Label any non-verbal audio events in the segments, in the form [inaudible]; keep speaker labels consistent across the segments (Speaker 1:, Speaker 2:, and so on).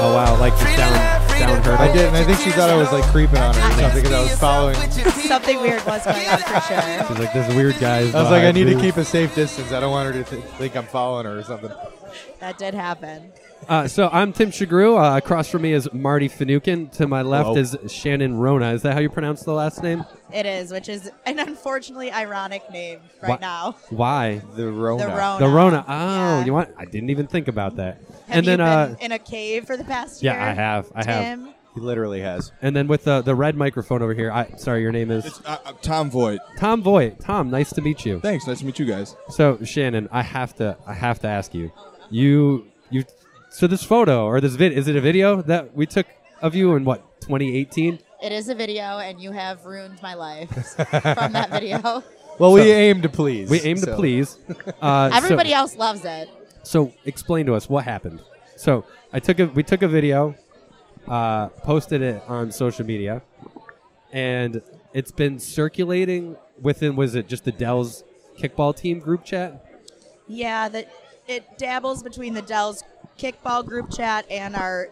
Speaker 1: Oh,
Speaker 2: like just down down her.
Speaker 1: I did, and I think she thought I was like creeping on her or something because I was following.
Speaker 3: Something weird was going on for sure.
Speaker 2: She's like, this weird guy. Is
Speaker 1: I was like, I need to keep a safe distance. I don't want her to th- think I'm following her or something.
Speaker 3: That did happen.
Speaker 2: Uh, so I'm Tim Shagrew. Uh, across from me is Marty Finucane. To my left
Speaker 1: Hello.
Speaker 2: is Shannon Rona. Is that how you pronounce the last name?
Speaker 3: It is, which is an unfortunately ironic name
Speaker 2: Wha-
Speaker 3: right now.
Speaker 2: Why?
Speaker 1: The Rona.
Speaker 3: The Rona.
Speaker 2: The Rona. Oh,
Speaker 3: Yeah.
Speaker 2: you want? I didn't even think about that.
Speaker 3: Have
Speaker 2: and
Speaker 3: you
Speaker 2: then, uh,
Speaker 3: been in a cave for the past
Speaker 2: yeah,
Speaker 3: year?
Speaker 2: I have. I have.
Speaker 3: Tim?
Speaker 1: He literally has.
Speaker 2: And then with the the red microphone over here. I sorry, your name is
Speaker 4: It's uh, uh, Tom Voigt.
Speaker 2: Tom Voigt. Tom, nice to meet you.
Speaker 4: Thanks. Nice to meet you guys.
Speaker 2: So Shannon, I have to I have to ask you. You you so this photo or this vid is it a video that we took of you in what 2018?
Speaker 5: It is a video, and you have ruined
Speaker 2: [laughs]
Speaker 5: my life from that video.
Speaker 1: Well, we
Speaker 2: So-
Speaker 1: aim to please.
Speaker 2: We aim to
Speaker 1: so- [laughs]
Speaker 2: please. Uh, so-
Speaker 5: Everybody else loves it.
Speaker 2: So explain to us what happened. So I took a we took a video, uh, posted it on social media, and it's been circulating within was it just the Dell's kickball team group chat?
Speaker 3: Yeah, that it dabbles between the Dell's kickball group chat and our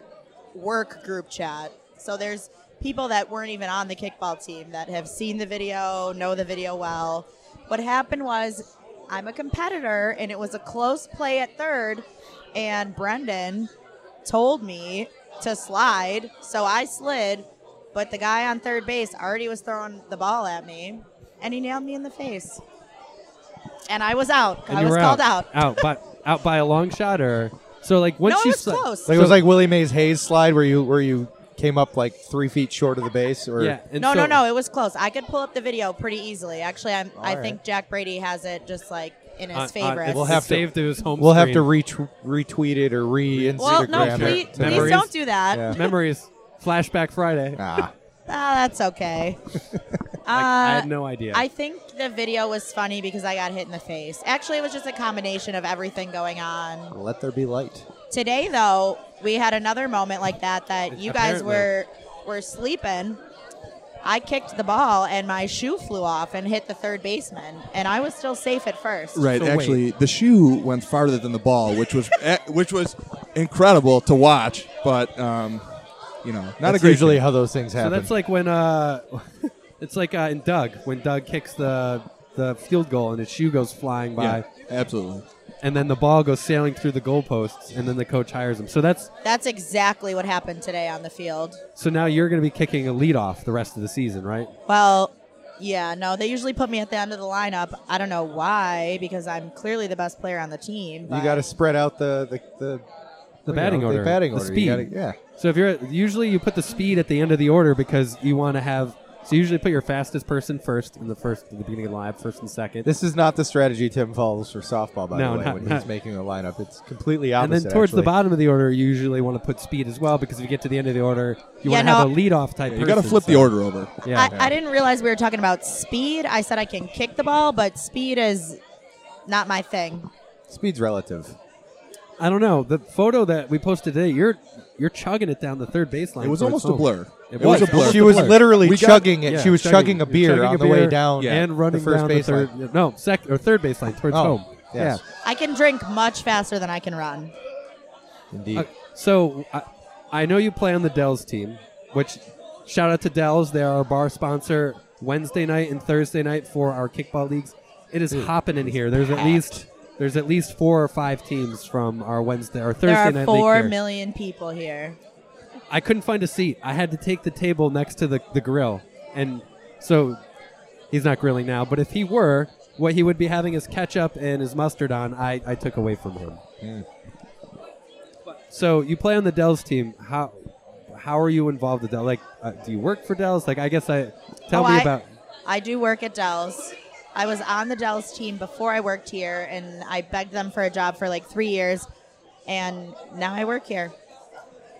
Speaker 3: work group chat. So there's people that weren't even on the kickball team that have seen the video, know the video well. What happened was I'm a competitor and it was a close play at third and Brendan told me to slide, so I slid, but the guy on third base already was throwing the ball at me and he nailed me in the face. And I was out.
Speaker 2: And
Speaker 3: I
Speaker 2: you
Speaker 3: was
Speaker 2: were
Speaker 3: called out.
Speaker 2: out, out by out by a long shot or so like once
Speaker 3: No,
Speaker 2: you
Speaker 3: it was
Speaker 2: sli-
Speaker 3: close.
Speaker 1: Like it was like Willie Mays Hayes slide where you where you came up like three feet short of the base or
Speaker 2: yeah and
Speaker 3: no,
Speaker 2: so-
Speaker 3: no, no. It was close. I could pull up the video pretty easily. Actually, I'm, I
Speaker 1: All
Speaker 3: think Jack Brady has it just like in his
Speaker 2: on- on-
Speaker 3: favorites.
Speaker 2: it's
Speaker 1: We'll have to-
Speaker 2: saved to his home.
Speaker 1: we'll have to
Speaker 2: screen.
Speaker 1: retw retweet it or re Instagram
Speaker 3: well, no,
Speaker 2: Instagram
Speaker 3: please,
Speaker 1: it.
Speaker 2: to-
Speaker 3: please
Speaker 2: Memories.
Speaker 3: don't do that.
Speaker 1: Yeah.
Speaker 2: memories. Flashback Friday.
Speaker 1: Ah.
Speaker 3: Ah, that's okay.
Speaker 2: I
Speaker 3: uh,
Speaker 2: had no idea.
Speaker 3: I think the video was funny because I got hit in the face. Actually, it was just a combination of everything going on.
Speaker 1: Let there be light.
Speaker 3: Today, though, we had another moment like that that you guys
Speaker 2: Apparently.
Speaker 3: were were sleeping. I kicked the ball and my shoe flew off and hit the third baseman, and I was still safe at first.
Speaker 4: Right.
Speaker 2: So wait.
Speaker 4: actually, the shoe went farther than the ball, which was eh, which was incredible to watch. But um, you know, not a
Speaker 1: That's
Speaker 4: great.
Speaker 1: usually
Speaker 4: game.
Speaker 1: how those things
Speaker 2: so
Speaker 1: happen.
Speaker 2: that's like when uh, [laughs] it's like uh, in Doug when Doug kicks the the field goal and his shoe goes flying by,
Speaker 4: Yeah, absolutely.
Speaker 2: and then the ball goes sailing through the goalposts, and then the coach hires him. So that's
Speaker 3: That's exactly what happened today on the field.
Speaker 2: so now you're going to be kicking a lead off the rest of the season, right?
Speaker 3: Well, yeah, no, they usually put me at the end of the lineup. I don't know why, because I'm clearly the best player on the team.
Speaker 1: you
Speaker 3: but-
Speaker 1: got to spread out the the, the,
Speaker 2: The
Speaker 1: you
Speaker 2: batting
Speaker 1: know,
Speaker 2: order,
Speaker 1: The batting
Speaker 2: the
Speaker 1: order.
Speaker 2: speed.
Speaker 1: You gotta, yeah.
Speaker 2: So if you're usually you put the speed at the end of the order because you want to have. So you usually put your fastest person first in the first in the beginning of the lineup, first and second.
Speaker 1: This is not the strategy Tim follows for softball, by
Speaker 2: No,
Speaker 1: the way,
Speaker 2: not-
Speaker 1: when
Speaker 2: not-
Speaker 1: he's making a lineup. It's completely
Speaker 2: and
Speaker 1: opposite.
Speaker 2: then towards the
Speaker 1: actually.
Speaker 2: bottom of the order, you usually want to put speed as well because if you get to the end of the order, you
Speaker 3: Yeah,
Speaker 2: want to have
Speaker 3: no.
Speaker 2: a leadoff type.
Speaker 4: You got to
Speaker 2: person,
Speaker 4: flip the
Speaker 2: so-
Speaker 4: order over.
Speaker 2: Yeah.
Speaker 3: I, I didn't realize we were talking about speed. I said I can kick the ball, but speed is not my thing.
Speaker 1: Speed's relative.
Speaker 2: I don't know. The photo that we posted today, you're you're chugging it down the third baseline.
Speaker 4: It was
Speaker 2: for
Speaker 4: almost a
Speaker 2: home.
Speaker 4: blur.
Speaker 2: It
Speaker 4: It was
Speaker 2: was.
Speaker 4: a blur.
Speaker 1: She was literally
Speaker 4: We got-
Speaker 1: chugging it.
Speaker 2: Yeah,
Speaker 1: she was chugging, a
Speaker 2: You're
Speaker 1: beer
Speaker 2: chugging
Speaker 1: on
Speaker 2: a
Speaker 1: the way
Speaker 2: beer
Speaker 1: down
Speaker 2: and running
Speaker 1: the first
Speaker 2: down
Speaker 1: baseline.
Speaker 2: the third. No, second or third baseline towards
Speaker 1: Oh,
Speaker 2: home.
Speaker 1: yes.
Speaker 3: I can drink much faster than I can run.
Speaker 1: Indeed.
Speaker 2: Yeah. Uh, so I, I know you play on the Dells team, which shout out to Dells. They are our bar sponsor Wednesday night and Thursday night for our kickball leagues. It is hopping in here. There's at least there's at least four or five teams from our Wednesday or Thursday
Speaker 3: there are
Speaker 2: night
Speaker 3: four
Speaker 2: league here.
Speaker 3: million people here.
Speaker 2: I couldn't find a seat. I had to take the table next to the, the grill. And so he's not grilling now, but if he were, what he would be having is ketchup and his mustard on, I, I took away from him. So you play on the Dells team. How how are you involved with Dell? Like, uh, do you work for Dells? Like, I guess I tell
Speaker 3: Oh,
Speaker 2: me
Speaker 3: I-
Speaker 2: about.
Speaker 3: I do work at Dell's. I was on the Dell's team before I worked here, and I begged them for a job for like three years, and now I work here.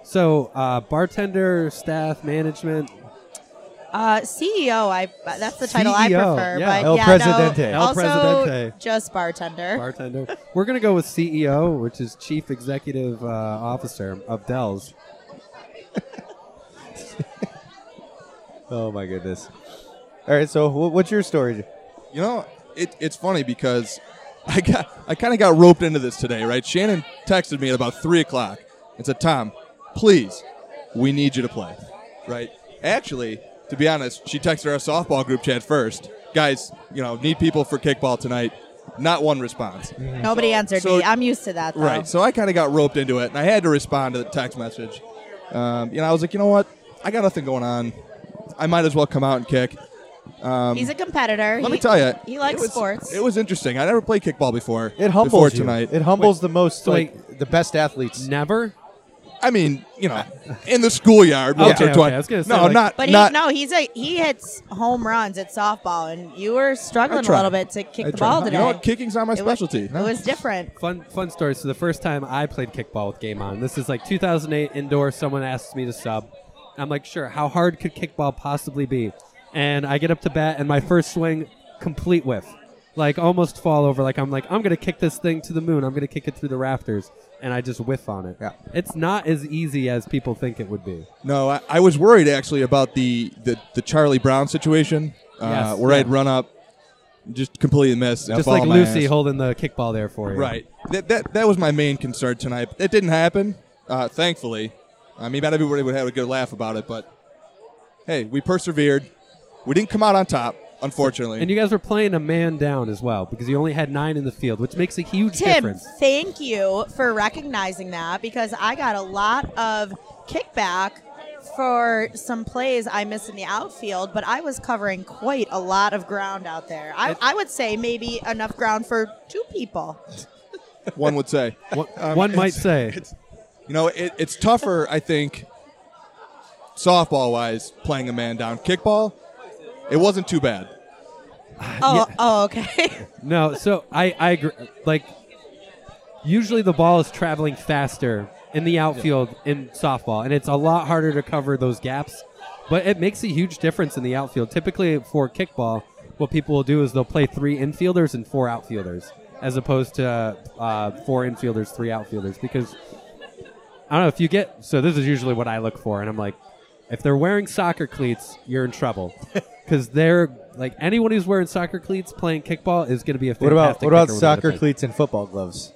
Speaker 2: So uh, bartender, staff, management.
Speaker 3: Uh, CEO, I that's the title I
Speaker 2: CEO,
Speaker 3: prefer.
Speaker 2: yeah.
Speaker 3: But
Speaker 1: El
Speaker 3: yeah,
Speaker 1: Presidente.
Speaker 3: No,
Speaker 2: El
Speaker 3: also
Speaker 2: Presidente.
Speaker 3: just bartender.
Speaker 2: bartender. We're gonna go with CEO, which is Chief Executive uh, Officer of Dells. [laughs]
Speaker 1: oh my goodness. All right. So wh- what's your story?
Speaker 4: You know, it, it's funny because I got I kind of got roped into this today, right? Shannon texted me at about three o'clock and said, "Tom, please, we need you to play, right? Actually, to be honest, she texted our softball group chat first. Guys, you know, need people for kickball tonight. Not one response.
Speaker 3: Nobody answered
Speaker 4: so-
Speaker 3: me. I'm used to that. Though.
Speaker 4: Right. So I kind of got roped into it, and I had to respond to the text message. Um, you know, I was like, you know what? I got nothing going on. I might as well come out and kick.
Speaker 3: He's a competitor.
Speaker 4: Um, Let
Speaker 3: he,
Speaker 4: me tell you,
Speaker 3: he likes
Speaker 4: it was,
Speaker 3: sports.
Speaker 4: It was interesting. I never played kickball before.
Speaker 1: It
Speaker 4: before
Speaker 1: humbles you.
Speaker 4: tonight.
Speaker 1: It humbles the most
Speaker 2: so
Speaker 1: like the best athletes.
Speaker 2: Never.
Speaker 4: I mean, you know, in the schoolyard once
Speaker 2: Okay,
Speaker 4: or
Speaker 2: okay,
Speaker 4: twice.
Speaker 2: I was gonna say,
Speaker 4: no,
Speaker 2: like-
Speaker 4: not
Speaker 3: but he,
Speaker 4: not.
Speaker 3: no, he's a he hits home runs at softball, and you were struggling a
Speaker 4: try.
Speaker 3: little bit to kick
Speaker 4: I
Speaker 3: the
Speaker 4: tried.
Speaker 3: ball today.
Speaker 4: You know what? Kicking's not my
Speaker 3: It was-
Speaker 4: specialty.
Speaker 3: It was, different.
Speaker 2: Fun fun story. So the first time I played kickball with Game On, this is like 2008 indoor. Someone asks me to sub. I'm like, sure. How hard could kickball possibly be? And I get up to bat, and my first swing, complete whiff, like almost fall over. Like I'm like, I'm gonna kick this thing to the moon. I'm gonna kick it through the rafters, and I just whiff on it.
Speaker 1: Yeah.
Speaker 2: It's not as easy as people think it would be.
Speaker 4: No, I, I was worried actually about the the, the Charlie Brown situation uh,
Speaker 2: Yes,
Speaker 4: where I'd
Speaker 2: yeah.
Speaker 4: run up, just completely miss, and
Speaker 2: just
Speaker 4: fall
Speaker 2: like
Speaker 4: on my
Speaker 2: Lucy
Speaker 4: ass.
Speaker 2: holding the kickball there for you.
Speaker 4: Right. That, that that was my main concern tonight. That didn't happen, uh, thankfully. I mean, not everybody would have a good laugh about it, but hey, we persevered. We didn't come out on top, unfortunately.
Speaker 2: And you guys were playing a man down as well because you only had nine in the field, which makes a huge
Speaker 3: Tim,
Speaker 2: difference.
Speaker 3: thank you for recognizing that because I got a lot of kickback for some plays I missed in the outfield, but I was covering quite a lot of ground out there. I, I would say maybe enough ground for two people.
Speaker 4: [laughs] one would say.
Speaker 2: One,
Speaker 4: Um,
Speaker 2: one
Speaker 4: [laughs]
Speaker 2: might say.
Speaker 4: You know, it, it's tougher, I think, softball wise, playing a man down. Kickball, it wasn't too bad.
Speaker 3: Oh, oh okay. [laughs]
Speaker 2: No, so I, I agree. Like, usually the ball is traveling faster in the outfield in softball, and it's a lot harder to cover those gaps. But it makes a huge difference in the outfield. Typically, for kickball, what people will do is they'll play three infielders and four outfielders, as opposed to uh, uh, four infielders, three outfielders. Because I don't know if you get. So this is usually what I look for, and I'm like, if they're wearing soccer cleats, you're
Speaker 1: [laughs]
Speaker 2: in trouble. Because they're like anyone who's wearing soccer cleats playing kickball is going to be a
Speaker 1: What about
Speaker 2: fantastic
Speaker 1: what about
Speaker 2: kicker with
Speaker 1: soccer
Speaker 2: anything.
Speaker 1: cleats and football gloves?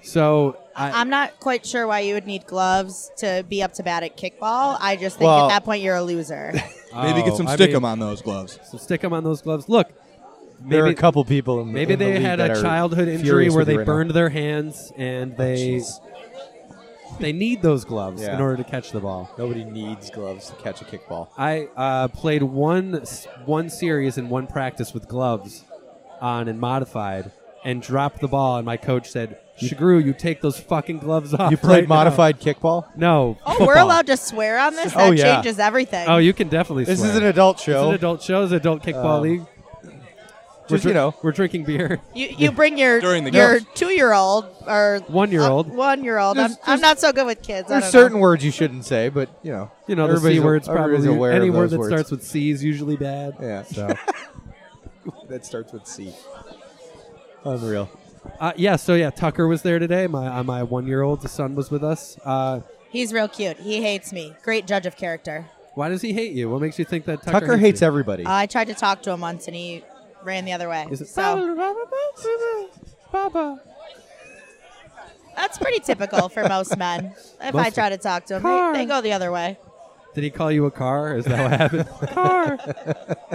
Speaker 2: So I,
Speaker 3: I'm not quite sure why you would need gloves to be up to bat at kickball. I just think
Speaker 1: Well-
Speaker 3: at that point you're a loser.
Speaker 4: Maybe get
Speaker 2: oh,
Speaker 4: some
Speaker 2: I
Speaker 4: stickum
Speaker 2: mean,
Speaker 4: on those gloves.
Speaker 2: So stick them on those gloves. Look,
Speaker 1: there are
Speaker 2: maybe-
Speaker 1: a couple people. In,
Speaker 2: Maybe
Speaker 1: in the
Speaker 2: they
Speaker 1: league
Speaker 2: had
Speaker 1: that
Speaker 2: a
Speaker 1: are
Speaker 2: childhood injury
Speaker 1: furious
Speaker 2: where
Speaker 1: with you
Speaker 2: they
Speaker 1: right now. Oh,
Speaker 2: burned their hands and they
Speaker 1: Jeez.
Speaker 2: they need those gloves
Speaker 1: Yeah.
Speaker 2: in order to catch the ball.
Speaker 1: Nobody needs gloves to catch a kickball.
Speaker 2: I uh, played one s- one series and one practice with gloves on and modified and dropped the ball and my coach said, "Shagru, you take those fucking gloves off."
Speaker 1: You played
Speaker 2: Oh, right now."
Speaker 1: modified kickball.
Speaker 2: No.
Speaker 3: oh, we're
Speaker 2: football.
Speaker 3: allowed to swear on this? That
Speaker 1: Oh, yeah.
Speaker 3: changes everything.
Speaker 2: Oh, you can definitely.
Speaker 1: This
Speaker 2: swear.
Speaker 1: is an adult
Speaker 2: It's
Speaker 1: show.
Speaker 2: an adult show. It's an adult kickball
Speaker 1: Um,
Speaker 2: league. We're
Speaker 1: Just you
Speaker 2: dri-
Speaker 1: know,
Speaker 2: we're drinking beer.
Speaker 3: You, you bring your
Speaker 4: During the
Speaker 3: your
Speaker 4: game.
Speaker 3: two year old or
Speaker 2: One-year-old.
Speaker 3: one year old. I'm,
Speaker 1: There's-
Speaker 3: I'm not so good with kids. I
Speaker 1: there's
Speaker 3: don't
Speaker 1: certain words you shouldn't say, but you know,
Speaker 2: You know, the
Speaker 1: everybody's
Speaker 2: c words
Speaker 1: everybody's
Speaker 2: probably
Speaker 1: aware
Speaker 2: any
Speaker 1: of
Speaker 2: word
Speaker 1: those
Speaker 2: that
Speaker 1: words.
Speaker 2: starts with C is usually bad. [laughs]
Speaker 1: Yeah.
Speaker 2: So.
Speaker 1: that starts with C. Unreal.
Speaker 2: Uh, yeah, so yeah, Tucker was there today. My uh, my one year old, the son was with us. Uh,
Speaker 3: know. He's real cute. He hates me. Great judge of character. Uh,
Speaker 2: why does he hate you? What makes you think that Tucker,
Speaker 1: Tucker hates
Speaker 2: you?
Speaker 1: everybody.
Speaker 3: I tried to talk to him once and he ran the other way.
Speaker 2: Is it
Speaker 3: So
Speaker 2: Baba?
Speaker 3: that's pretty typical for most
Speaker 2: [laughs]
Speaker 3: men. If I
Speaker 2: Most-
Speaker 3: try to talk to them,
Speaker 2: Car.
Speaker 3: they, they go the other way.
Speaker 2: Did he call you a car? Is that what happened? car.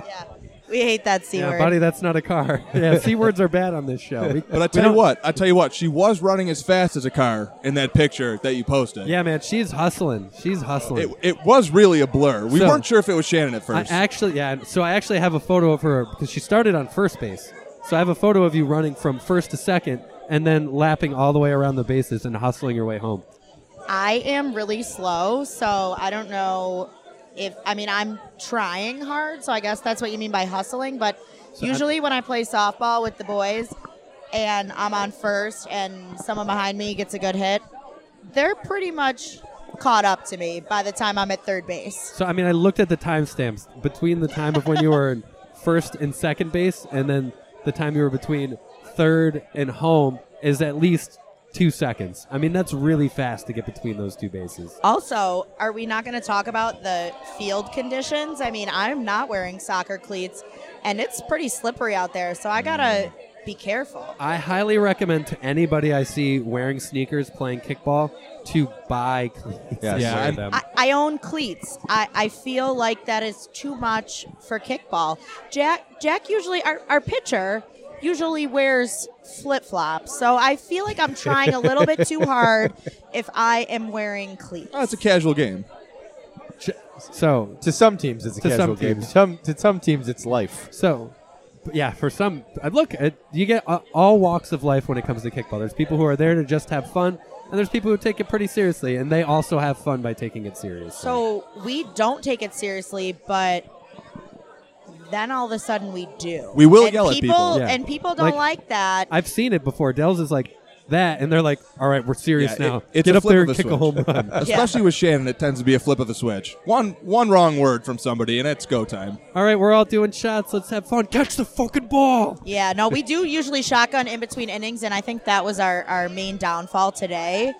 Speaker 3: Yeah. We hate that C
Speaker 2: [laughs] Yeah,
Speaker 3: word.
Speaker 2: buddy, that's not a car. Yeah, c words are bad on this show. We-
Speaker 4: But I tell you what, I tell you what, she was running as fast as a car in that picture that you posted.
Speaker 2: yeah, man, she's hustling. She's hustling.
Speaker 4: It, it was really a blur. We
Speaker 2: So-
Speaker 4: weren't sure if it was Shannon at
Speaker 2: I
Speaker 4: first.
Speaker 2: actually, yeah. So I actually have a photo of her because she started on first base. So I have a photo of you running from first to second and then lapping all the way around the bases and hustling your way home.
Speaker 3: I am really slow, so I don't know if I mean I'm trying hard, so I guess that's what you mean by hustling, but
Speaker 2: So I-
Speaker 3: usually when I play softball with the boys and I'm on first and someone behind me gets a good hit, they're pretty much caught up to me by the time I'm at third base.
Speaker 2: So I mean, I looked at the timestamps between the time of when you were in first and second base, and then the time you were between third and home is at least two seconds. I mean, that's really fast to get between those two bases.
Speaker 3: Also, are we not going to talk about the field conditions? I mean, I'm not wearing soccer cleats and it's pretty slippery out there, so I got to be careful.
Speaker 2: I highly recommend to anybody I see wearing sneakers playing kickball to buy cleats.
Speaker 1: Yes.
Speaker 2: and
Speaker 4: Yeah,
Speaker 2: wear
Speaker 4: I'm-
Speaker 2: them.
Speaker 3: I, I own cleats. I, I feel like that is too much for kickball. Jack Jack usually our, our pitcher usually wears flip flops, so I feel like I'm trying a little bit too hard if I am wearing cleats.
Speaker 4: Oh, it's a casual game.
Speaker 2: so
Speaker 1: To some teams, it's a
Speaker 2: To some
Speaker 1: casual game.
Speaker 2: teams.
Speaker 1: Some to some teams, it's life.
Speaker 2: So, but yeah, for some, I look, it, you get uh, all walks of life when it comes to kickball. There's people who are there to just have fun, and there's people who take it pretty seriously, and they also have fun by taking it serious.
Speaker 3: So we don't take it seriously, but then all of a sudden we do.
Speaker 4: We will
Speaker 3: and
Speaker 4: yell at
Speaker 3: people,
Speaker 4: people.
Speaker 2: Yeah.
Speaker 3: and people don't like,
Speaker 2: Like-
Speaker 3: that.
Speaker 2: I've seen it before. Dell's is like that, and they're like, "All right, we're serious
Speaker 4: Yeah, it-
Speaker 2: now.
Speaker 4: it's
Speaker 2: Get
Speaker 4: a
Speaker 2: up
Speaker 4: flip
Speaker 2: there
Speaker 4: of
Speaker 2: and
Speaker 4: a
Speaker 2: kick a
Speaker 4: switch.
Speaker 2: home run."
Speaker 4: [laughs] Especially with Shannon, it tends to be a flip of the switch. One one wrong word from somebody, and it's go time.
Speaker 2: all right, we're all doing shots. Let's have fun. Catch the fucking ball.
Speaker 3: Yeah, no, we do usually shotgun in between innings, and I think that was our, our main downfall today.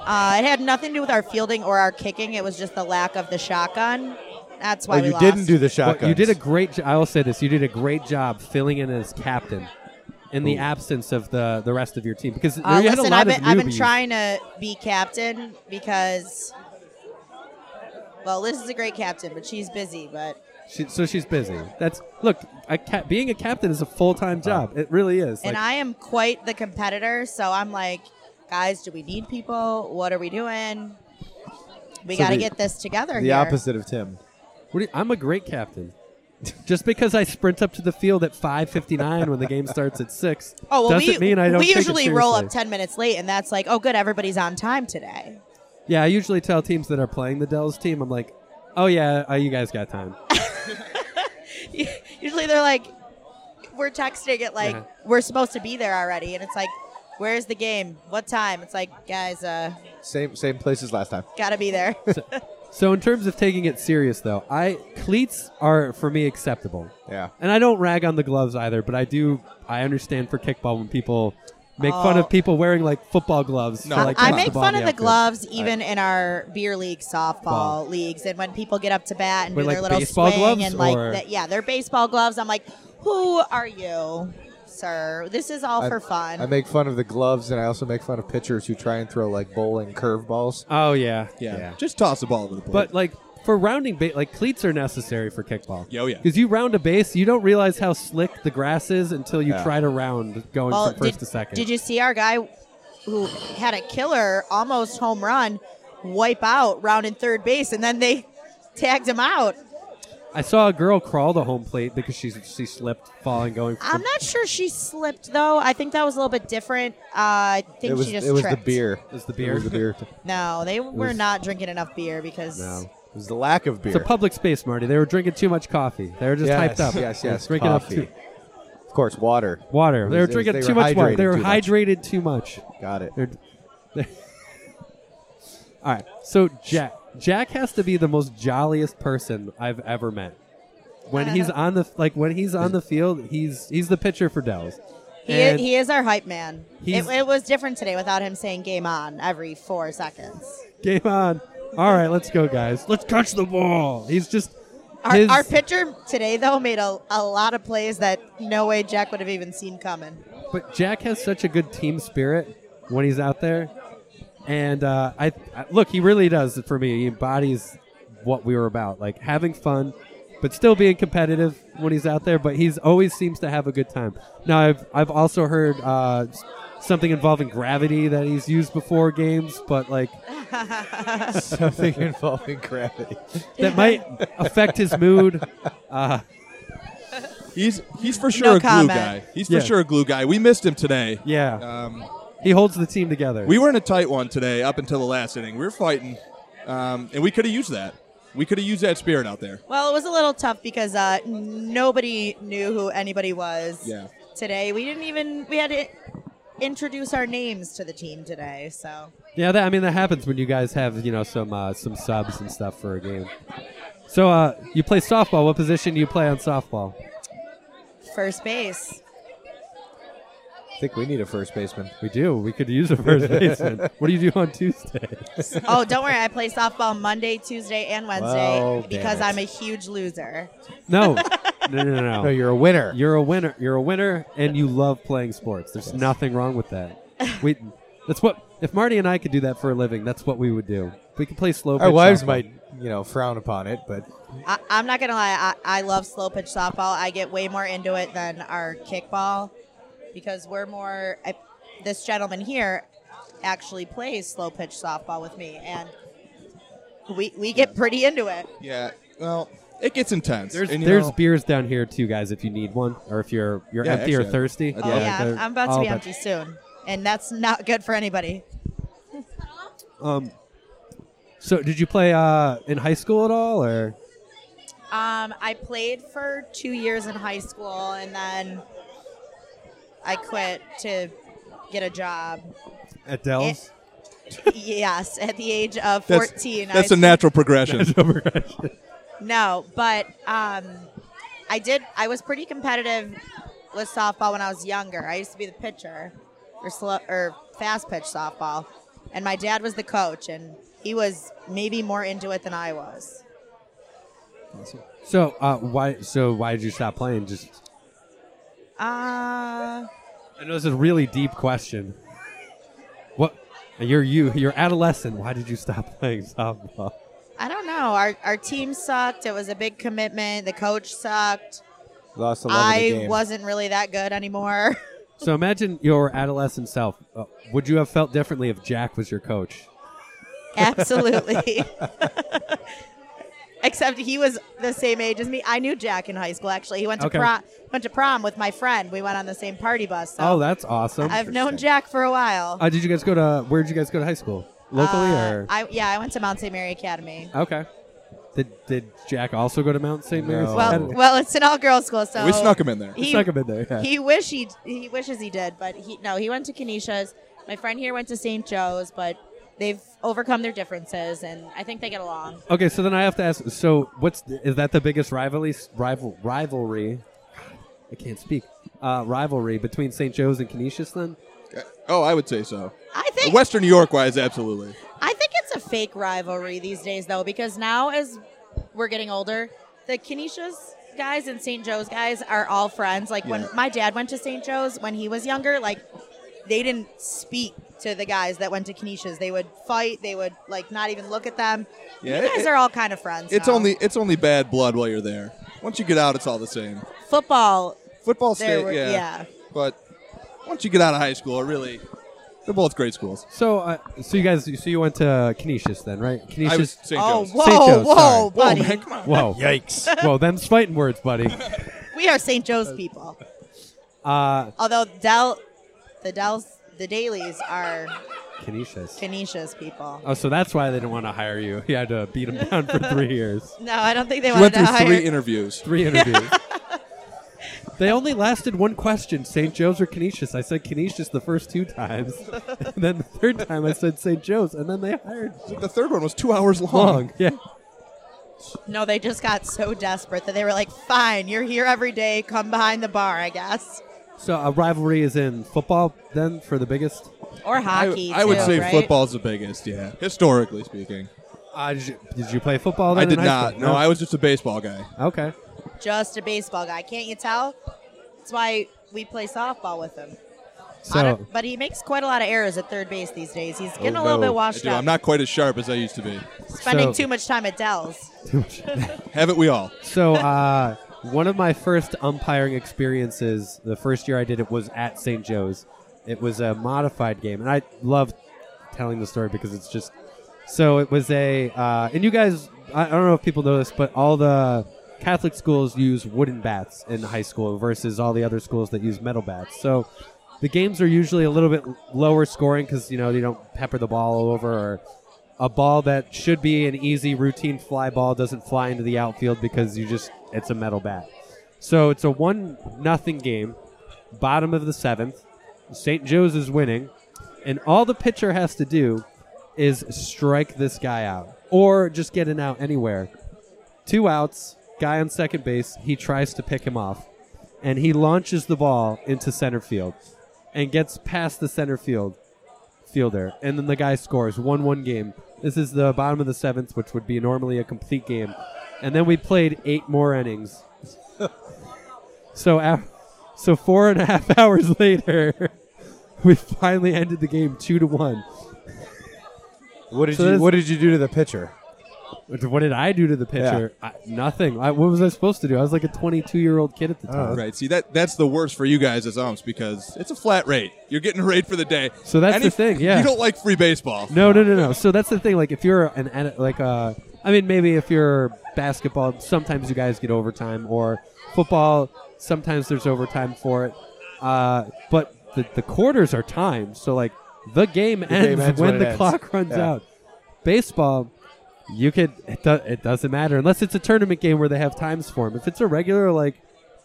Speaker 3: Uh, it had nothing to do with our fielding or our kicking. It was just the lack of the shotgun. That's why
Speaker 2: Oh,
Speaker 1: Well,
Speaker 3: we
Speaker 1: you
Speaker 3: lost.
Speaker 1: didn't do the
Speaker 2: But
Speaker 1: shotgun.
Speaker 2: you did a great. Jo- I will say this: you did a great job filling in as captain. In the absence of the the rest of your team, because
Speaker 3: Uh,
Speaker 2: you had a
Speaker 3: listen,
Speaker 2: lot
Speaker 3: I've been,
Speaker 2: of
Speaker 3: I've been
Speaker 2: newbies.
Speaker 3: trying to be captain because, well, Liz is a great captain, but she's busy. But
Speaker 2: She, so she's busy. That's look. A ca- being a captain is a full time job. It really is.
Speaker 3: and
Speaker 2: Like,
Speaker 3: I am quite the competitor, so I'm like, guys, do we need people? What are we doing? We
Speaker 2: So
Speaker 3: got to
Speaker 2: the-
Speaker 3: get this together.
Speaker 1: the
Speaker 3: here.
Speaker 1: opposite of Tim.
Speaker 2: what do you- I'm a great captain. [laughs] Just because I sprint up to the field at 5:59 when the game starts at six,
Speaker 3: [laughs] Oh well,
Speaker 2: doesn't
Speaker 3: we
Speaker 2: mean I don't.
Speaker 3: we
Speaker 2: take it
Speaker 3: usually roll up
Speaker 2: seriously.
Speaker 3: ten minutes late, and that's like, oh, good, everybody's on time today.
Speaker 2: yeah, I usually tell teams that are playing the Dells team, I'm like, oh yeah, uh, you guys
Speaker 3: [laughs]
Speaker 2: got time.
Speaker 3: usually they're like, we're texting it like
Speaker 2: Yeah.
Speaker 3: we're supposed to be there already, and it's like, where's the game? What time? It's like, guys, uh,
Speaker 1: Same same place as last time.
Speaker 3: gotta be there.
Speaker 2: So in terms of taking it serious, though, I cleats are for me acceptable.
Speaker 1: Yeah.
Speaker 2: And I don't rag on the gloves either, but I do. I understand for kickball when people make fun
Speaker 3: Oh.
Speaker 2: of people wearing like football gloves.
Speaker 4: No,
Speaker 2: to,
Speaker 4: I-
Speaker 2: like,
Speaker 3: I
Speaker 2: catch
Speaker 3: make
Speaker 2: the ball
Speaker 3: fun
Speaker 2: in
Speaker 3: of the
Speaker 2: outfield.
Speaker 3: gloves even in our beer league softball leagues, and when people get up to bat and
Speaker 2: Wait,
Speaker 3: do their
Speaker 2: like
Speaker 3: little
Speaker 2: baseball
Speaker 3: swing
Speaker 2: gloves
Speaker 3: and like,
Speaker 2: or-
Speaker 3: the, yeah, they're baseball gloves. I'm like, who are you, sir? This is all
Speaker 1: I-
Speaker 3: for fun.
Speaker 1: I make fun of the gloves, and I also make fun of pitchers who try and throw like bowling curveballs.
Speaker 2: Oh yeah,
Speaker 4: Yeah. Just toss the ball over the plate.
Speaker 2: But like for rounding, ba- like cleats are necessary for kickball.
Speaker 4: Yeah, oh, yeah.
Speaker 2: Because you round a base, you don't realize how slick the grass is until you
Speaker 1: Yeah.
Speaker 2: try to round going
Speaker 3: Well,
Speaker 2: from first
Speaker 3: did,
Speaker 2: to second.
Speaker 3: Did you see our guy who had a killer, almost home run, wipe out round in third base, and then they tagged him out?
Speaker 2: I saw a girl crawl to home plate because she she slipped, falling, going.
Speaker 3: I'm
Speaker 2: from-
Speaker 3: not sure she slipped though. I think that was a little bit different. Uh, I think
Speaker 1: It was
Speaker 3: she just
Speaker 1: it was
Speaker 3: tripped.
Speaker 1: the beer.
Speaker 2: It was the beer.
Speaker 1: It was the
Speaker 2: [laughs]
Speaker 1: beer.
Speaker 3: No, they were
Speaker 2: was-
Speaker 3: not drinking enough beer because
Speaker 2: No.
Speaker 1: It was the lack of beer.
Speaker 2: It's a public space, Marty. They were drinking too much coffee. They were just
Speaker 1: yes,
Speaker 2: hyped up.
Speaker 1: Yes,
Speaker 2: They were
Speaker 1: yes.
Speaker 2: drinking
Speaker 1: coffee.
Speaker 2: up too,
Speaker 1: Of course, water.
Speaker 2: water.
Speaker 1: It
Speaker 2: They were
Speaker 1: was- it was-
Speaker 2: drinking
Speaker 1: they
Speaker 2: too
Speaker 1: were
Speaker 2: much water. They
Speaker 1: hydrated
Speaker 2: were
Speaker 1: too much.
Speaker 2: hydrated too much.
Speaker 1: Got it.
Speaker 2: They're- they're- [laughs] All right. So Jack Jack has to be the most jolliest person I've ever met. When
Speaker 3: [laughs]
Speaker 2: he's on the like when he's on the field, he's he's the pitcher for Dells.
Speaker 3: he is,
Speaker 2: And
Speaker 3: he is our hype man. It,
Speaker 2: He's-
Speaker 3: it was different today without him saying "game on" every four seconds.
Speaker 2: game on. All right, let's go, guys. Let's catch the ball. He's just
Speaker 3: Our,
Speaker 2: his-
Speaker 3: our pitcher today though made a, a lot of plays that no way Jack would have even seen coming.
Speaker 2: But Jack has such a good team spirit when he's out there, and uh, I, I look, he really does it for me. He embodies what we were about, like having fun, but still being competitive when he's out there. But he's always seems to have a good time. Now, I've I've also heard uh, s- something involving gravity that he's used before games, but like
Speaker 1: Something involving
Speaker 2: [laughs]
Speaker 1: gravity.
Speaker 2: that might affect his mood.
Speaker 4: he's he's for sure
Speaker 3: No
Speaker 4: a
Speaker 3: comment.
Speaker 4: glue guy. He's
Speaker 2: Yeah.
Speaker 4: for sure a glue guy. We missed him today.
Speaker 2: Yeah,
Speaker 4: Um,
Speaker 2: he holds the team together.
Speaker 4: we were in a tight one today up until the last inning. We were fighting, um, and we could have used that. We could have used that spirit out there.
Speaker 3: Well, it was a little tough because uh, nobody knew who anybody was.
Speaker 4: Yeah.
Speaker 3: Today we didn't even we had to introduce our names to the team today. So
Speaker 2: Yeah, that, I mean that happens when you guys have you know some uh, some subs and stuff for a game. So uh, you play softball. What position do you play on softball?
Speaker 3: first
Speaker 1: [laughs]
Speaker 3: base.
Speaker 1: I think we need a first baseman.
Speaker 2: We do. We could use a [laughs] first baseman. what do you do on Tuesday?
Speaker 3: oh, don't worry, I play softball Monday, Tuesday, and Wednesday
Speaker 1: Well, damn
Speaker 3: because
Speaker 1: it.
Speaker 2: [laughs]
Speaker 3: I'm a huge loser.
Speaker 2: No, No, no, no,
Speaker 1: No,
Speaker 2: no.
Speaker 1: you're a winner.
Speaker 2: You're a winner. You're a winner, and you love playing sports. There's nothing wrong with [laughs] that. We, that's what if Marty and I could do that for a living. That's what we would do. We could play slow.
Speaker 1: Our
Speaker 2: pitch
Speaker 1: wives
Speaker 2: softball.
Speaker 1: might, you know, frown upon it, but
Speaker 3: I, I'm not gonna lie. I, I love slow pitch softball. I get way more into it than our kickball because we're more. I, this gentleman here actually plays slow pitch softball with me, and we we get pretty into it.
Speaker 4: Yeah. Well, it gets intense.
Speaker 2: There's,
Speaker 4: and, you
Speaker 2: there's
Speaker 4: know,
Speaker 2: beers down here too, guys. If you need one, or if you're you're
Speaker 4: Yeah,
Speaker 2: empty or
Speaker 4: actually,
Speaker 2: thirsty.
Speaker 4: I'd
Speaker 3: Oh
Speaker 4: Yeah,
Speaker 3: yeah, I'm-
Speaker 2: they're
Speaker 3: I'm about to
Speaker 2: all
Speaker 3: be
Speaker 2: but-
Speaker 3: empty soon, and that's not good for anybody.
Speaker 2: Um, so did you play uh, in high school at all, or
Speaker 3: Um, I played for two years in high school, and then I quit to get a
Speaker 4: [laughs]
Speaker 3: job.
Speaker 2: at
Speaker 3: Dell's? yes, at the age of
Speaker 4: that's,
Speaker 3: 14.
Speaker 4: That's
Speaker 3: I
Speaker 4: a natural progression.
Speaker 3: No, but um, I did. I was pretty competitive with softball when I was younger. I used to be the pitcher, or slow, or fast pitch softball, and my dad was the coach, and he was maybe more into it than I was.
Speaker 2: So uh, why so why did you stop playing? Just
Speaker 3: Uh,
Speaker 2: I know this is a really deep question. What you're you you're adolescent. Why did you stop [laughs] playing softball?
Speaker 3: I don't know. Our our team sucked. It was a big commitment. The coach sucked.
Speaker 1: lost the love of the
Speaker 3: I
Speaker 1: game.
Speaker 3: wasn't really that good anymore. [laughs]
Speaker 2: So imagine your adolescent self. Uh, would you have felt differently if Jack was your coach?
Speaker 3: Absolutely. Except he was the same age as me. I knew Jack in high school. Actually, he went to
Speaker 2: Okay.
Speaker 3: prom. Went to prom with my friend. We went on the same party bus. So
Speaker 2: Oh, that's awesome.
Speaker 3: I've known Jack for a while.
Speaker 2: uh, did you guys go to where did you guys go to high school? Locally
Speaker 3: Uh,
Speaker 2: or
Speaker 3: I yeah, I went to Mount St. Mary Academy.
Speaker 2: okay? Did did Jack also go to Mount St. Mary's?
Speaker 1: No.
Speaker 3: Well,
Speaker 2: Academy?
Speaker 3: well, it's an all-girls school, so
Speaker 4: we snuck him in there.
Speaker 3: He,
Speaker 2: Stuck him in there.
Speaker 3: [laughs]
Speaker 2: yeah.
Speaker 3: he wish he he wishes he did, but he no, he went to Kenesha's. My friend here went to St. Joe's, but they've overcome their differences, and I think they get along.
Speaker 2: Okay, so then I have to ask. So, what's is that the biggest rivalry rival rivalry? I can't speak. Uh, rivalry between St. Joe's and Canisius, then?
Speaker 4: Oh, I would say so.
Speaker 3: I think
Speaker 4: Western New York wise, absolutely.
Speaker 3: I think it's a fake rivalry these days, though, because now as we're getting older, the Canisius guys and St. Joe's guys are all friends. Like when
Speaker 4: Yeah.
Speaker 3: my dad went to St. Joe's when he was younger, like they didn't speak to the guys that went to Canisius. They would fight. They would like not even look at them.
Speaker 4: Yeah,
Speaker 3: you guys
Speaker 4: it-
Speaker 3: are all kind of friends.
Speaker 4: It's
Speaker 3: now.
Speaker 4: only it's only bad blood while you're there. Once you get out, it's all the same.
Speaker 3: football.
Speaker 4: Football
Speaker 3: There
Speaker 4: state,
Speaker 3: were-
Speaker 4: yeah.
Speaker 3: yeah.
Speaker 4: But once you get out of high school, it really, they're both great schools.
Speaker 2: So, uh, so you guys, so you went to Canisius then, right? Canisius.
Speaker 4: I was St.
Speaker 3: Oh,
Speaker 4: Joe's.
Speaker 3: whoa,
Speaker 2: St. Joe's,
Speaker 3: whoa,
Speaker 2: sorry. Whoa,
Speaker 3: buddy.
Speaker 4: man, come on.
Speaker 2: whoa,
Speaker 1: Yikes!
Speaker 2: [laughs] whoa, them's fighting words, buddy.
Speaker 3: We are St. Joe's people.
Speaker 2: Uh,
Speaker 3: Although Dell, the Dells, the Dailies are
Speaker 2: Canisius.
Speaker 3: Canisius people.
Speaker 2: Oh, so that's why they didn't want to hire you. [laughs] You had to beat them down for three years,
Speaker 3: No, I don't think they
Speaker 4: She went
Speaker 3: wanted to
Speaker 4: through
Speaker 3: hire.
Speaker 4: three interviews.
Speaker 2: three interviews. [laughs] They only lasted one question, St. Joe's or Canisius. I said Canisius the first two times. [laughs] and then the third time I said St. Joe's, and then they hired
Speaker 4: The third one was two hours long.
Speaker 2: Long. [laughs] Yeah.
Speaker 3: No, they just got so desperate that they were like, fine, you're here every day. Come behind the bar, I guess.
Speaker 2: So a rivalry is in football then for the biggest.
Speaker 3: Or
Speaker 4: I,
Speaker 3: hockey.
Speaker 4: I would
Speaker 3: too,
Speaker 4: say
Speaker 3: right?
Speaker 4: football's the biggest, yeah. Historically speaking,
Speaker 2: Uh, did, you, did you play football?
Speaker 4: I
Speaker 2: Then
Speaker 4: did
Speaker 2: in high
Speaker 4: not.
Speaker 2: school?
Speaker 4: No, I was just a baseball guy.
Speaker 2: Okay.
Speaker 3: Just a baseball guy. Can't you tell? That's why we play softball with him. I
Speaker 2: So [laughs]
Speaker 3: don't- but he makes quite a lot of errors at third base these days. He's getting
Speaker 2: Oh,
Speaker 3: a little
Speaker 2: no.
Speaker 3: bit
Speaker 4: I
Speaker 3: washed
Speaker 4: do.
Speaker 3: up.
Speaker 4: I'm not quite as sharp as I used to be.
Speaker 3: spending
Speaker 2: So-
Speaker 3: too much time at Dell's.
Speaker 4: Haven't we all?
Speaker 2: so uh, one of my first umpiring experiences, the first year I did it was at St. Joe's. It was a modified game, and I love telling the story because it's just so. It was a uh, and you guys, I, I don't know if people know this, but all the Catholic schools use wooden bats in high school versus all the other schools that use metal bats. So the games are usually a little bit lower scoring because you know you don't pepper the ball all over or a ball that should be an easy routine fly ball doesn't fly into the outfield because you just it's a metal bat. So it's a one nothing game, bottom of the seventh. St. Joe's is winning, and all the pitcher has to do is strike this guy out or just get an out anywhere. Two outs, guy on second base, he tries to pick him off, and he launches the ball into center field and gets past the center field fielder, and then the guy scores one one game. This is the [laughs] bottom of the seventh, which would be normally a complete game, and then we played eight more innings So af- so four and a half [laughs] hours later, [laughs] we finally ended the game two to one.
Speaker 1: What did
Speaker 2: So
Speaker 1: you
Speaker 2: that's-
Speaker 1: What did you do to the pitcher?
Speaker 2: What what did I do to the pitcher? I, nothing. I, what was I supposed to do? I was like a 22 year old kid at the time.
Speaker 4: Right. See that that's the worst for you guys as umps because it's a flat rate. You're getting a rate for the day.
Speaker 2: So that's
Speaker 4: And
Speaker 2: the
Speaker 4: if-
Speaker 2: thing, yeah.
Speaker 4: You don't like free baseball.
Speaker 2: No, no, no, no. So that's the thing. Like, if you're an ad- like, uh, I mean, maybe if you're basketball, sometimes you guys get overtime, or football, sometimes there's overtime for it. Uh, but the, the quarters are timed, so like the game, ends,
Speaker 1: game ends
Speaker 2: when
Speaker 1: when it
Speaker 2: the
Speaker 1: ends.
Speaker 2: clock runs
Speaker 1: Yeah.
Speaker 2: out. Baseball, you could it, do- it doesn't matter unless it's a tournament game where they have times for them. If it's a regular like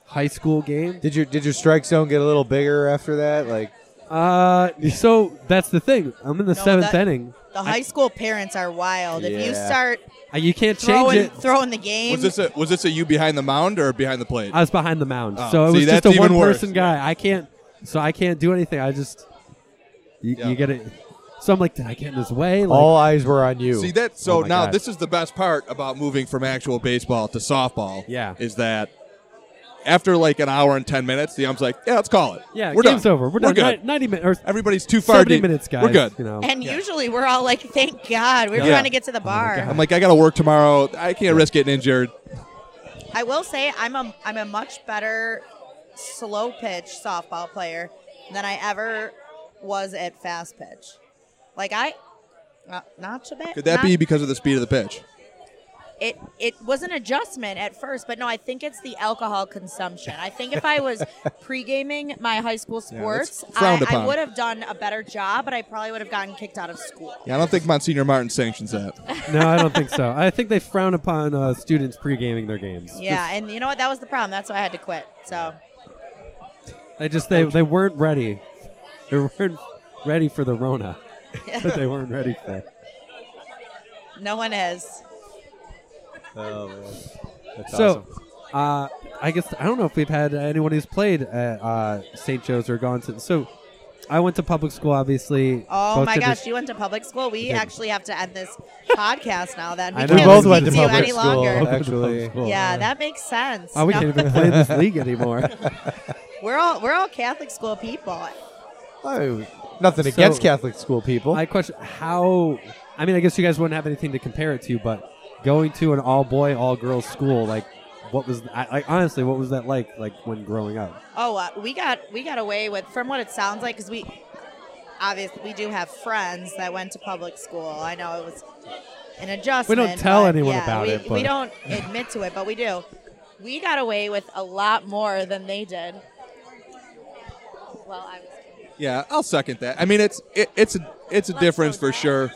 Speaker 2: high school game,
Speaker 1: Did your Did your strike zone get a little bigger after that? Like,
Speaker 2: uh, so that's the thing. I'm in the
Speaker 3: No,
Speaker 2: seventh
Speaker 3: that-
Speaker 2: inning.
Speaker 3: The high school parents are wild. If you
Speaker 1: Yeah.
Speaker 3: start
Speaker 2: Uh, You can't change
Speaker 3: throwing
Speaker 2: it.
Speaker 3: throwing the game,
Speaker 4: Was this a was this a you behind the mound or behind the plate?
Speaker 2: I was behind the mound,
Speaker 4: Oh,
Speaker 2: so it
Speaker 4: see,
Speaker 2: was just
Speaker 4: that's
Speaker 2: a
Speaker 4: even
Speaker 2: one
Speaker 4: worse.
Speaker 2: person guy. I can't, so I can't do anything. I just you,
Speaker 4: Yeah.
Speaker 2: you get it. So I'm like, did I get in his way? Like,
Speaker 1: all eyes were on you.
Speaker 4: See that so
Speaker 2: Oh my
Speaker 4: now
Speaker 2: God.
Speaker 4: this is the best part about moving from actual baseball to softball.
Speaker 2: Yeah.
Speaker 4: Is that after like an hour and ten minutes, the ump's like, Yeah, let's call it.
Speaker 2: yeah,
Speaker 4: we're
Speaker 2: game's
Speaker 4: done.
Speaker 2: over. We're
Speaker 4: We're
Speaker 2: done.
Speaker 4: good.
Speaker 2: Ni- Ninety minutes or
Speaker 4: Everybody's too far
Speaker 2: seventy
Speaker 4: deep.
Speaker 2: minutes, guys.
Speaker 4: We're good.
Speaker 2: You know,
Speaker 3: [laughs] and usually we're all like, "Thank God, we're
Speaker 4: Yeah. Oh
Speaker 3: trying to get to the bar."
Speaker 4: I'm like, I gotta work tomorrow. I can't risk getting injured.
Speaker 3: I will say I'm a I'm a much better slow pitch softball player than I ever was at fast pitch. Like I, uh, not too bad.
Speaker 4: Could that
Speaker 3: not-
Speaker 4: be because of the speed of the pitch?
Speaker 3: It it was an adjustment at first, but no, I think it's the alcohol consumption. I think if I
Speaker 4: [laughs]
Speaker 3: was pre gaming my high school
Speaker 4: that's
Speaker 3: sports,
Speaker 4: frowned
Speaker 3: I,
Speaker 4: upon.
Speaker 3: I would have done a better job, but I probably would have gotten kicked out of school.
Speaker 4: Yeah, I don't think Monsignor Martin sanctions
Speaker 2: [laughs]
Speaker 4: that.
Speaker 2: no, I don't think so. I think they frown upon uh, students pre-gaming their games.
Speaker 3: Yeah, and you know what? That was the problem. That's why I had to quit. So
Speaker 2: They just they they weren't ready. They weren't ready for the Rona. That they weren't ready for. [laughs]
Speaker 3: no one is.
Speaker 4: Oh,
Speaker 1: That's
Speaker 2: So,
Speaker 1: awesome.
Speaker 2: uh, I guess I don't know if we've had anyone who's played at uh, St. Joe's or gone to. So, I went to public school, obviously.
Speaker 3: Oh
Speaker 2: both
Speaker 3: my
Speaker 2: did
Speaker 3: gosh,
Speaker 2: this-
Speaker 3: you went to public school. We
Speaker 2: did.
Speaker 3: actually have to end this podcast now. Then we,
Speaker 2: [laughs] I know.
Speaker 3: can't
Speaker 1: we both
Speaker 3: speak
Speaker 1: went to
Speaker 3: you
Speaker 1: public
Speaker 3: any
Speaker 1: school.
Speaker 3: longer.
Speaker 2: Welcome to the
Speaker 1: Actually,
Speaker 2: public [laughs] school.
Speaker 3: Yeah, that makes sense.
Speaker 2: Oh, we
Speaker 3: No,
Speaker 2: can't even play in this league [laughs] anymore.
Speaker 3: we're all we're all Catholic school people.
Speaker 1: Oh, nothing
Speaker 2: So-
Speaker 1: against Catholic school people.
Speaker 2: I question how. I mean, I guess you guys wouldn't have anything to compare it to, but going to an all-boy, all-girls school, like, what was? I, like, honestly, what was that like? Like when growing up?
Speaker 3: Oh, uh, we got we got away with from what it sounds like because we obviously we do have friends that went to public school. I know it was an adjustment.
Speaker 2: tell
Speaker 3: but
Speaker 2: anyone
Speaker 3: yeah,
Speaker 2: about
Speaker 3: we,
Speaker 2: it,
Speaker 3: we
Speaker 2: but-
Speaker 3: don't admit to it, but we do. We got away with a lot more than they did. Well, I was.
Speaker 4: Yeah, I'll second that. I mean, it's it, it's a it's a difference for sure.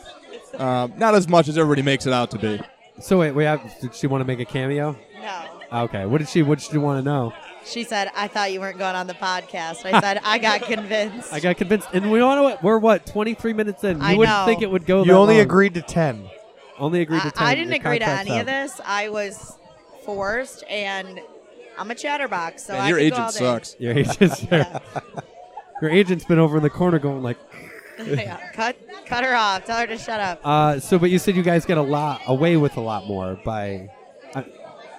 Speaker 4: Um, not as much as everybody makes it out to be.
Speaker 2: So wait, we have. Did she want to make a cameo? Ah,
Speaker 3: No.
Speaker 2: Okay, what did she? What did she want to know?
Speaker 3: She said, I thought you weren't going on the podcast. I said, I got convinced.
Speaker 2: I got convinced, and we all know what we're what twenty three minutes in. You
Speaker 3: I
Speaker 2: wouldn't
Speaker 3: know.
Speaker 2: think it would go.
Speaker 1: you
Speaker 2: that
Speaker 1: only
Speaker 2: long.
Speaker 1: agreed to ten.
Speaker 2: Only agreed to.
Speaker 3: I,
Speaker 2: 10.
Speaker 3: I didn't
Speaker 2: Your
Speaker 3: agree to
Speaker 2: contract's
Speaker 3: any of
Speaker 2: up.
Speaker 3: this. I was forced, and I'm a chatterbox. So
Speaker 4: Man,
Speaker 3: I
Speaker 4: your
Speaker 3: could go
Speaker 4: agent
Speaker 3: all day.
Speaker 4: sucks.
Speaker 2: [laughs] Your agent's your agent's been over in the corner going like,
Speaker 3: [laughs] yeah, cut, cut her off. Tell her to shut up.
Speaker 2: uh, so. But you said you guys get a lot away with a lot more by.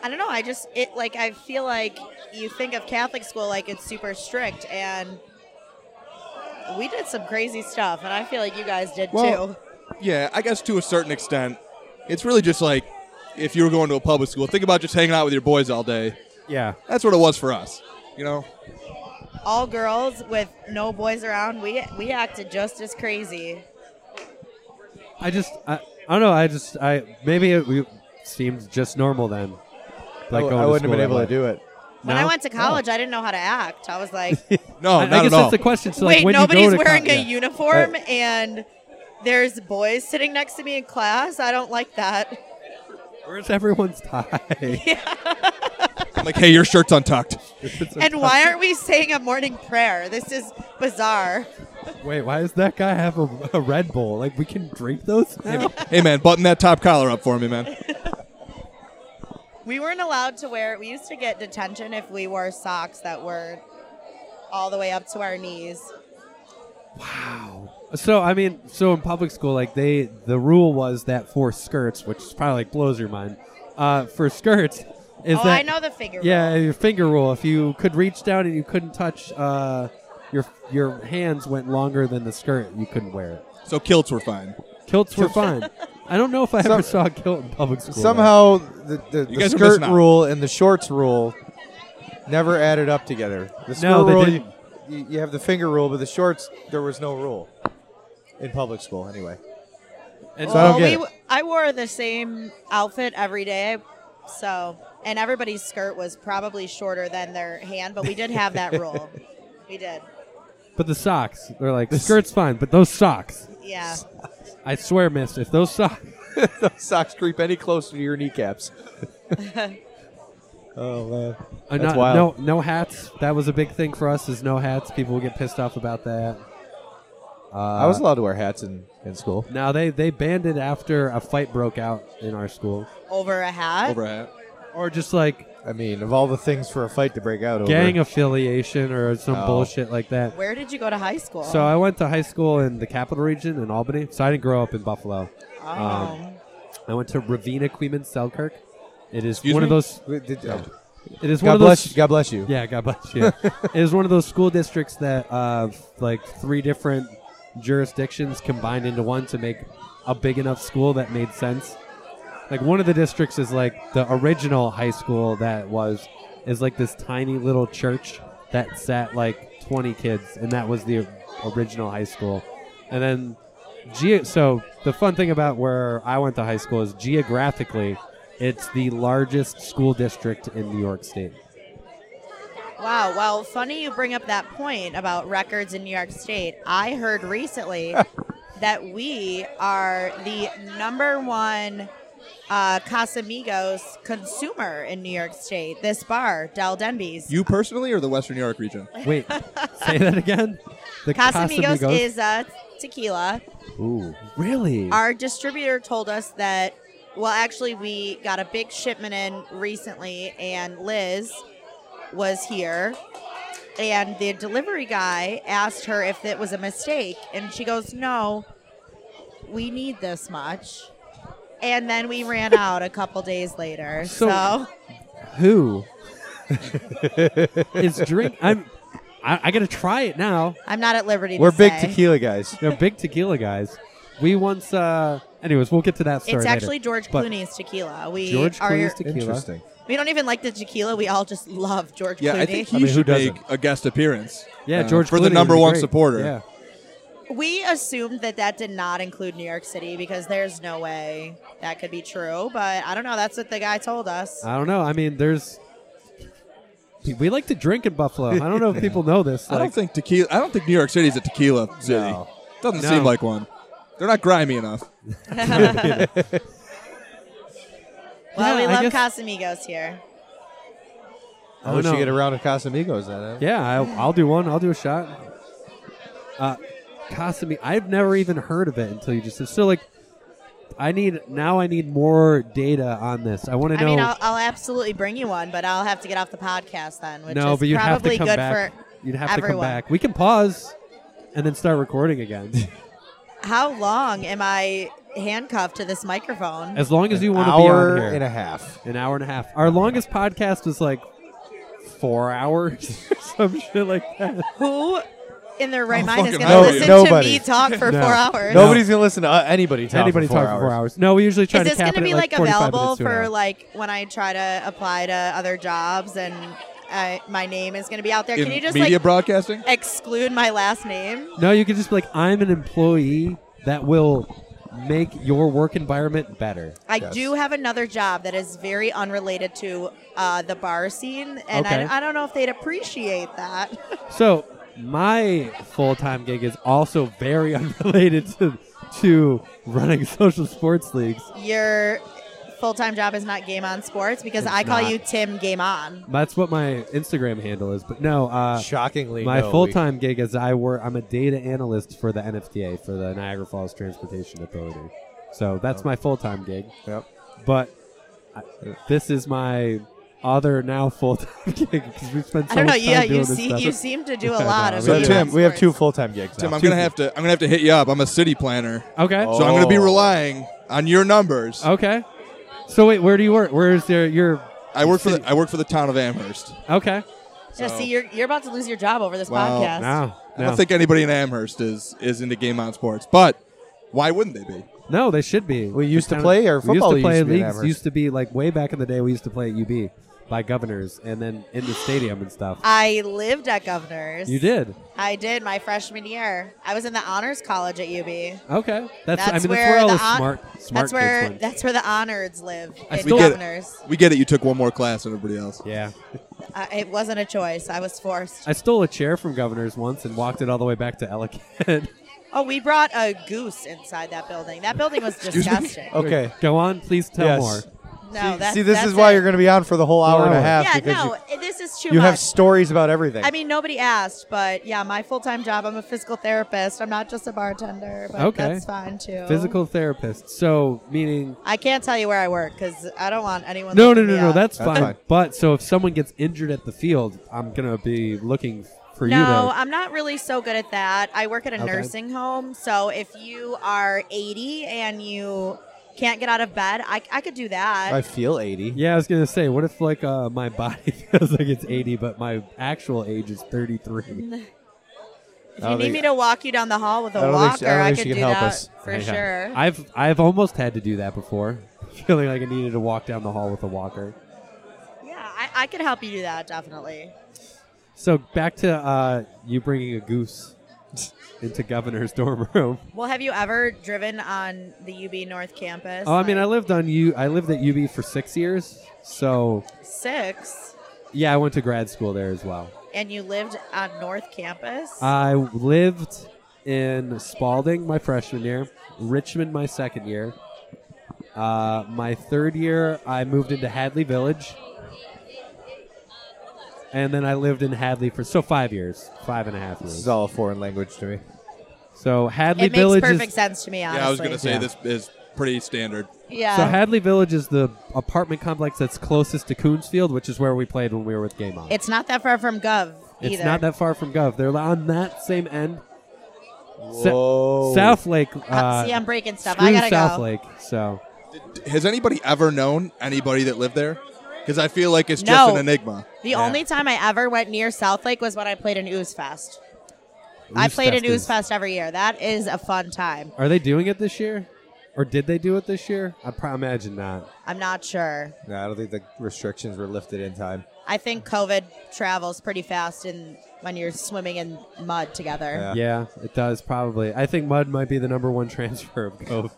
Speaker 3: I don't know. I just it like I feel like you think of Catholic school like it's super strict, and we did some crazy stuff, and I feel like you guys did
Speaker 4: Well,
Speaker 3: too.
Speaker 4: Yeah, I guess to a certain extent, it's really just like if you were going to a public school. Think about just hanging out with your boys all day.
Speaker 2: Yeah.
Speaker 4: That's what it was for us. You know,
Speaker 3: All girls with no boys around. We we acted just as crazy.
Speaker 2: I just I, I don't know. I just I maybe it we- seemed just normal then.
Speaker 1: I,
Speaker 2: going
Speaker 1: I
Speaker 2: to
Speaker 1: wouldn't have
Speaker 2: school
Speaker 1: been
Speaker 2: that
Speaker 1: able
Speaker 2: way.
Speaker 1: to do it.
Speaker 3: When
Speaker 2: No?
Speaker 3: I went to college, I didn't know how to act. I was
Speaker 2: [laughs]
Speaker 3: like,
Speaker 4: no,
Speaker 2: I, I
Speaker 4: not
Speaker 2: guess
Speaker 4: at
Speaker 2: that's
Speaker 4: all.
Speaker 2: the question. So
Speaker 3: wait,
Speaker 2: like when
Speaker 3: nobody's
Speaker 2: you go to
Speaker 3: wearing
Speaker 2: co-
Speaker 3: a
Speaker 2: yeah.
Speaker 3: uniform, and there's boys sitting next to me in class. I don't like
Speaker 2: [laughs]
Speaker 3: that.
Speaker 2: Where's everyone's tie?
Speaker 4: I'm like, hey, your shirt's untucked.
Speaker 3: And why aren't we saying a morning prayer? This is bizarre.
Speaker 2: Wait, why does that guy have a, a Red Bull? Like we can drink those now?
Speaker 4: Hey, man, button that top collar up for me, man.
Speaker 3: We weren't allowed to wear. We used to get detention if we wore socks that were all the way up to our knees.
Speaker 2: So I mean, so in public school, like they, the rule was that for skirts, which probably like blows your mind, uh, for skirts, Is
Speaker 3: oh,
Speaker 2: that
Speaker 3: I know the figure.
Speaker 2: yeah
Speaker 3: roll.
Speaker 2: your finger rule? If you could reach down and you couldn't touch, uh, your your hands went longer than the skirt, you couldn't wear it.
Speaker 4: So kilts were fine.
Speaker 2: Kilts were fine. I don't know if I
Speaker 1: Some-
Speaker 2: ever saw a kilt in public school. though.
Speaker 1: Somehow the, the,
Speaker 4: You
Speaker 1: the
Speaker 4: guys are
Speaker 1: skirt
Speaker 4: missing out.
Speaker 1: rule and the shorts rule never added up together. The skirt
Speaker 2: No, they
Speaker 1: rule
Speaker 2: didn't.
Speaker 1: You, you- you have the finger rule, but the shorts there was no rule in public school anyway.
Speaker 2: And
Speaker 1: So I don't
Speaker 3: Well,
Speaker 1: get
Speaker 3: we
Speaker 1: it.
Speaker 3: w- I wore the same outfit every day, so and everybody's skirt was probably shorter than their hand, but we did have
Speaker 1: [laughs]
Speaker 3: that rule. We did.
Speaker 2: But the socks, they're like the skirt's fine, but those socks.
Speaker 3: Yeah.
Speaker 2: I swear, miss, if those socks.
Speaker 1: Those socks creep any closer to your
Speaker 2: [laughs]
Speaker 1: kneecaps. oh man,
Speaker 2: Uh,
Speaker 1: that's
Speaker 2: no,
Speaker 1: wild.
Speaker 2: no, no hats. That was a big thing for us. Is no hats. People would get pissed off about that. Uh,
Speaker 1: I was allowed to wear hats in, in school.
Speaker 2: Now they they banned it after a fight broke out in our school,
Speaker 3: Over a hat.
Speaker 4: Over a hat.
Speaker 2: or just like
Speaker 1: I mean, of all the things for a fight to break out over,
Speaker 2: gang affiliation or some
Speaker 1: Oh.
Speaker 2: bullshit like that.
Speaker 3: Where did you go to high school?
Speaker 2: So I went to high school in the capital region in Albany. So I didn't grow up in Buffalo. Um,
Speaker 3: oh.
Speaker 2: I went to Ravina Queeman Selkirk. It is
Speaker 4: Excuse
Speaker 2: one of
Speaker 4: me?
Speaker 2: those.
Speaker 1: Wait, did-
Speaker 2: Yeah.
Speaker 1: oh,
Speaker 2: It is one
Speaker 1: God
Speaker 2: of those.
Speaker 1: bless you. God bless you.
Speaker 2: Yeah, God bless you. it is one of those school districts that uh, f- like three different jurisdictions combined into one to make a big enough school that made sense. Like one of the districts is like the original high school that was is like this tiny little church that sat like 20 kids and that was the original high school. And then ge- so the fun thing about where I went to high school is geographically it's the largest school district in New York State.
Speaker 3: Wow. Well, funny you bring up that point about records in New York State. I heard
Speaker 1: [laughs]
Speaker 3: recently that we are the number one uh, Casamigos consumer in New York State. This bar, Del Denby's.
Speaker 4: You personally or the Western New York region?
Speaker 2: Wait, say that again. The
Speaker 3: Casamigos, is uh, tequila.
Speaker 2: Ooh, really?
Speaker 3: Our distributor told us that, well, actually, we got a big shipment in recently, and Liz was here. And the delivery guy asked her if it was a mistake. And she goes, No, we need this much. And then we
Speaker 4: [laughs]
Speaker 3: ran out a couple days later.
Speaker 2: So-
Speaker 3: So,
Speaker 2: Who [laughs] is drink? I'm. I, I gotta try it now.
Speaker 3: I'm not at liberty
Speaker 1: We're
Speaker 3: to
Speaker 1: big
Speaker 3: say.
Speaker 1: tequila guys.
Speaker 2: They're big tequila guys. We once. uh Anyways, we'll get to that story.
Speaker 3: It's
Speaker 2: later.
Speaker 3: actually George
Speaker 2: But
Speaker 3: Clooney's tequila. We
Speaker 2: George
Speaker 3: are,
Speaker 2: Clooney's tequila.
Speaker 1: Interesting.
Speaker 3: we don't even like the tequila. We all just love George
Speaker 4: Yeah,
Speaker 3: Clooney.
Speaker 4: I think he
Speaker 1: I mean, who
Speaker 4: should make
Speaker 1: doesn't?
Speaker 4: a guest appearance.
Speaker 2: Yeah,
Speaker 4: uh,
Speaker 2: George
Speaker 4: for
Speaker 2: Clooney
Speaker 4: the
Speaker 2: would
Speaker 4: number
Speaker 2: be
Speaker 4: one
Speaker 2: great.
Speaker 4: supporter.
Speaker 2: Yeah.
Speaker 3: We assumed that that did not include New York City because there's no way that could be true, but I don't know. That's what the guy told us.
Speaker 2: I don't know. I mean, there's. We like to drink in Buffalo. I don't know if people know
Speaker 4: [laughs]
Speaker 2: this.
Speaker 4: I
Speaker 2: Like,
Speaker 4: don't think tequila. I don't think New York City's a tequila city.
Speaker 1: No.
Speaker 4: Doesn't
Speaker 2: No.
Speaker 4: seem like one. They're not grimy enough.
Speaker 3: well,
Speaker 2: Yeah,
Speaker 3: we
Speaker 2: I
Speaker 3: love
Speaker 2: guess-
Speaker 3: Casamigos here.
Speaker 2: I
Speaker 1: I wish
Speaker 2: don't
Speaker 1: you
Speaker 2: know.
Speaker 1: get a round of Casamigos then. eh?
Speaker 2: Yeah, I'll, I'll do one. I'll do a shot. Uh, Kasami, I've never even heard of it until you just said. So, like, I need now. I need more data on this. I want to
Speaker 3: I
Speaker 2: know.
Speaker 3: mean, I'll, I'll absolutely bring you one, but I'll have to get off the podcast then, which
Speaker 2: no,
Speaker 3: is
Speaker 2: but you'd have
Speaker 3: probably
Speaker 2: to come
Speaker 3: good
Speaker 2: back. you'd have to come
Speaker 3: everyone.
Speaker 2: back. We can pause and then start
Speaker 1: [laughs]
Speaker 2: recording again,
Speaker 3: for how long am I handcuffed to this microphone?
Speaker 2: as long as you want to be
Speaker 1: Hour
Speaker 2: on here.
Speaker 1: and a half.
Speaker 2: An hour and a half. Our longest podcast was like four hours, [laughs] or some shit like that.
Speaker 3: Who in their right mind is
Speaker 4: fucking
Speaker 3: going
Speaker 4: hell
Speaker 3: to listen
Speaker 1: yeah.
Speaker 3: to
Speaker 1: Nobody.
Speaker 3: me talk for
Speaker 2: No.
Speaker 3: four hours?
Speaker 1: Nobody's gonna listen to uh, anybody talk
Speaker 2: Anybody
Speaker 1: for four
Speaker 2: talk
Speaker 1: hours.
Speaker 2: for four hours? No, we usually try
Speaker 3: Is
Speaker 2: to
Speaker 3: this
Speaker 2: cap
Speaker 3: going
Speaker 2: it
Speaker 3: to be
Speaker 2: at,
Speaker 3: like,
Speaker 2: 45
Speaker 3: available
Speaker 2: minutes to an
Speaker 3: for
Speaker 2: hour.
Speaker 3: like when I try to apply to other jobs and uh, my name is going to be out there?
Speaker 4: In
Speaker 3: Can you just
Speaker 4: media
Speaker 3: like
Speaker 4: broadcasting,
Speaker 3: exclude my last name?
Speaker 2: No, you could just be like, I'm an employee that will make your work environment better.
Speaker 3: I
Speaker 1: Yes.
Speaker 3: do have another job that is very unrelated to uh, the bar scene, and
Speaker 2: Okay.
Speaker 3: I, I don't know if they'd appreciate that. [laughs]
Speaker 2: So my full time gig is also very [laughs] unrelated to to running [laughs] social sports leagues.
Speaker 3: Your full time job is not Game On Sports because
Speaker 2: It's
Speaker 3: I call
Speaker 2: not.
Speaker 3: you Tim Game On.
Speaker 2: That's what my Instagram handle is. But no, uh,
Speaker 1: Shockingly,
Speaker 2: my
Speaker 1: no, we-
Speaker 2: full time gig is I work. I'm a data analyst for the NFTA for the Niagara Falls Transportation Authority. So that's my full time gig.
Speaker 1: Yep.
Speaker 2: But I, this is my other now full time [laughs] gig because we spent so
Speaker 3: I don't know.
Speaker 2: much time
Speaker 3: Yeah,
Speaker 2: doing
Speaker 3: you
Speaker 2: this
Speaker 3: see,
Speaker 2: stuff.
Speaker 3: you seem to do
Speaker 2: [laughs] Yeah,
Speaker 3: a
Speaker 2: I
Speaker 3: lot
Speaker 2: know.
Speaker 3: of.
Speaker 1: So
Speaker 4: Yeah.
Speaker 3: Game
Speaker 1: Tim,
Speaker 3: On
Speaker 1: we have two
Speaker 3: Sports.
Speaker 1: full time gigs.
Speaker 4: Tim,
Speaker 1: now.
Speaker 4: I'm gonna have to. I'm gonna have to hit you up. I'm a city planner,
Speaker 2: okay.
Speaker 4: so I'm gonna be
Speaker 1: Oh.
Speaker 4: relying on your numbers.
Speaker 2: Okay. So wait, where do you work? Where's your your
Speaker 4: I work for the, I work for the town of Amherst.
Speaker 2: Okay.
Speaker 3: Yeah,
Speaker 4: So-
Speaker 3: see, you're, you're about to lose your job over this
Speaker 4: Well,
Speaker 3: podcast.
Speaker 2: No,
Speaker 4: I don't
Speaker 2: no,
Speaker 4: think anybody in Amherst is is into game on sports, but why wouldn't they be?
Speaker 2: no. They should be.
Speaker 1: We used to
Speaker 2: Town-
Speaker 1: play- our football
Speaker 2: We used to play
Speaker 1: used to be in
Speaker 2: leagues.
Speaker 1: Amherst.
Speaker 2: used to be like way back in the day. We used to play at UB by governors, and then in the stadium and stuff.
Speaker 3: I lived at Governor's.
Speaker 2: you did.
Speaker 3: I did my freshman year. I was in the honors college at UB.
Speaker 2: Okay. That's, I
Speaker 3: That's where
Speaker 2: mean that's where all
Speaker 3: the
Speaker 2: the
Speaker 3: hon-
Speaker 2: smart smart
Speaker 3: That's where
Speaker 2: kids went.
Speaker 3: that's where the honors live
Speaker 2: I
Speaker 3: in
Speaker 2: still-
Speaker 4: We get it.
Speaker 3: Governor's.
Speaker 4: We get it. You took one more class than everybody else.
Speaker 2: Yeah.
Speaker 3: I, it wasn't a choice. I was forced.
Speaker 2: I stole a chair from governors once and walked it all the way back to Ellicott. [laughs]
Speaker 3: Oh, we brought a goose inside that building. That building
Speaker 2: [laughs]
Speaker 3: was disgusting.
Speaker 2: Oh,
Speaker 1: Okay.
Speaker 2: Go on, please tell
Speaker 1: Yes.
Speaker 2: more.
Speaker 3: No, that's
Speaker 1: See, this
Speaker 3: that's
Speaker 1: is why
Speaker 3: it.
Speaker 1: you're going to be on for the whole hour and a
Speaker 2: Wow.
Speaker 1: half
Speaker 3: Yeah,
Speaker 1: because
Speaker 3: no, i- this is too
Speaker 1: you, you
Speaker 3: much.
Speaker 1: have stories about everything.
Speaker 3: I mean, nobody asked, but yeah, my full time job. I'm a physical therapist. I'm not just a bartender, but
Speaker 2: Okay.
Speaker 3: that's fine too.
Speaker 2: Physical therapist. So meaning
Speaker 3: I can't tell you where I work because I don't want anyone.
Speaker 2: No, no,
Speaker 3: looking
Speaker 2: no,
Speaker 3: me
Speaker 2: no.
Speaker 3: up.
Speaker 2: That's,
Speaker 1: That's
Speaker 2: fine.
Speaker 1: fine.
Speaker 2: But so if someone gets injured at the field, I'm gonna be looking for you.
Speaker 3: no,
Speaker 2: There.
Speaker 3: I'm not really so good at that. I work at a
Speaker 2: Okay.
Speaker 3: nursing home, so if you are 80 and you can't get out of bed, I, I could do that.
Speaker 1: I feel 80.
Speaker 2: Yeah, I was gonna say, what if like uh, my [laughs] body feels like it's 80, but my actual age is 33?
Speaker 3: if
Speaker 1: I
Speaker 3: you
Speaker 1: don't
Speaker 3: need
Speaker 1: think-
Speaker 3: me to walk you down the hall with a
Speaker 1: I don't
Speaker 3: walker,
Speaker 1: think she- I don't
Speaker 3: I,
Speaker 1: think she
Speaker 3: could
Speaker 1: can
Speaker 3: do
Speaker 1: help
Speaker 3: that
Speaker 1: us.
Speaker 2: [laughs]
Speaker 3: for
Speaker 1: Hang on.
Speaker 3: sure.
Speaker 2: I've I've almost had to do that before, [laughs] feeling like I needed to walk down the hall with a walker.
Speaker 3: Yeah, I, I could help you do that definitely.
Speaker 2: So back to uh, you bringing a goose [laughs] into governor's [laughs] dorm room.
Speaker 3: Well, have you ever driven on the UB North campus?
Speaker 2: Oh, I mean, I
Speaker 3: Like,
Speaker 2: lived on you. I lived at UB for six years, so
Speaker 3: six,
Speaker 2: yeah, I went to grad school there as well.
Speaker 3: and you lived on North campus.
Speaker 2: I lived in Spalding my freshman year, Richmond my second year. Uh, my third year, I moved into Hadley Village. And then I lived in Hadley for so five years, five and a half
Speaker 1: This
Speaker 2: years.
Speaker 1: is all a foreign language to me.
Speaker 2: So Hadley
Speaker 3: it makes
Speaker 2: Village
Speaker 3: perfect
Speaker 2: is
Speaker 3: sense to me. Honestly,
Speaker 4: Yeah, I was gonna say
Speaker 2: Yeah.
Speaker 4: this is pretty standard.
Speaker 3: Yeah.
Speaker 2: so Hadley Village is the apartment complex that's closest to Coonsfield, which is where we played when we were with Game On.
Speaker 3: It's not that far from Gov either.
Speaker 2: It's not that far from Gov. They're on that same end,
Speaker 1: Whoa.
Speaker 2: South Lake. Uh,
Speaker 3: Uh, See, I'm breaking stuff.
Speaker 2: screw
Speaker 3: I gotta
Speaker 2: South
Speaker 3: go.
Speaker 2: Lake. So
Speaker 4: Has anybody ever known anybody that lived there? Because I feel like it's just
Speaker 3: No.
Speaker 4: an enigma.
Speaker 3: The only time I ever went near South Lake was when I played in Ooze Fest. I
Speaker 2: Ooze
Speaker 3: played
Speaker 2: Fest
Speaker 3: in Ooze
Speaker 2: is-
Speaker 3: Fest every year. That is a fun time.
Speaker 2: Are they doing it this year? Or did they do it this year? I pro- imagine not.
Speaker 3: I'm not sure.
Speaker 1: No, I don't think the restrictions were lifted in time.
Speaker 3: I think COVID travels pretty fast in when you're swimming in mud together.
Speaker 1: Yeah.
Speaker 2: Yeah, it does probably. I think Mud might be the number one [laughs] transfer of COVID.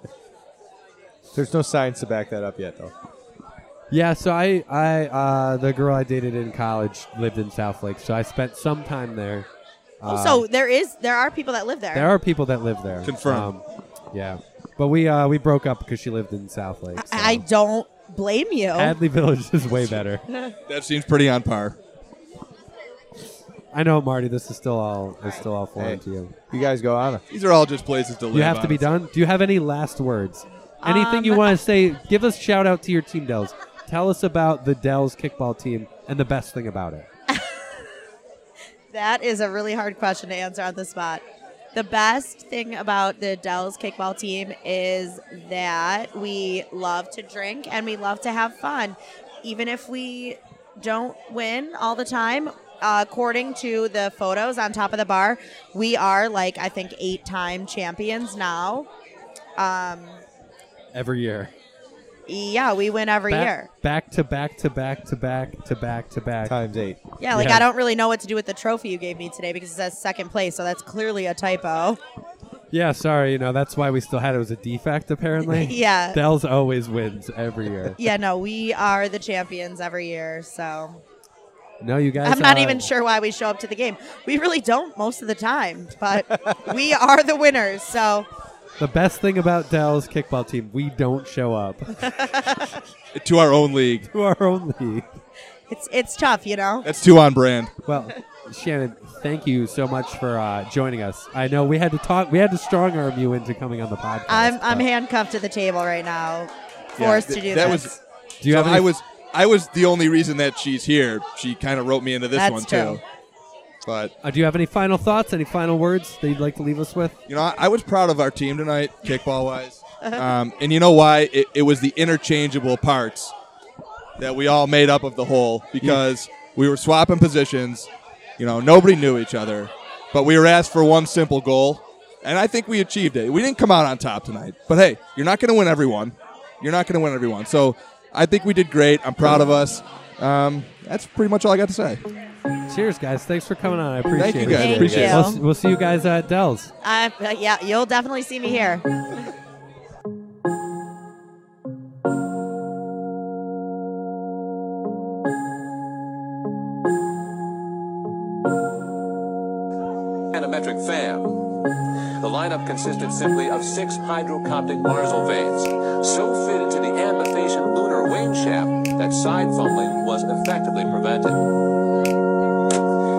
Speaker 1: There's no science to back that up yet, though.
Speaker 2: yeah, so I, I, uh, the girl I dated in college lived in South Lake, so I spent some time there. Uh,
Speaker 3: Also, there is there are people that live there.
Speaker 2: there are people that live there. Um,
Speaker 4: Confirmed.
Speaker 2: yeah, but we uh, we broke up because she lived in South Lake. So.
Speaker 3: I, I don't blame you.
Speaker 2: Hadley Village is [laughs] way better.
Speaker 4: That seems pretty on par.
Speaker 2: I know, Marty. This is still all is still all foreign
Speaker 1: Hey.
Speaker 2: to you.
Speaker 1: You guys go on.
Speaker 4: These are all just places to live.
Speaker 2: You have to be
Speaker 4: honestly.
Speaker 2: done. Do you have any last words? Anything you want to say? Give us shout out to your team, Dells. Tell us about the Dells kickball team and the best thing about it.
Speaker 3: That is a really hard question to answer on the spot. The best thing about the Dells kickball team is that we love to drink and we love to have fun. Even if we don't win all the time, uh, according to the photos on top of the bar, we are like, I think, eight time champions now. Um,
Speaker 2: Every year,
Speaker 3: yeah, we win every
Speaker 2: back,
Speaker 3: year.
Speaker 2: back to back to back to back to back to back.
Speaker 1: Times eight.
Speaker 3: Yeah, like
Speaker 2: Yeah.
Speaker 3: I don't really know what to do with the trophy you gave me today because it says second place, so that's clearly a typo.
Speaker 2: Yeah, sorry, you know that's why we still had it was a defect apparently.
Speaker 3: [laughs] Yeah.
Speaker 2: Dells always wins every year.
Speaker 3: yeah, no, we are the champions every year. So
Speaker 2: No, you guys.
Speaker 3: I'm not
Speaker 2: uh,
Speaker 3: even sure why we show up to the game. We really don't most of the time,
Speaker 1: [laughs]
Speaker 3: but we are the winners. So
Speaker 2: The best thing about Dells kickball team, we don't show up [laughs]
Speaker 4: to our own league.
Speaker 2: to our own league.
Speaker 3: it's it's tough, you know.
Speaker 4: That's two on brand.
Speaker 2: Well, Shannon, thank you so much for uh, joining us. I know we had to talk, we had to strong arm you into coming on the podcast.
Speaker 3: I'm I'm
Speaker 2: but
Speaker 3: handcuffed to the table right now, forced
Speaker 4: Yeah,
Speaker 3: to do
Speaker 4: that
Speaker 3: this.
Speaker 4: was.
Speaker 2: Do you
Speaker 4: so
Speaker 2: have? Any,
Speaker 4: I was. I was the only reason that she's here. She kind of roped me into this
Speaker 3: That's
Speaker 4: one
Speaker 3: true.
Speaker 4: too. But
Speaker 2: uh, do you have any final thoughts? Any final words that you'd like to leave us with?
Speaker 4: You know, I, I was proud of our team tonight, kickball wise. Um, and you know why? It, it was the interchangeable parts. that we all made up of the whole because we were swapping positions. You know, nobody knew each other, but we were asked for one simple goal, and I think we achieved it. We didn't come out on top tonight, but hey, you're not going to win everyone. You're not going to win everyone. So I think we did great. I'm proud of us. Um, that's pretty much all I got to say.
Speaker 2: Cheers, guys. Thanks for coming on. I appreciate
Speaker 4: you
Speaker 2: it.
Speaker 4: guys.
Speaker 3: Thank
Speaker 4: Appreciate
Speaker 3: you.
Speaker 4: it.
Speaker 2: We'll, s- we'll see you guys at Dell's.
Speaker 3: I, uh, yeah, you'll definitely see me here.
Speaker 6: Panometric fam. The lineup consisted simply of six hydrocoptic marsal veins, so fitted to the ambiphasion lunar wing shaft that side fumbling was effectively prevented.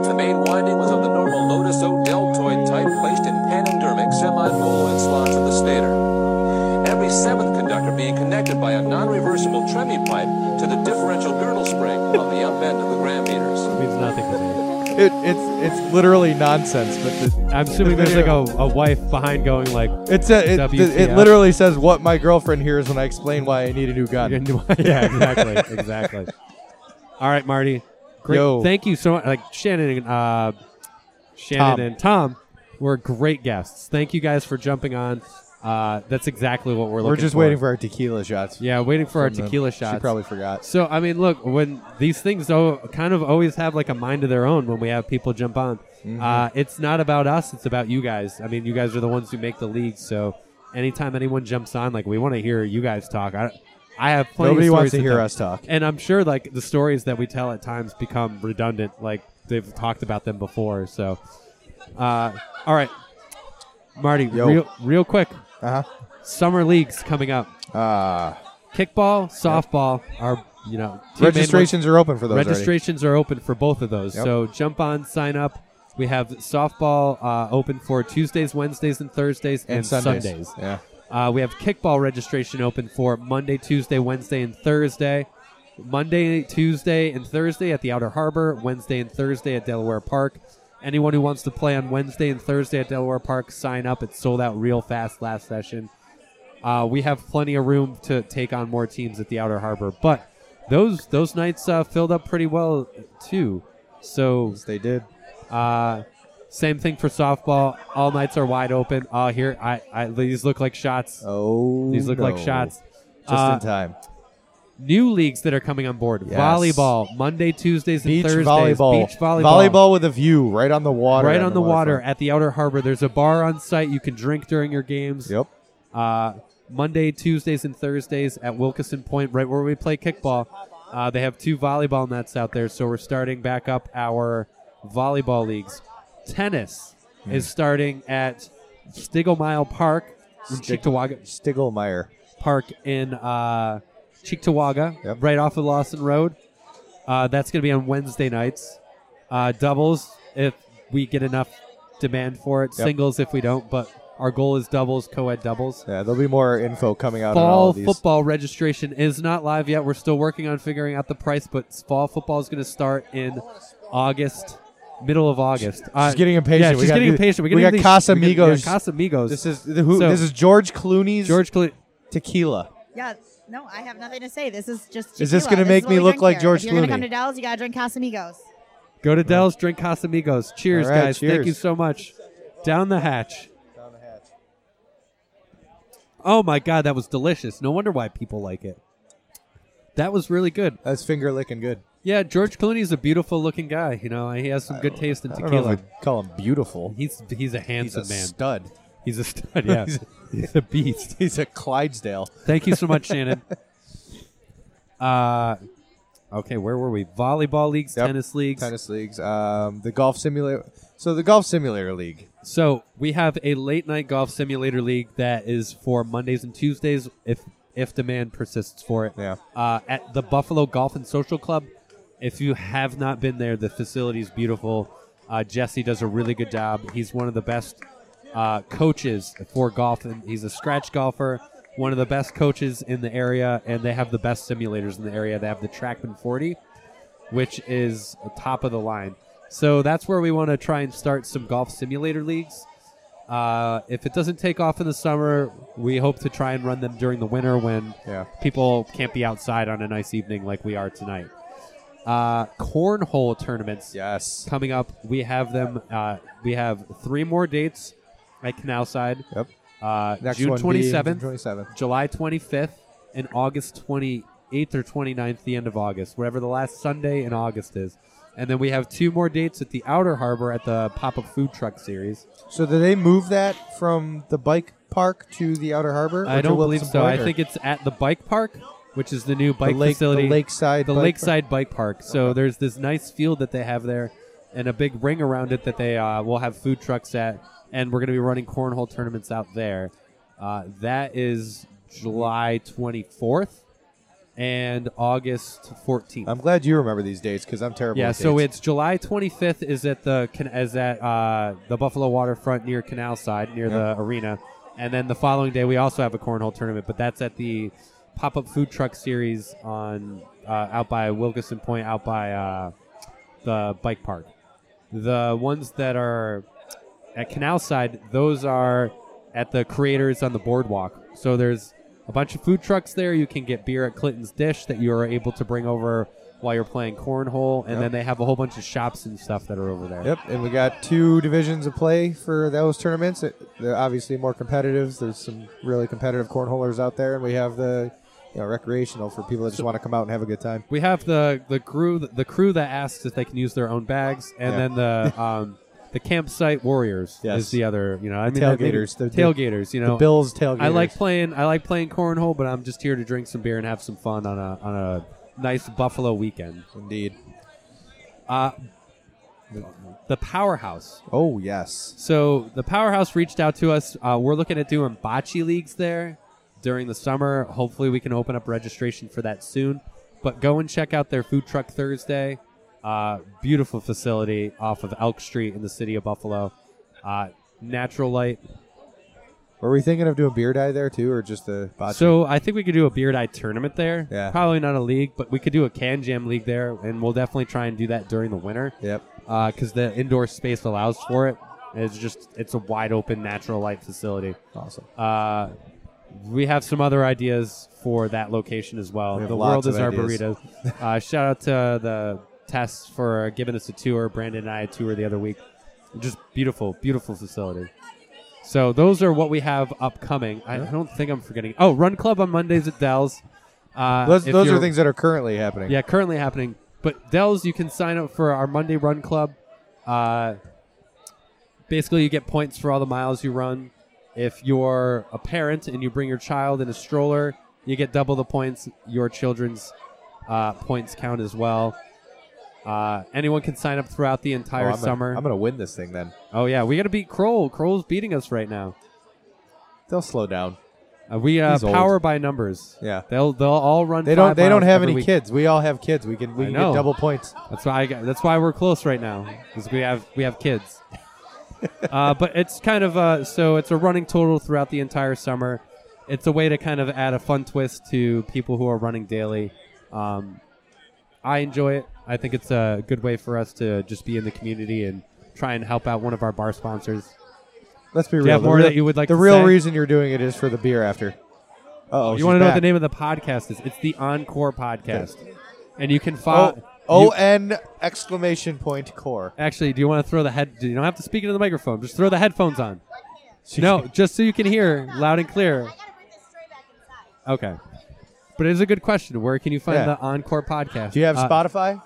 Speaker 6: The main winding was of the normal lotus O deltoid type placed in panendermic semi-colon slots of the stator. Every seventh conductor being connected by a non-reversible tremi pipe to the differential girdle spring on the up end of the gram meters.
Speaker 2: Means nothing to me.
Speaker 1: It, it's it's literally nonsense, but the,
Speaker 2: I'm assuming there's like a, a wife behind going like,
Speaker 1: it's a, it, the, it
Speaker 2: WTF.
Speaker 1: literally says what my girlfriend hears when I explain why I need a new gun. [laughs]
Speaker 2: yeah, exactly, exactly. All right, Marty. Great.
Speaker 1: Yo.
Speaker 2: Thank you so much. Like Shannon and uh, Shannon
Speaker 1: Tom.
Speaker 2: and Tom were great guests. Thank you guys for jumping on. Uh, that's exactly what we're looking.
Speaker 1: We're just waiting for our tequila shots.
Speaker 2: Yeah, waiting for our
Speaker 1: from them.
Speaker 2: tequila
Speaker 1: She
Speaker 2: shots.
Speaker 1: probably forgot.
Speaker 2: So I mean, look, when these things o- kind of always have like a mind of their own when we have people jump on.
Speaker 1: Mm-hmm.
Speaker 2: Uh, it's not about us; it's about you guys. I mean, you guys are the ones who make the league. So anytime anyone jumps on, like we want to hear you guys talk. I, I have plenty.
Speaker 1: Nobody
Speaker 2: of
Speaker 1: wants
Speaker 2: stories
Speaker 1: to hear
Speaker 2: tell.
Speaker 1: us talk.
Speaker 2: And I'm sure like the stories that we tell at times become redundant. Like they've talked about them before. So, uh, all right, Marty,
Speaker 1: Yo.
Speaker 2: real real quick,
Speaker 1: Uh-huh.
Speaker 2: summer leagues coming up.
Speaker 1: Uh,
Speaker 2: Kickball, softball are you know two main ones.
Speaker 1: registrations are open for those. already.
Speaker 2: Registrations are open for both of those.
Speaker 1: Yep.
Speaker 2: So jump on, sign up. We have softball uh, open for Tuesdays, Wednesdays, and Thursdays, and,
Speaker 1: and Sundays.
Speaker 2: Sundays.
Speaker 1: Yeah.
Speaker 2: Uh, we have kickball registration open for Monday, Tuesday, Wednesday, and Thursday. Monday, Tuesday, and Thursday at the Outer Harbor. Wednesday and Thursday at Delaware Park. Anyone who wants to play on Wednesday and Thursday at Delaware Park, sign up. It sold out real fast last session. Uh, we have plenty of room to take on more teams at the Outer Harbor, but those those nights uh, filled up pretty well too. So
Speaker 1: Yes, they did.
Speaker 2: uh, same thing for softball. All nights are wide open. Uh, here, I, I these look like shots.
Speaker 1: Oh.
Speaker 2: These look like
Speaker 1: no.
Speaker 2: shots.
Speaker 1: Just
Speaker 2: Uh,
Speaker 1: in time.
Speaker 2: New leagues that are coming on board:
Speaker 1: Yes.
Speaker 2: volleyball, Monday, Tuesdays, and
Speaker 1: Beach
Speaker 2: Thursdays.
Speaker 1: volleyball.
Speaker 2: Beach volleyball.
Speaker 1: with a view right on the water.
Speaker 2: Right on the water
Speaker 1: waterfront.
Speaker 2: at the Outer Harbor. There's a bar on site. You can drink during your games.
Speaker 1: Yep.
Speaker 2: Uh, Monday, Tuesdays, and Thursdays at Wilkeson Point, right where we play kickball. Uh, they have two volleyball nets out there, so we're starting back up our volleyball leagues. Tennis
Speaker 1: Hmm.
Speaker 2: is starting at Stiglmile Park, in
Speaker 1: Stig-
Speaker 2: Cheektowaga
Speaker 1: Stiglmeyer.
Speaker 2: Park in uh, Cheektowaga,
Speaker 1: Yep.
Speaker 2: right off of Lawson Road. Uh, that's going to be on Wednesday nights. Uh, doubles, if we get enough demand for it.
Speaker 1: Yep.
Speaker 2: Singles, if we don't, but our goal is doubles, co ed doubles
Speaker 1: Yeah, there'll be more info coming out on all
Speaker 2: fall
Speaker 1: of these.
Speaker 2: football registration is not live yet. We're still working on figuring out the price, but fall football is going to start in August, middle of August. Uh,
Speaker 1: getting impatient.
Speaker 2: Yeah,
Speaker 1: We
Speaker 2: she's
Speaker 1: gotta
Speaker 2: getting
Speaker 1: do-
Speaker 2: impatient.
Speaker 1: we
Speaker 2: gotta
Speaker 1: got
Speaker 2: do these-
Speaker 1: Casamigos.
Speaker 2: We got, yeah, Casamigos.
Speaker 1: This is the, who?
Speaker 2: So-
Speaker 1: this is George Clooney's
Speaker 2: George Clooney.
Speaker 1: tequila.
Speaker 5: Yeah, no, I have nothing to say. This is just.
Speaker 1: Is this
Speaker 5: tequila.
Speaker 1: gonna
Speaker 5: is
Speaker 1: make
Speaker 5: what
Speaker 1: me
Speaker 5: we
Speaker 1: look
Speaker 5: drink
Speaker 1: like
Speaker 5: here.
Speaker 1: George
Speaker 5: If you're gonna
Speaker 1: Clooney?
Speaker 5: come to Dallas, you gotta drink Casamigos.
Speaker 2: Go to Dell's, drink Casamigos. Cheers,
Speaker 1: All right,
Speaker 2: guys. Thank
Speaker 1: cheers.
Speaker 2: you so much. Down the hatch. Oh my God, that was delicious. No wonder why people like it. That was really good.
Speaker 1: That's finger licking good.
Speaker 2: Yeah, George Clooney's a beautiful looking guy. You know, he has some good taste in
Speaker 1: I
Speaker 2: tequila.
Speaker 1: don't know if I'd call him beautiful.
Speaker 2: He's he's a
Speaker 1: He's
Speaker 2: handsome
Speaker 1: a
Speaker 2: man.
Speaker 1: stud.
Speaker 2: he's a stud.
Speaker 1: [laughs]
Speaker 2: Yeah,
Speaker 1: He's
Speaker 2: he's,
Speaker 1: a- [laughs]
Speaker 2: a beast.
Speaker 1: He's a Clydesdale.
Speaker 2: Thank you so much, Shannon. Uh, okay, where were we? Volleyball leagues,
Speaker 1: Yep.
Speaker 2: tennis leagues.
Speaker 1: Tennis leagues. Um, the golf simulator. So the golf simulator league.
Speaker 2: So we have a late night golf simulator league that is for Mondays and Tuesdays, if if demand persists for it.
Speaker 1: Yeah.
Speaker 2: Uh, at the Buffalo Golf and Social Club. If you have not been there, the facility is beautiful. Uh, Jesse does a really good job. He's one of the best uh, coaches for golf, and he's a scratch golfer, one of the best coaches in the area, and they have the best simulators in the area. They have the Trackman 40 which is top of the line. So that's where we want to try and start some golf simulator leagues. Uh, if it doesn't take off in the summer, we hope to try and run them during the winter when
Speaker 1: Yeah.
Speaker 2: people can't be outside on a nice evening like we are tonight. Uh, cornhole tournaments
Speaker 1: Yes.
Speaker 2: coming up. We have them. Uh, we have three more dates at Canal Side.
Speaker 1: Yep.
Speaker 2: Uh,
Speaker 1: Next
Speaker 2: June
Speaker 1: one.
Speaker 2: twenty
Speaker 1: Twenty
Speaker 2: seventh,
Speaker 1: seventh.
Speaker 2: July twenty fifth, and August twenty eighth or 29th, the end of August, wherever the last Sunday in August is. And then we have two more dates at the Outer Harbor at the Pop Up Food Truck Series.
Speaker 1: So did they move that from the bike park to the outer harbor?
Speaker 2: I don't believe so. I think it's at the bike park, which is the new bike
Speaker 1: the lake,
Speaker 2: facility.
Speaker 1: the lakeside,
Speaker 2: the
Speaker 1: bike
Speaker 2: lakeside bike park. So there's this nice field that they have there, and a big ring around it that they uh, will have food trucks at, and we're going to be running cornhole tournaments out there. Uh, that is July 24th and August 14th.
Speaker 1: Park. I'm glad you remember these dates because I'm terrible.
Speaker 2: yeah,
Speaker 1: with
Speaker 2: so
Speaker 1: dates.
Speaker 2: it's July 25th is at the can- is at uh, the Buffalo Waterfront near Canal Side near the arena, and then the following day we also have a cornhole tournament, but that's at the pop up food truck series on uh, out by Wilkeson Point, out by uh, the bike park. The ones that are at Canal Side, those are at the creators on the boardwalk. So there's a bunch of food trucks there. You can get beer at Clinton's Dish that you are able to bring over while you're playing cornhole, and then they have a whole bunch of shops and stuff that are over there.
Speaker 1: Yep, and we got two divisions of play for those tournaments. It- They're obviously more competitive. There's some really competitive cornholers out there, and we have the you know, recreational for people that just want to come out and have a good time.
Speaker 2: We have the the crew the crew that asks if they can use their own bags, and
Speaker 1: Yeah. [laughs]
Speaker 2: then the um, the campsite warriors
Speaker 1: Yes.
Speaker 2: is the other. You know, I mean
Speaker 1: Tailgaters,
Speaker 2: the,
Speaker 1: the-
Speaker 2: tailgaters. You know,
Speaker 1: the Bills tailgate.
Speaker 2: I like playing. I like playing cornhole, but I'm just here to drink some beer and have some fun on a on a nice Buffalo weekend.
Speaker 1: indeed.
Speaker 2: The powerhouse.
Speaker 1: Oh yes,
Speaker 2: So the powerhouse reached out to us. Uh, we're looking at doing bocce leagues there during the summer. Hopefully, we can open up registration for that soon. But go and check out their food truck Thursday. Uh, beautiful facility off of Elk Street in the city of Buffalo. Uh, natural light.
Speaker 1: were we thinking of doing beer dye there too, or just the bocce?
Speaker 2: So I think we could do a beard eye tournament there.
Speaker 1: Yeah.
Speaker 2: Probably not a league, but we could do a can jam league there, and we'll definitely try and do that during the winter
Speaker 1: yep,
Speaker 2: because the indoor space allows for it. It's just it's a wide open natural light facility.
Speaker 1: awesome.
Speaker 2: Uh, we have some other ideas for that location as well.
Speaker 1: We have
Speaker 2: The world
Speaker 1: lots
Speaker 2: is
Speaker 1: of
Speaker 2: our
Speaker 1: ideas.
Speaker 2: burrito.
Speaker 1: [laughs]
Speaker 2: Uh, shout out to the Tess for giving us a tour. Brandon and I had a tour the other week. Just beautiful, beautiful facility. So those are what we have upcoming. I, I don't think I'm forgetting. Oh, Run Club on Mondays at Dell's. Uh,
Speaker 1: Those,
Speaker 2: if
Speaker 1: those are
Speaker 2: you're-
Speaker 1: things that are currently happening.
Speaker 2: yeah, currently happening. But Dell's, you can sign up for our Monday Run Club. Uh, basically, you get points for all the miles you run. If you're a parent and you bring your child in a stroller, you get double the points. Your children's uh, points count as well. Uh, anyone can sign up throughout the
Speaker 1: Oh,
Speaker 2: entire
Speaker 1: I'm gonna-
Speaker 2: summer.
Speaker 1: I'm gonna win this thing then.
Speaker 2: oh yeah, we got to beat Kroll. Kroll's beating us right now.
Speaker 1: They'll slow down.
Speaker 2: Uh, we uh,
Speaker 1: He's old.
Speaker 2: power by numbers.
Speaker 1: Yeah.
Speaker 2: they'll they'll all run.
Speaker 1: They don't.
Speaker 2: five
Speaker 1: They don't
Speaker 2: miles
Speaker 1: have
Speaker 2: every
Speaker 1: any
Speaker 2: week.
Speaker 1: kids. We all have kids. We can. We
Speaker 2: I
Speaker 1: can
Speaker 2: know.
Speaker 1: get double points.
Speaker 2: That's why I got, that's why we're close right now because we have we have kids. uh, but it's kind of uh, so it's a running total throughout the entire summer. It's a way to kind of add a fun twist to people who are running daily. Um, I enjoy it. I think it's a good way for us to just be in the community and try and help out one of our bar sponsors.
Speaker 1: Let's be real.
Speaker 2: you have
Speaker 1: the
Speaker 2: more
Speaker 1: real-
Speaker 2: that you would like
Speaker 1: The
Speaker 2: to
Speaker 1: real
Speaker 2: say?
Speaker 1: reason you're doing it is for the beer after. Oh,
Speaker 2: you want to know what the name of the podcast is? It's the Encore Podcast, and you can follow.
Speaker 1: Oh, O N exclamation point core.
Speaker 2: Actually, do you want to throw the head? You don't have to speak into the microphone. Just throw the headphones on. No, just so you can hear loud and clear. Okay. But it is a good question. Where can you find
Speaker 1: Yeah.
Speaker 2: the Encore podcast?
Speaker 1: Do you have
Speaker 2: Uh,
Speaker 1: Spotify?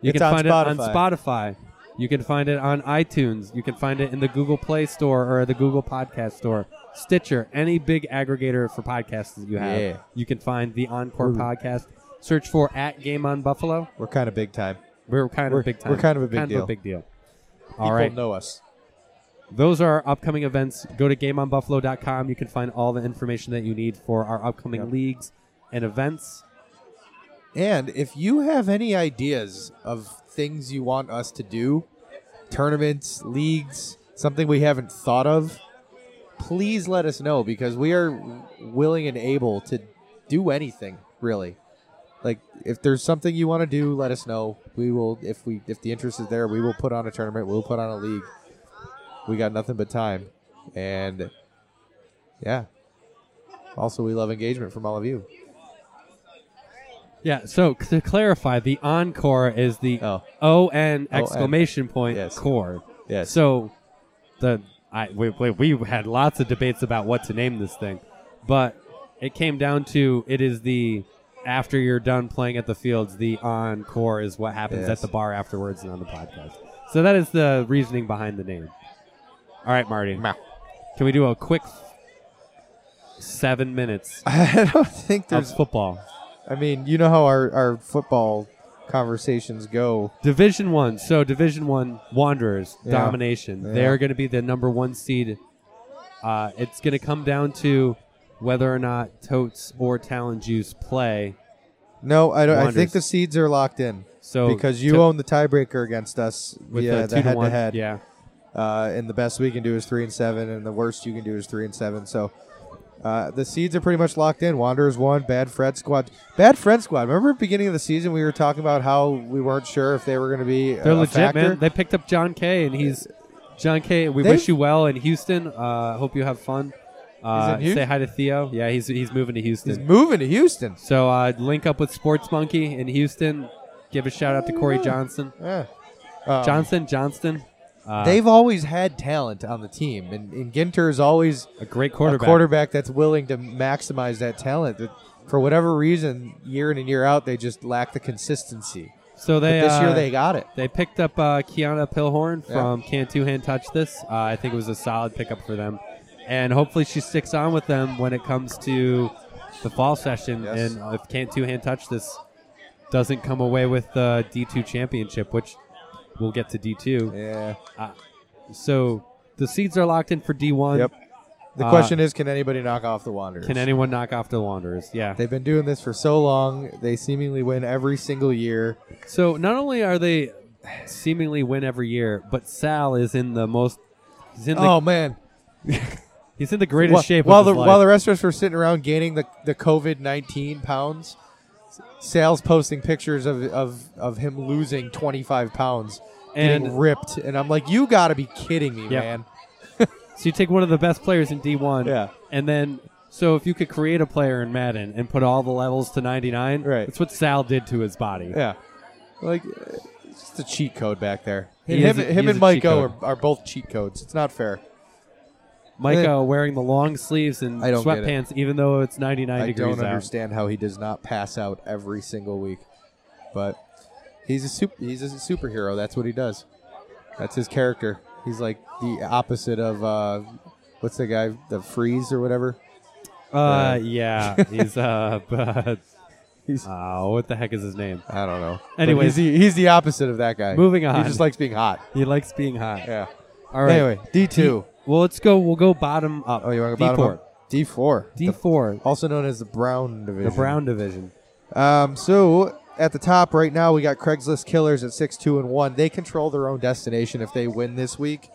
Speaker 2: You
Speaker 1: It's
Speaker 2: can
Speaker 1: on
Speaker 2: find it on
Speaker 1: Spotify.
Speaker 2: Spotify. You can find it on iTunes. You can find it in the Google Play Store or the Google Podcast Store, Stitcher, any big aggregator for podcasts that you have.
Speaker 1: Yeah.
Speaker 2: You can find the Encore podcast. Search for at Game on Buffalo.
Speaker 1: We're kind of big time.
Speaker 2: We're kind of
Speaker 1: We're-
Speaker 2: big time.
Speaker 1: we're kind of a big deal.
Speaker 2: All
Speaker 1: People
Speaker 2: right.
Speaker 1: know us.
Speaker 2: Those are our upcoming events. Go to gameonbuffalo.com. You can find all the information that you need for our upcoming
Speaker 1: Yep.
Speaker 2: leagues and events.
Speaker 1: And if you have any ideas of things you want us to do, tournaments, leagues, something we haven't thought of, please let us know because we are willing and able to do anything, really. Like if there's something you want to do, let us know. We will if we if the interest is there, we will put on a tournament, we'll put on a league. We got nothing but time. And yeah. Also, we love engagement from all of you.
Speaker 2: Yeah. So c- to clarify, the encore is the
Speaker 1: Oh.
Speaker 2: O N exclamation point
Speaker 1: Yes.
Speaker 2: chord.
Speaker 1: Yes.
Speaker 2: So the I we, we we had lots of debates about what to name this thing, but it came down to it is the after you're done playing at the fields, the encore is what happens
Speaker 1: Yes.
Speaker 2: at the bar afterwards and on the podcast. So that is the reasoning behind the name. All right, Marty. Can we do a quick seven minutes
Speaker 1: [laughs] I don't think
Speaker 2: of
Speaker 1: there's.
Speaker 2: football?
Speaker 1: I mean, you know how our, our football conversations go.
Speaker 2: Division One. So Division One Wanderers
Speaker 1: Yeah.
Speaker 2: domination.
Speaker 1: Yeah.
Speaker 2: They're going to be the number one seed. Uh, it's going to come down to whether or not Totes or Talon Juice play.
Speaker 1: No, I don't. I
Speaker 2: Wanders.
Speaker 1: think the seeds are locked in
Speaker 2: So
Speaker 1: because you
Speaker 2: to-
Speaker 1: own the tiebreaker against us
Speaker 2: with
Speaker 1: via the
Speaker 2: the two to
Speaker 1: head to
Speaker 2: one,
Speaker 1: head.
Speaker 2: Yeah.
Speaker 1: Uh, and the best we can do is three and seven, and the worst you can do is three and seven. So uh, the seeds are pretty much locked in. Wanderers one, bad Fred squad, bad Fred squad. Remember at the beginning of the season we were talking about how we weren't sure if they were going to be
Speaker 2: They're
Speaker 1: a
Speaker 2: legit,
Speaker 1: factor?
Speaker 2: man. They picked up John Kay, and he's John Kay. We
Speaker 1: They-
Speaker 2: wish you well in Houston. Uh, hope you have fun. Uh,
Speaker 1: Houston?
Speaker 2: say hi to Theo. Yeah, he's he's moving to
Speaker 1: He's
Speaker 2: Houston.
Speaker 1: moving to Houston.
Speaker 2: so uh, link up with Sports Monkey in Houston. Give a shout out to Corey Johnson.
Speaker 1: Yeah. Um,
Speaker 2: Johnson Johnston. Uh,
Speaker 1: They've always had talent on the team, and, and Ginter is always
Speaker 2: a great
Speaker 1: a quarterback that's willing to maximize that talent. That for whatever reason, year in and year out, they just lack the consistency.
Speaker 2: So they
Speaker 1: but this
Speaker 2: uh,
Speaker 1: year they got it.
Speaker 2: they picked up uh, Kiana Pillhorn
Speaker 1: Yeah.
Speaker 2: from Can Two Hand Touch This. Uh, I think it was a solid pickup for them, and hopefully she sticks on with them when it comes to the fall session.
Speaker 1: Yes.
Speaker 2: And if Can Two Hand Touch This doesn't come away with the D two championship, which we'll get to D two,
Speaker 1: Yeah.
Speaker 2: so the seeds are locked in for D one.
Speaker 1: Yep. The
Speaker 2: Uh,
Speaker 1: question is, can anybody knock off the Wanderers?
Speaker 2: Can anyone knock off the Wanderers? Yeah.
Speaker 1: They've been doing this for so long. They seemingly win every single year.
Speaker 2: So not only are they seemingly win every year, but Sal is in the most. He's in the
Speaker 1: oh man!
Speaker 2: He's in the greatest
Speaker 1: Wha-
Speaker 2: shape.
Speaker 1: While
Speaker 2: of
Speaker 1: the
Speaker 2: his life.
Speaker 1: while the rest of us were sitting around gaining the the COVID nineteen pounds, Sal's posting pictures of of of him losing twenty five pounds
Speaker 2: And-
Speaker 1: getting ripped, and I'm like, you got to be kidding me,
Speaker 2: Yeah.
Speaker 1: man!
Speaker 2: so you take one of the best players in D one,
Speaker 1: Yeah.
Speaker 2: and then so if you could create a player in Madden and put all the levels to ninety nine,
Speaker 1: Right.
Speaker 2: That's what Sal did to his body.
Speaker 1: Yeah, like uh, it's just a cheat code back there.
Speaker 2: He
Speaker 1: And
Speaker 2: is
Speaker 1: him
Speaker 2: a- he
Speaker 1: him
Speaker 2: is
Speaker 1: and
Speaker 2: a cheat
Speaker 1: Mike O are,
Speaker 2: code.
Speaker 1: are both cheat codes. It's not fair.
Speaker 2: Micah wearing the long sleeves and
Speaker 1: I don't get it.
Speaker 2: sweatpants, even though it's ninety nine
Speaker 1: I
Speaker 2: degrees
Speaker 1: don't understand how he does not pass out every single week, but he's a super, he's a superhero. That's what he does. That's his character. He's like the opposite of uh, what's the guy, the freeze or whatever.
Speaker 2: out. Uh,
Speaker 1: [laughs]
Speaker 2: yeah, he's uh, but
Speaker 1: He's
Speaker 2: oh, what the heck is his name?
Speaker 1: I don't know. But he's
Speaker 2: Anyways.
Speaker 1: the, he's the opposite of that guy.
Speaker 2: Moving
Speaker 1: He
Speaker 2: on.
Speaker 1: just likes being hot.
Speaker 2: He likes being hot.
Speaker 1: Yeah.
Speaker 2: All right.
Speaker 1: Anyway, D two.
Speaker 2: well, let's go. We'll go bottom up.
Speaker 1: Oh, you want to go bottom D four.
Speaker 2: D four,
Speaker 1: Also known as the Brown
Speaker 2: the
Speaker 1: division.
Speaker 2: Brown division.
Speaker 1: Um, so at the top right now, we got Craigslist Killers at six, two, and one. They control their own destination if they win this week,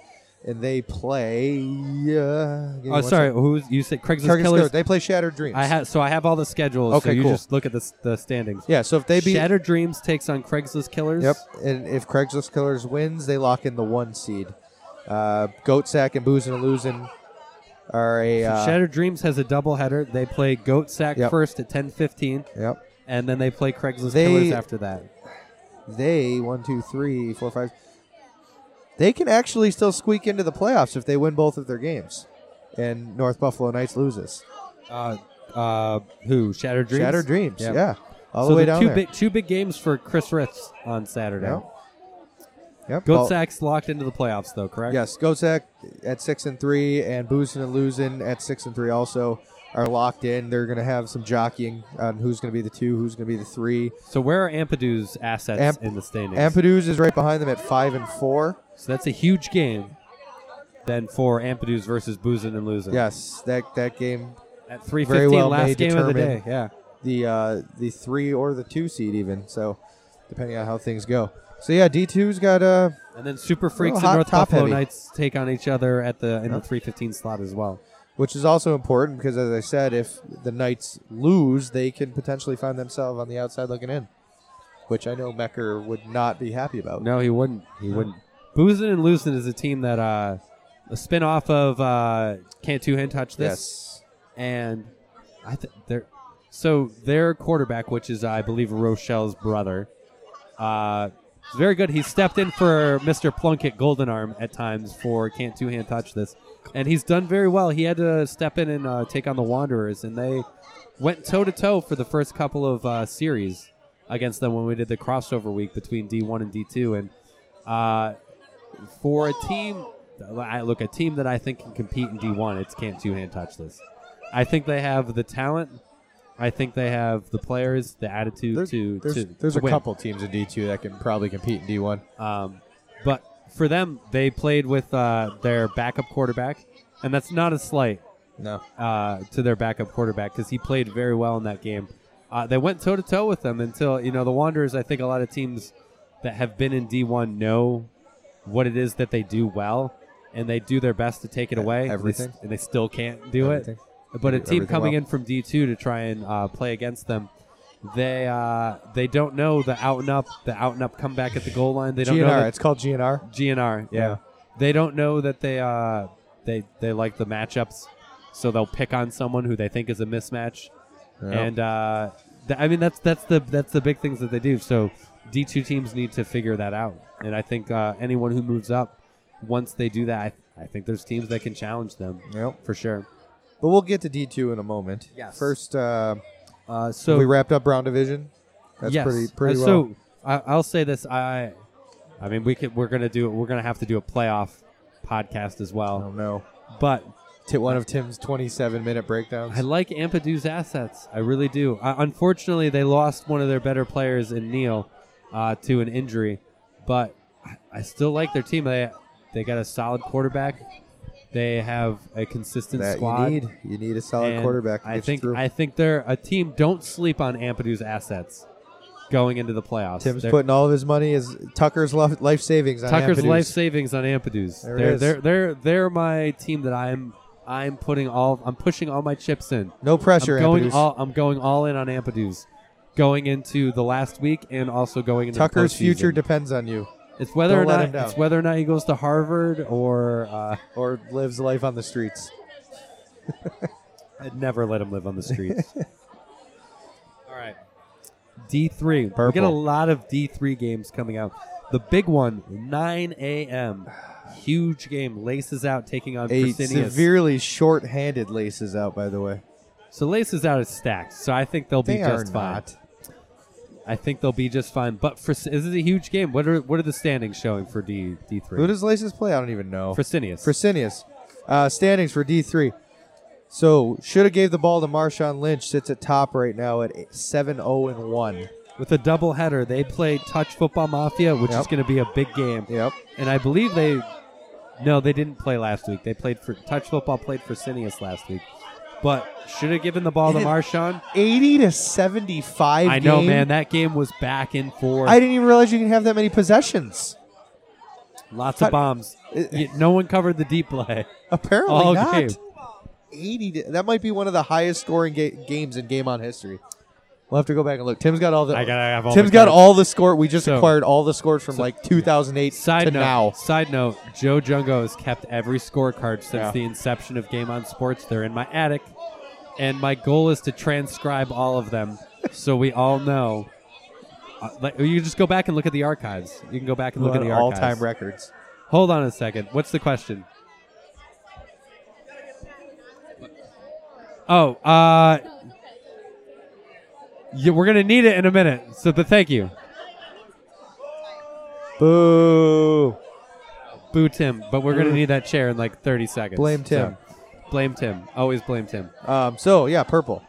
Speaker 1: and they play. Uh, give me
Speaker 2: Oh,
Speaker 1: one
Speaker 2: sorry.
Speaker 1: sec.
Speaker 2: Who's you said Craigslist
Speaker 1: Craigslist Killers.
Speaker 2: Killers?
Speaker 1: They play Shattered Dreams.
Speaker 2: I have so I have all the schedules. so
Speaker 1: Okay,
Speaker 2: you
Speaker 1: cool.
Speaker 2: just look at the, s- the standings.
Speaker 1: Yeah, so if they beat.
Speaker 2: Shattered Dreams takes on Craigslist Killers.
Speaker 1: Yep, and if Craigslist Killers wins, they lock in the one seed. Uh, Goat Sack and Boozin' and Losing are a. Uh,
Speaker 2: Shattered Dreams has a doubleheader. They play Goat Sack
Speaker 1: Yep.
Speaker 2: first at 10:15,
Speaker 1: Yep.
Speaker 2: and then they play Craigslist
Speaker 1: They-
Speaker 2: Killers after that.
Speaker 1: They one, two, three, four, five. They can actually still squeak into the playoffs if they win both of their games, and North Buffalo Knights loses.
Speaker 2: Uh, uh, who? Shattered Dreams.
Speaker 1: Shattered Dreams.
Speaker 2: Yeah.
Speaker 1: Yeah. All
Speaker 2: so
Speaker 1: the way
Speaker 2: the
Speaker 1: down
Speaker 2: two
Speaker 1: there.
Speaker 2: big two big games for Chris Ritz on Saturday.
Speaker 1: Yep. Yep.
Speaker 2: Goat
Speaker 1: all-
Speaker 2: Sack's locked into the playoffs though, correct?
Speaker 1: Yes, Gotzak at six and three, and Boozin and Losing at six and three also are locked in. They're going to have some jockeying on who's going to be the two, who's going to be the three.
Speaker 2: So where are Ampadu's assets
Speaker 1: Amp-
Speaker 2: in the standings?
Speaker 1: Ampadu's is right behind them at five and four.
Speaker 2: so that's a huge game. Then for Ampadu's versus Boozin and Losing.
Speaker 1: Yes, that that game,
Speaker 2: At 3:15
Speaker 1: Very well may
Speaker 2: last game of the day.
Speaker 1: determine-
Speaker 2: Yeah.
Speaker 1: the uh, the three or the two seed even. So depending on how things go. So yeah, D two's got uh
Speaker 2: And then Super Freaks
Speaker 1: hot
Speaker 2: and North
Speaker 1: top
Speaker 2: Buffalo
Speaker 1: heavy.
Speaker 2: Knights take on each other at the in the three fifteen slot as well.
Speaker 1: which is also important because as I said, if the Knights lose, they can potentially find themselves on the outside looking in, which I know Mecker would not be happy about.
Speaker 2: No, he wouldn't. He wouldn't. Boozin and Loosin is a team that uh, a spin-off of uh, Can't Two Hand Touch This.
Speaker 1: Yes.
Speaker 2: and I th- they're so their quarterback, which is I believe Rochelle's brother, uh, is very good. He stepped in for Mr. Plunkett Goldenarm at times for can't two hand touch this, and he's done very well. He had to step in and uh, take on the Wanderers, and they went toe to toe for the first couple of uh, series against them when we did the crossover week between D1 and D2, and uh, for a team. I look a team that I think can compete in D1. It's can't two hand touch this. I think they have the talent. I think they have the players, the attitude
Speaker 1: There's,
Speaker 2: to
Speaker 1: there's,
Speaker 2: to,
Speaker 1: there's
Speaker 2: to
Speaker 1: a
Speaker 2: win.
Speaker 1: couple teams in D2 that can probably compete in D1.
Speaker 2: Um, but for them, they played with uh, their backup quarterback, and that's not a slight
Speaker 1: No.
Speaker 2: uh, to their backup quarterback because he played very well in that game. Uh, they went toe to toe with them until you know the Wanderers. I think a lot of teams that have been in D one know what it is that they do well, and they do their best to take it away. and they s-
Speaker 1: E-, everything.
Speaker 2: and they still can't do
Speaker 1: Everything.
Speaker 2: it. But a
Speaker 1: Do
Speaker 2: team
Speaker 1: everything
Speaker 2: coming
Speaker 1: well.
Speaker 2: in from D two to try and uh, play against them. They uh, they don't know the out and up the out and up comeback at the goal line. They don't know that-
Speaker 1: GNR. It's called GNR.
Speaker 2: GNR. Yeah.
Speaker 1: Yeah.
Speaker 2: They don't know that they uh they they like the matchups, so they'll pick on someone who they think is a mismatch. And uh, th- I mean that's that's the that's the big things that they do. So D two teams need to figure that out, and I think uh, anyone who moves up, once they do that, I, I think there's teams that can challenge them
Speaker 1: Yep.
Speaker 2: for sure.
Speaker 1: But we'll get to D2 in a moment.
Speaker 2: Yes.
Speaker 1: First, uh,
Speaker 2: Uh, so
Speaker 1: we wrapped up Brown Division. That's
Speaker 2: yes.
Speaker 1: pretty pretty well.
Speaker 2: Uh, So I, I'll say this: I, I mean, we could we're gonna do we're gonna have to do a playoff podcast as
Speaker 1: I
Speaker 2: well,
Speaker 1: don't know.
Speaker 2: but
Speaker 1: T- one of Tim's 27 minute breakdowns.
Speaker 2: I like Ampadu's assets. I really do. Uh, unfortunately, they lost one of their better players in Neil uh, to an injury, but I, I still like their team. They they got a solid quarterback. They have a consistent
Speaker 1: that
Speaker 2: squad.
Speaker 1: you need. You need a solid
Speaker 2: and
Speaker 1: quarterback. To
Speaker 2: I
Speaker 1: get
Speaker 2: think
Speaker 1: You through.
Speaker 2: I think they're a team. Don't sleep on Ampadu's assets going into the playoffs.
Speaker 1: Tim's
Speaker 2: They're-
Speaker 1: putting all of his money is Tucker's lo- life savings on
Speaker 2: Tucker's
Speaker 1: Ampadu's.
Speaker 2: life savings on Ampadu's.
Speaker 1: There it
Speaker 2: they're
Speaker 1: is.
Speaker 2: they're they're they're my team that I'm I'm putting all I'm pushing all my chips in.
Speaker 1: No pressure.
Speaker 2: I'm going
Speaker 1: Ampadu's.
Speaker 2: all. I'm going all in on Ampadu's, going into the last week and also going into the
Speaker 1: Tucker's
Speaker 2: postseason.
Speaker 1: future depends on you,
Speaker 2: it's whether
Speaker 1: don't
Speaker 2: or
Speaker 1: let him
Speaker 2: not
Speaker 1: down.
Speaker 2: it's whether or not he goes to Harvard or uh,
Speaker 1: or lives life on the streets.
Speaker 2: I'd never let him live on
Speaker 1: [laughs]
Speaker 2: the streets. all right, D three. We get a
Speaker 1: Purple.
Speaker 2: lot of D three games coming out. The big one, 9 a.m. Huge game. Laces out taking on
Speaker 1: A
Speaker 2: Fresenius.
Speaker 1: severely short-handed laces out, by the way.
Speaker 2: so Laces out is stacked. So I think they'll
Speaker 1: They
Speaker 2: be
Speaker 1: are
Speaker 2: just fine.
Speaker 1: not.
Speaker 2: I think they'll be just fine. But for, this is a huge game. What are what are the standings showing for D D three?
Speaker 1: Who does laces play? I don't even know.
Speaker 2: Fresenius.
Speaker 1: Fresenius. Uh, standings for D3. So, should have gave the ball to Marshawn Lynch. Sits at top right now at 7 0 and 1.
Speaker 2: With a double header, they played Touch Football Mafia, which is
Speaker 1: Yep.
Speaker 2: going to be a big game.
Speaker 1: Yep.
Speaker 2: And I believe they no, they didn't play last week. They played for Touch Football played Fresenius last week. But should have given the ball to
Speaker 1: It is-
Speaker 2: Marshawn.
Speaker 1: 80 to 75.
Speaker 2: I know,
Speaker 1: game.
Speaker 2: man. That game was back and forth.
Speaker 1: I didn't even realize you can have that many possessions.
Speaker 2: Lots
Speaker 1: Cut-
Speaker 2: of bombs.
Speaker 1: It-
Speaker 2: Y- no one covered the deep play. [laughs]
Speaker 1: Apparently
Speaker 2: All
Speaker 1: not.
Speaker 2: game.
Speaker 1: 80. To, that might be one of the highest scoring ga- games in game on history. We'll have to go back and look. Tim's got all the.
Speaker 2: I gotta have all
Speaker 1: Tim's
Speaker 2: the
Speaker 1: got
Speaker 2: cards.
Speaker 1: all the score. We just
Speaker 2: So-
Speaker 1: acquired all the scores from like 2008
Speaker 2: Side
Speaker 1: to
Speaker 2: note,
Speaker 1: now.
Speaker 2: side note, Joe Jungo has kept every scorecard since
Speaker 1: Yeah.
Speaker 2: the inception of Game On Sports. They're in my attic, and my goal is to transcribe all
Speaker 1: [laughs]
Speaker 2: of them so we all know. Uh, like, you just go back and look at the archives. You can go back and look at the
Speaker 1: all
Speaker 2: archives.
Speaker 1: time records.
Speaker 2: Hold on a second. What's the question? Oh, uh, yeah, we're gonna need it in a minute. So, the thank you.
Speaker 1: Boo.
Speaker 2: Boo Tim, but we're gonna need that chair in like 30 seconds.
Speaker 1: Blame Tim.
Speaker 2: So, blame Tim. Always blame Tim.
Speaker 1: Um, so yeah, purple.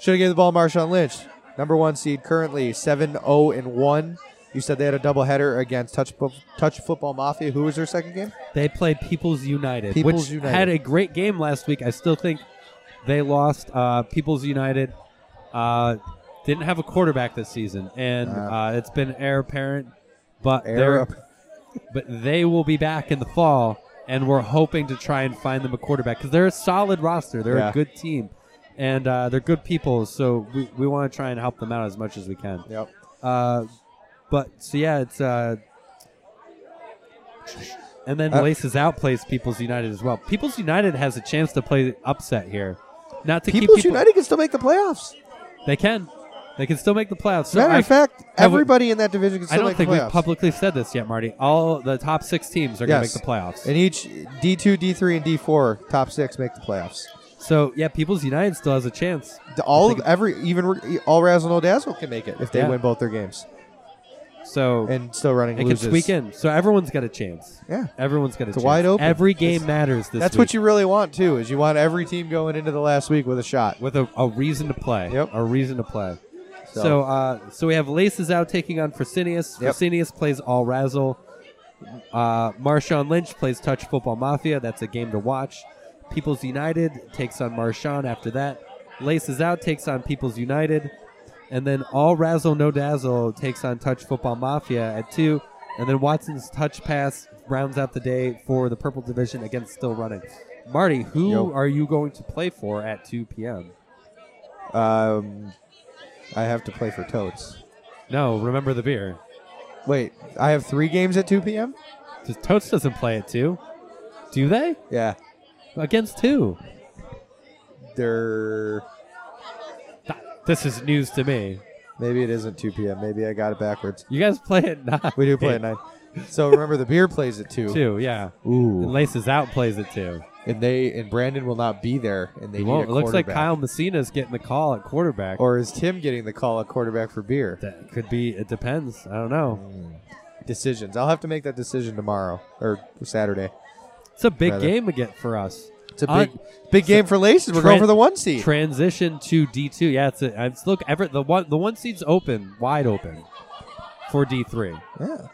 Speaker 1: Should have gave the ball to Marshawn Lynch. Number one seed currently 7-0 and one. You said they had a doubleheader against Touch Fo- Touch Football Mafia. Who was their second game?
Speaker 2: They played People's United, which
Speaker 1: People's United.
Speaker 2: had a great game last week. I still think they lost. Uh, People's United uh, didn't have a quarterback this season, and uh, it's been heir apparent. But
Speaker 1: Heir
Speaker 2: they're
Speaker 1: app-
Speaker 2: [laughs] but they will be back in the fall, and we're hoping to try and find them a quarterback because they're a solid roster. They're
Speaker 1: Yeah.
Speaker 2: a good team, and uh, they're good people. So we, we want to try and help them out as much as we can.
Speaker 1: Yep.
Speaker 2: Uh, but so yeah, it's uh, And then
Speaker 1: Uh,
Speaker 2: Laces Out plays People's United as well. People's United has a chance to play upset here. Not to
Speaker 1: People's
Speaker 2: keep people,
Speaker 1: United can still make the playoffs.
Speaker 2: They can. They can still make the playoffs. So
Speaker 1: Matter
Speaker 2: I,
Speaker 1: of fact,
Speaker 2: I would-
Speaker 1: everybody in that division can
Speaker 2: I
Speaker 1: still
Speaker 2: don't
Speaker 1: make the
Speaker 2: think we've
Speaker 1: playoffs.
Speaker 2: publicly said this yet, Marty. All the top six teams are going to
Speaker 1: Yes.
Speaker 2: make the playoffs.
Speaker 1: And each D2, D3, and D4 top six make the playoffs.
Speaker 2: so yeah, People's United still has a chance.
Speaker 1: The- All of every even all Razzle No Dazzle can make it if they
Speaker 2: Yeah.
Speaker 1: win both their games
Speaker 2: So
Speaker 1: and still running
Speaker 2: it
Speaker 1: loses.
Speaker 2: can squeak in. So everyone's got a chance.
Speaker 1: Yeah.
Speaker 2: Everyone's got a
Speaker 1: It's
Speaker 2: chance.
Speaker 1: wide open.
Speaker 2: Every game
Speaker 1: It's-
Speaker 2: matters this
Speaker 1: That's
Speaker 2: week
Speaker 1: what you really want too. Is you want every team going into the last week with a shot.
Speaker 2: with a, a reason to play.
Speaker 1: Yep.
Speaker 2: A reason to play. So,
Speaker 1: So-
Speaker 2: uh, so we have Laces out taking on Fresenius.
Speaker 1: Yep.
Speaker 2: Fresenius plays All Razzle. Uh, Marshawn Lynch plays Touch Football Mafia. That's a game to watch. People's United takes on Marshawn after that. Laces out takes on People's United. And then All Razzle No Dazzle takes on Touch Football Mafia at 2. And then Watson's touch pass rounds out the day for the Purple Division against Still Running. Marty, who
Speaker 1: Yo.
Speaker 2: are you going to play for at 2 p.m.?
Speaker 1: Um, I have to play for Totes.
Speaker 2: No, remember the beer.
Speaker 1: Wait, I have three games at 2 p.m.
Speaker 2: Does Totes doesn't play it too. Do they?
Speaker 1: Yeah,
Speaker 2: Against who?
Speaker 1: they're
Speaker 2: Th- This is news to me.
Speaker 1: maybe it isn't 2 p.m. Maybe I got it backwards.
Speaker 2: You guys play [laughs] at nine.
Speaker 1: We do play at nine. So remember, the beer plays at two.
Speaker 2: too. Yeah. And
Speaker 1: Ooh,
Speaker 2: Laces out plays it too.
Speaker 1: and they and Brandon will not be there, and they
Speaker 2: He
Speaker 1: need
Speaker 2: won't.
Speaker 1: a
Speaker 2: It looks like
Speaker 1: quarterback.
Speaker 2: Kyle Messina's getting the call at quarterback.
Speaker 1: Or is Tim getting the call at quarterback for beer?
Speaker 2: that could be. It depends. I don't know.
Speaker 1: Decisions. I'll have to make that decision tomorrow or Saturday.
Speaker 2: It's a big
Speaker 1: Rather.
Speaker 2: game again for us.
Speaker 1: It's a
Speaker 2: Uh,
Speaker 1: big, big game for Laces. We're going
Speaker 2: Tran-
Speaker 1: for the one seed.
Speaker 2: Transition to D two. Yeah, it's, a, it's look. Everett, the one the one seat's open, wide open for D three.
Speaker 1: yeah.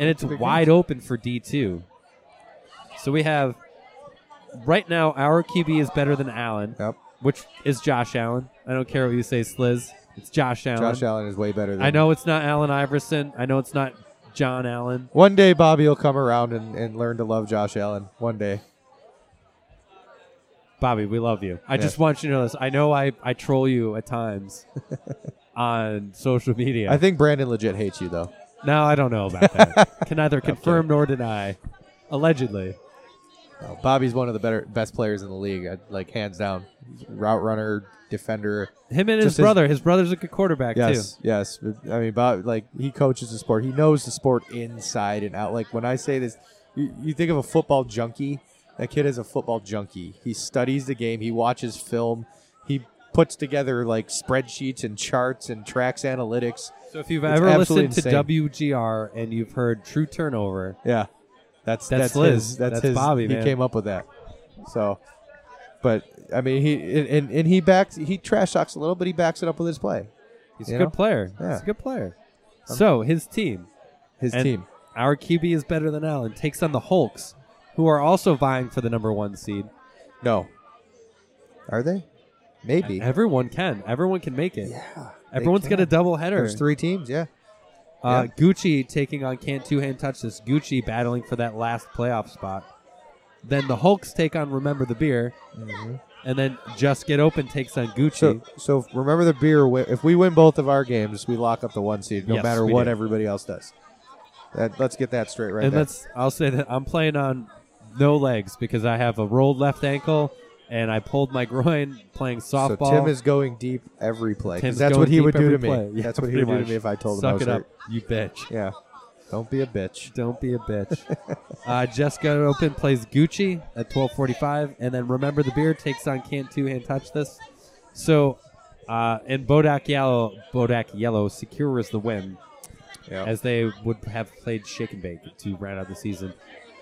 Speaker 2: and it's
Speaker 1: big
Speaker 2: wide open for D2. So we have right now our QB is better than Allen,
Speaker 1: Yep.
Speaker 2: which is Josh Allen. I don't care what you say, Sliz. It's Josh Allen.
Speaker 1: Josh Allen is way better. Than
Speaker 2: I know it's not Allen Iverson. I know it's not John Allen.
Speaker 1: One day Bobby will come around and, and learn to love Josh Allen. One day.
Speaker 2: Bobby, we love you. I
Speaker 1: Yeah.
Speaker 2: just want you to know this. I know I, I troll you at
Speaker 1: [laughs]
Speaker 2: times on social media.
Speaker 1: I think Brandon legit hates you though.
Speaker 2: no, I don't know about
Speaker 1: [laughs]
Speaker 2: that. Can neither confirm nor deny. Allegedly.
Speaker 1: Uh, Bobby's one of the better best players in the league, uh, like hands down. Route runner, defender.
Speaker 2: Him and his
Speaker 1: Just his-
Speaker 2: brother. His, brother's a good quarterback, too.
Speaker 1: Yes, yes. I mean, Bob, like he coaches the sport. He knows the sport inside and out. Like when I say this, you, you think of a football junkie. That kid is a football junkie. He studies the game. He watches film. He puts together like spreadsheets and charts and tracks analytics.
Speaker 2: So if you've
Speaker 1: It's
Speaker 2: ever
Speaker 1: absolutely
Speaker 2: listened to WGR and you've heard True Turnover,
Speaker 1: Yeah, that's
Speaker 2: That's
Speaker 1: that's,
Speaker 2: Liz.
Speaker 1: his. That's,
Speaker 2: That's
Speaker 1: his.
Speaker 2: Bobby,
Speaker 1: He
Speaker 2: man.
Speaker 1: came up with that. So, but I mean, he and, and, and he backs he trash talks a little, but he backs it up with his play,
Speaker 2: he's
Speaker 1: You
Speaker 2: a good
Speaker 1: know?
Speaker 2: player.
Speaker 1: Yeah. Um,
Speaker 2: He's a good player. So his team,
Speaker 1: his
Speaker 2: and
Speaker 1: team.
Speaker 2: our QB is better than Allen. Takes on the Hulks, who are also vying for the number one seed.
Speaker 1: No, are they? Maybe
Speaker 2: Everyone can. Everyone can make it.
Speaker 1: Yeah, they
Speaker 2: Everyone's got a
Speaker 1: can.
Speaker 2: double header.
Speaker 1: There's three teams. Yeah,
Speaker 2: Uh,
Speaker 1: yeah.
Speaker 2: Gucci taking on Can't Two Hand Touch This. Gucci battling for that last playoff spot. Then the Hulks take on Remember the Beer, and then Just Get Open takes on Gucci.
Speaker 1: Mm-hmm. So, so remember the beer. wi- If we win both of our games, we lock up the one seed, no
Speaker 2: Yes,
Speaker 1: matter
Speaker 2: we
Speaker 1: what
Speaker 2: do.
Speaker 1: everybody else does. That, let's get that straight right
Speaker 2: and
Speaker 1: there.
Speaker 2: let's I'll say that I'm playing on no legs because I have a rolled left ankle and I pulled my groin playing
Speaker 1: so
Speaker 2: softball.
Speaker 1: Tim is going deep every play. 'cause
Speaker 2: Tim's
Speaker 1: that's
Speaker 2: going
Speaker 1: what he
Speaker 2: deep
Speaker 1: would do to
Speaker 2: every play.
Speaker 1: me.
Speaker 2: [laughs] Yeah,
Speaker 1: that's what he
Speaker 2: pretty
Speaker 1: would do
Speaker 2: much.
Speaker 1: to me if I told
Speaker 2: Suck
Speaker 1: him. I was
Speaker 2: it up,
Speaker 1: hurt.
Speaker 2: you bitch.
Speaker 1: Yeah. Don't be a bitch.
Speaker 2: Don't be a bitch. uh, Jessica Open plays Gucci at 12:45, and then Remember the Beer takes on Can't Two Hand Touch This. So, uh, and Bodak Yellow, Bodak Yellow secures the win
Speaker 1: Yeah.
Speaker 2: as they would have played Shake and Bake to round out the season.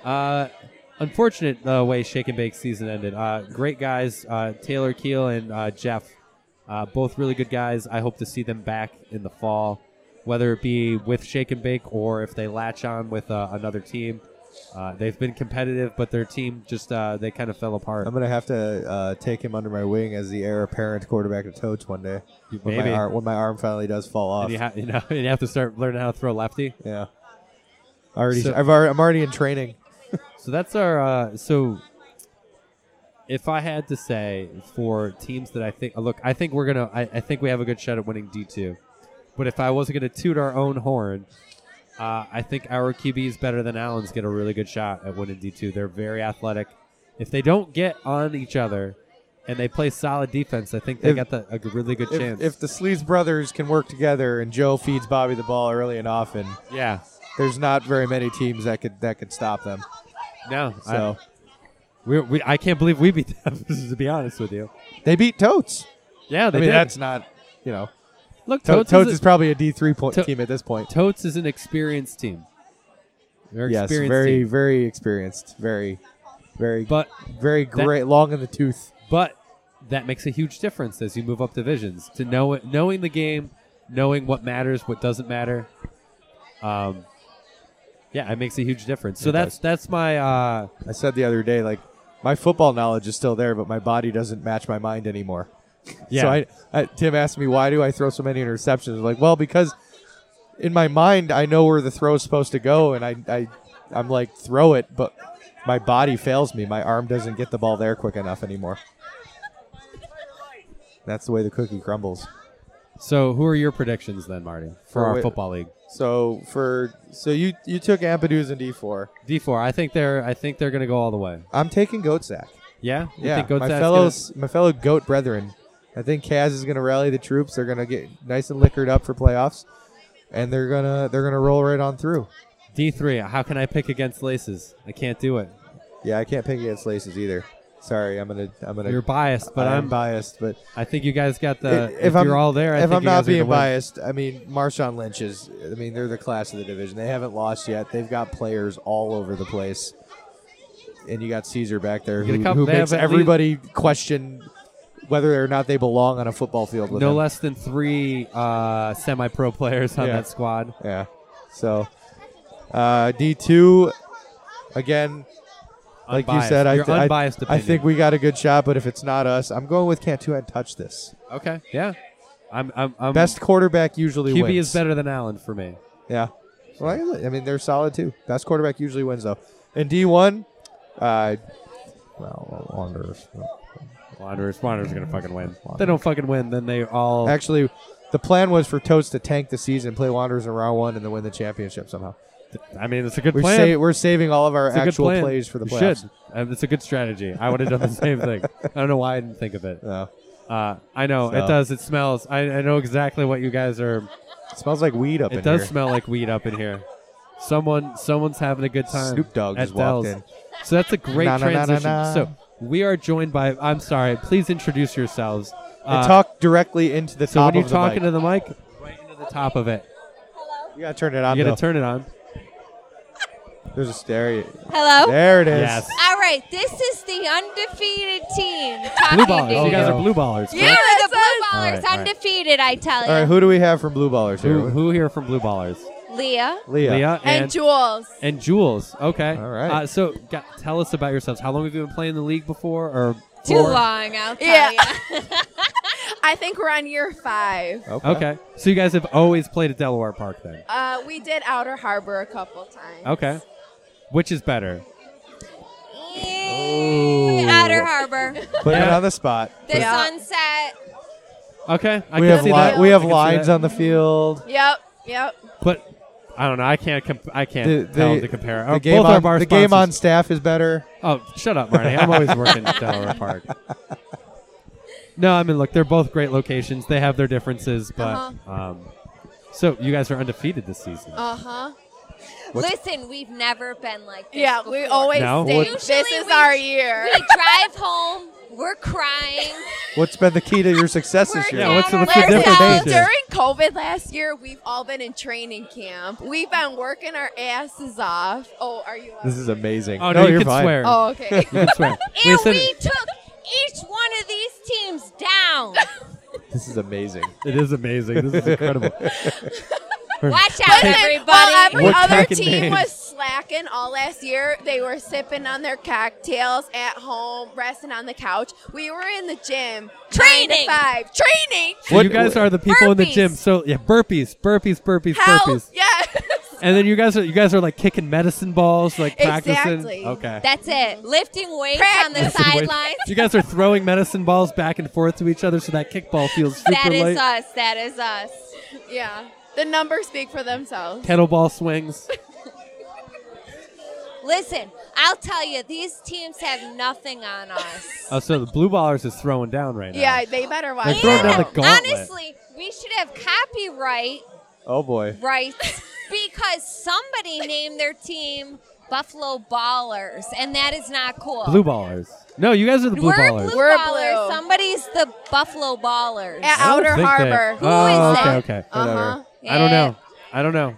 Speaker 2: Uh, unfortunate the way Shake and Bake season ended. Uh, great guys, uh, Taylor Keel and uh, Jeff, uh, both really good guys. I hope to see them back in the fall, whether it be with Shake and Bake or if they latch on with uh, another team. Uh, they've been competitive, but their team just uh, they kind of fell apart.
Speaker 1: I'm gonna have to uh, take him under my wing as the heir apparent quarterback of Toads one day. When
Speaker 2: Maybe.
Speaker 1: my, arm, when my arm finally does fall off.
Speaker 2: And you, ha- you know, [laughs] and you have to start learning how to throw lefty.
Speaker 1: yeah. Already,
Speaker 2: So-
Speaker 1: I've already, I'm already in training.
Speaker 2: So that's our. Uh, so if I had to say for teams that I think, look, I think we're gonna, I, I think we have a good shot at winning D two. But if I wasn't gonna toot our own horn, Uh, I think our QBs better than Allen's get a really good shot at winning D2. They're very athletic. If they don't get on each other and they play solid defense, I think they
Speaker 1: If-
Speaker 2: got the, a g- really good
Speaker 1: If,
Speaker 2: chance.
Speaker 1: if the Sleaze brothers can work together and Joe feeds Bobby the ball early and often,
Speaker 2: yeah.
Speaker 1: there's not very many teams that could that could stop them.
Speaker 2: No.
Speaker 1: So
Speaker 2: I, we, we, I can't believe we beat [laughs] them, to be honest with you.
Speaker 1: they beat Totes.
Speaker 2: Yeah, they
Speaker 1: I mean,
Speaker 2: did.
Speaker 1: that's not you know
Speaker 2: Look,
Speaker 1: To- Totes,
Speaker 2: Totes, is,
Speaker 1: is, probably a D three point
Speaker 2: To-
Speaker 1: team at this point.
Speaker 2: Totes is an experienced team. They're
Speaker 1: Yes,
Speaker 2: experienced
Speaker 1: very
Speaker 2: team.
Speaker 1: very experienced, very very
Speaker 2: But
Speaker 1: very great, long in the tooth.
Speaker 2: But that makes a huge difference as you move up divisions to know it, knowing the game, knowing what matters, what doesn't matter. Um, yeah, it makes a huge difference. So
Speaker 1: It
Speaker 2: that's
Speaker 1: does.
Speaker 2: that's my uh,
Speaker 1: I said the other day, like my football knowledge is still there, but my body doesn't match my mind anymore.
Speaker 2: yeah.
Speaker 1: So I, I, Tim asked me why do I throw so many interceptions? I'm like, well, because in my mind I know where the throw is supposed to go, and I, I, I'm like throw it, but my body fails me. My arm doesn't get the ball there quick enough anymore. That's the way the cookie crumbles.
Speaker 2: so who are your predictions then, Marty, for our
Speaker 1: Wait.
Speaker 2: football league?
Speaker 1: So for so you you took Ampadu's and D four.
Speaker 2: D four. I think they're I think they're gonna go all the way.
Speaker 1: I'm taking Goatsack.
Speaker 2: Yeah. You
Speaker 1: yeah,
Speaker 2: Think Goat's
Speaker 1: my
Speaker 2: Ass
Speaker 1: fellows, my fellow goat brethren. I think Kaz is going to rally the troops. They're going to get nice and liquored up for playoffs, and they're gonna they're gonna roll right on through.
Speaker 2: gonna- D three. How can I pick against Laces? I can't do it.
Speaker 1: Yeah, I can't pick against laces either. Sorry, I'm gonna I'm gonna.
Speaker 2: You're biased, but
Speaker 1: I am
Speaker 2: I'm.
Speaker 1: biased, but
Speaker 2: I think you guys got the.
Speaker 1: i-
Speaker 2: If, you're all there, I
Speaker 1: if
Speaker 2: think
Speaker 1: I'm
Speaker 2: you
Speaker 1: not
Speaker 2: guys are gonna
Speaker 1: being
Speaker 2: win.
Speaker 1: biased, I mean Marshawn Lynch is. I mean they're the class of the division. They haven't lost yet. They've got players all over the place, and you got Caesar back there
Speaker 2: get a
Speaker 1: who,
Speaker 2: couple-
Speaker 1: who
Speaker 2: they
Speaker 1: makes
Speaker 2: have at least-
Speaker 1: everybody question whether or not they belong on a football field. With
Speaker 2: no
Speaker 1: him.
Speaker 2: less than three uh, semi-pro players on
Speaker 1: Yeah.
Speaker 2: that squad.
Speaker 1: Yeah. So uh, D two again, like
Speaker 2: Unbiased.
Speaker 1: you said, I,
Speaker 2: Your
Speaker 1: th- I-
Speaker 2: unbiased
Speaker 1: I
Speaker 2: opinion.
Speaker 1: think we got a good shot, but if it's not us, I'm going with Cantu and touch this.
Speaker 2: Okay, yeah. I'm, I'm, I'm
Speaker 1: Best quarterback usually
Speaker 2: QB
Speaker 1: wins.
Speaker 2: is better than Allen for me.
Speaker 1: Yeah. Well, I I mean they're solid too. Best quarterback usually wins though. In D one, uh, well, Wanderers.
Speaker 2: Wanderers, Wanderers are gonna fucking win. If They don't fucking win, then they all.
Speaker 1: Actually, the plan was for Toast to tank the season, play Wanderers in round one, and then win the championship somehow.
Speaker 2: I mean, it's a good
Speaker 1: We're,
Speaker 2: plan.
Speaker 1: sa- we're saving all of our
Speaker 2: It's a good
Speaker 1: actual
Speaker 2: plan.
Speaker 1: plays for the
Speaker 2: You
Speaker 1: playoffs.
Speaker 2: should. Um, it's a good strategy. I would have
Speaker 1: [laughs]
Speaker 2: done the same thing. I don't know why I didn't think of it.
Speaker 1: Yeah.
Speaker 2: Uh, I know it
Speaker 1: So.
Speaker 2: does. It smells. I, I know exactly what you guys are.
Speaker 1: smells like weed up
Speaker 2: It
Speaker 1: in
Speaker 2: does
Speaker 1: here.
Speaker 2: smell like weed up in here. Someone, someone's having a good time.
Speaker 1: Snoop Dogg
Speaker 2: at
Speaker 1: just walked
Speaker 2: Dell's.
Speaker 1: in.
Speaker 2: So that's a great
Speaker 1: Na, na, na, na,
Speaker 2: transition.
Speaker 1: na.
Speaker 2: So we are joined by. I'm sorry. Please introduce yourselves.
Speaker 1: and
Speaker 2: Uh,
Speaker 1: talk directly into the
Speaker 2: so
Speaker 1: top
Speaker 2: when you're
Speaker 1: of
Speaker 2: talking
Speaker 1: the mic.
Speaker 2: to the mic, right into the top of it.
Speaker 1: you gotta turn it on.
Speaker 2: You
Speaker 1: Though.
Speaker 2: gotta turn it on.
Speaker 1: There's a stereo.
Speaker 7: Hello?
Speaker 1: There it is.
Speaker 2: Yes.
Speaker 7: All right, this is the undefeated team
Speaker 2: Blue
Speaker 7: talking to
Speaker 2: ballers.
Speaker 7: you.
Speaker 2: You guys
Speaker 1: no.
Speaker 2: are blue ballers.
Speaker 7: You
Speaker 2: correct?
Speaker 7: are the blue
Speaker 2: All
Speaker 7: ballers,
Speaker 2: right, all right.
Speaker 7: undefeated, I tell
Speaker 1: All right,
Speaker 7: you.
Speaker 1: who do we have from Blue Ballers here?
Speaker 2: Who, who here from blue ballers?
Speaker 7: Leah
Speaker 1: Leah.
Speaker 2: Leah
Speaker 7: and,
Speaker 2: and
Speaker 7: Jules.
Speaker 2: and Jules. Okay.
Speaker 1: All right.
Speaker 2: Uh, so ga- tell us about yourselves. How long have you been playing the league before? Or
Speaker 7: Too
Speaker 2: or-
Speaker 7: long, I'll tell
Speaker 8: Yeah.
Speaker 7: you.
Speaker 8: I think we're on year five.
Speaker 1: Okay.
Speaker 2: Okay. So you guys have always played at Delaware Park then.
Speaker 8: Uh, we did Outer Harbor a couple times.
Speaker 2: Okay. Which is better?
Speaker 7: Eee, [laughs] Outer Harbor,
Speaker 1: Put it
Speaker 2: Yeah.
Speaker 1: on the spot.
Speaker 7: the
Speaker 8: Yeah.
Speaker 7: sunset.
Speaker 2: Okay. I
Speaker 1: we
Speaker 2: can
Speaker 1: have
Speaker 2: see
Speaker 1: li-
Speaker 2: that.
Speaker 1: we have
Speaker 2: I can see
Speaker 1: lines
Speaker 2: that.
Speaker 1: on the field.
Speaker 8: Yep. Yep.
Speaker 2: But I don't know. I can't. Comp- I can't
Speaker 1: The,
Speaker 2: tell
Speaker 1: the-
Speaker 2: to compare.
Speaker 1: the
Speaker 2: Oh,
Speaker 1: game
Speaker 2: both
Speaker 1: on
Speaker 2: our bar
Speaker 1: the game on
Speaker 2: sponsors-
Speaker 1: staff is better.
Speaker 2: Oh, shut up, Marty. I'm always working at Delaware
Speaker 1: [laughs]
Speaker 2: Park. No, I mean, look, they're both great locations. They have their differences, but um, so you guys are undefeated this season.
Speaker 8: Uh huh.
Speaker 7: Listen, we've never been like this.
Speaker 8: Yeah, we
Speaker 7: before.
Speaker 8: always
Speaker 2: No?
Speaker 8: stay.
Speaker 2: What-
Speaker 8: This
Speaker 7: Usually
Speaker 8: is
Speaker 7: we-
Speaker 8: our year.
Speaker 7: We drive home. We're crying.
Speaker 1: What's been the key to your success this
Speaker 7: We're
Speaker 1: year?
Speaker 2: Yeah, what's-
Speaker 7: down
Speaker 2: what's
Speaker 7: on
Speaker 2: the
Speaker 7: our
Speaker 2: difference?
Speaker 7: luck.
Speaker 8: Well,
Speaker 2: Thank you.
Speaker 8: during COVID last year, we've all been in training camp. We've been working our asses off. Oh, are you?
Speaker 1: This is amazing.
Speaker 2: oh no, you
Speaker 1: you're
Speaker 2: can
Speaker 1: fine.
Speaker 2: swear.
Speaker 8: oh, okay.
Speaker 2: You can swear.
Speaker 7: And
Speaker 2: Listen,
Speaker 7: we took each one of these teams
Speaker 2: [laughs]
Speaker 7: down.
Speaker 1: This is amazing.
Speaker 2: it is amazing. This is
Speaker 1: [laughs]
Speaker 2: incredible.
Speaker 7: Watch out,
Speaker 8: Listen,
Speaker 7: everybody.
Speaker 8: While every
Speaker 2: What
Speaker 8: other
Speaker 2: cracking
Speaker 8: team
Speaker 2: names.
Speaker 8: was slacking all last year, they were sipping on their cocktails at home, resting on the couch. We were in the gym,
Speaker 7: Training.
Speaker 8: nine to five training.
Speaker 2: So you guys are the people in the gym.
Speaker 7: Burpees.
Speaker 2: So yeah, burpees, burpees, burpees,
Speaker 8: Hell
Speaker 2: burpees.
Speaker 8: yes. [laughs]
Speaker 2: And then you guys are you guys are like kicking medicine balls, like practicing. [laughs]
Speaker 8: Exactly.
Speaker 2: Okay.
Speaker 7: That's it. Lifting weights on the
Speaker 2: Listen, wait.
Speaker 7: sidelines.
Speaker 2: You guys are throwing medicine
Speaker 7: [laughs]
Speaker 2: balls back and forth to each other, so that kickball feels super
Speaker 7: That is
Speaker 2: light.
Speaker 7: us. That is us.
Speaker 8: yeah. The numbers speak for themselves.
Speaker 2: Kettleball swings.
Speaker 7: Listen, I'll tell you, these teams have nothing on us.
Speaker 2: Oh, so the blue ballers is throwing down right now.
Speaker 8: Yeah, they better watch.
Speaker 2: They're throwing down the
Speaker 7: And
Speaker 2: gauntlet.
Speaker 7: honestly, we should have copyright
Speaker 1: Oh boy.
Speaker 7: rights [laughs] because somebody named their team Buffalo Ballers, and that is not cool.
Speaker 2: Blue ballers. No, you guys are the blue
Speaker 7: We're
Speaker 2: ballers.
Speaker 7: blue
Speaker 8: We're
Speaker 7: ballers.
Speaker 8: blue.
Speaker 7: Somebody's the Buffalo Ballers.
Speaker 8: At
Speaker 2: I don't
Speaker 8: Outer
Speaker 2: think they-
Speaker 8: Harbor.
Speaker 7: Who
Speaker 2: oh,
Speaker 7: is
Speaker 2: okay,
Speaker 7: that?
Speaker 2: okay.
Speaker 8: Uh-huh.
Speaker 2: I don't
Speaker 7: Yeah.
Speaker 2: know. I don't know.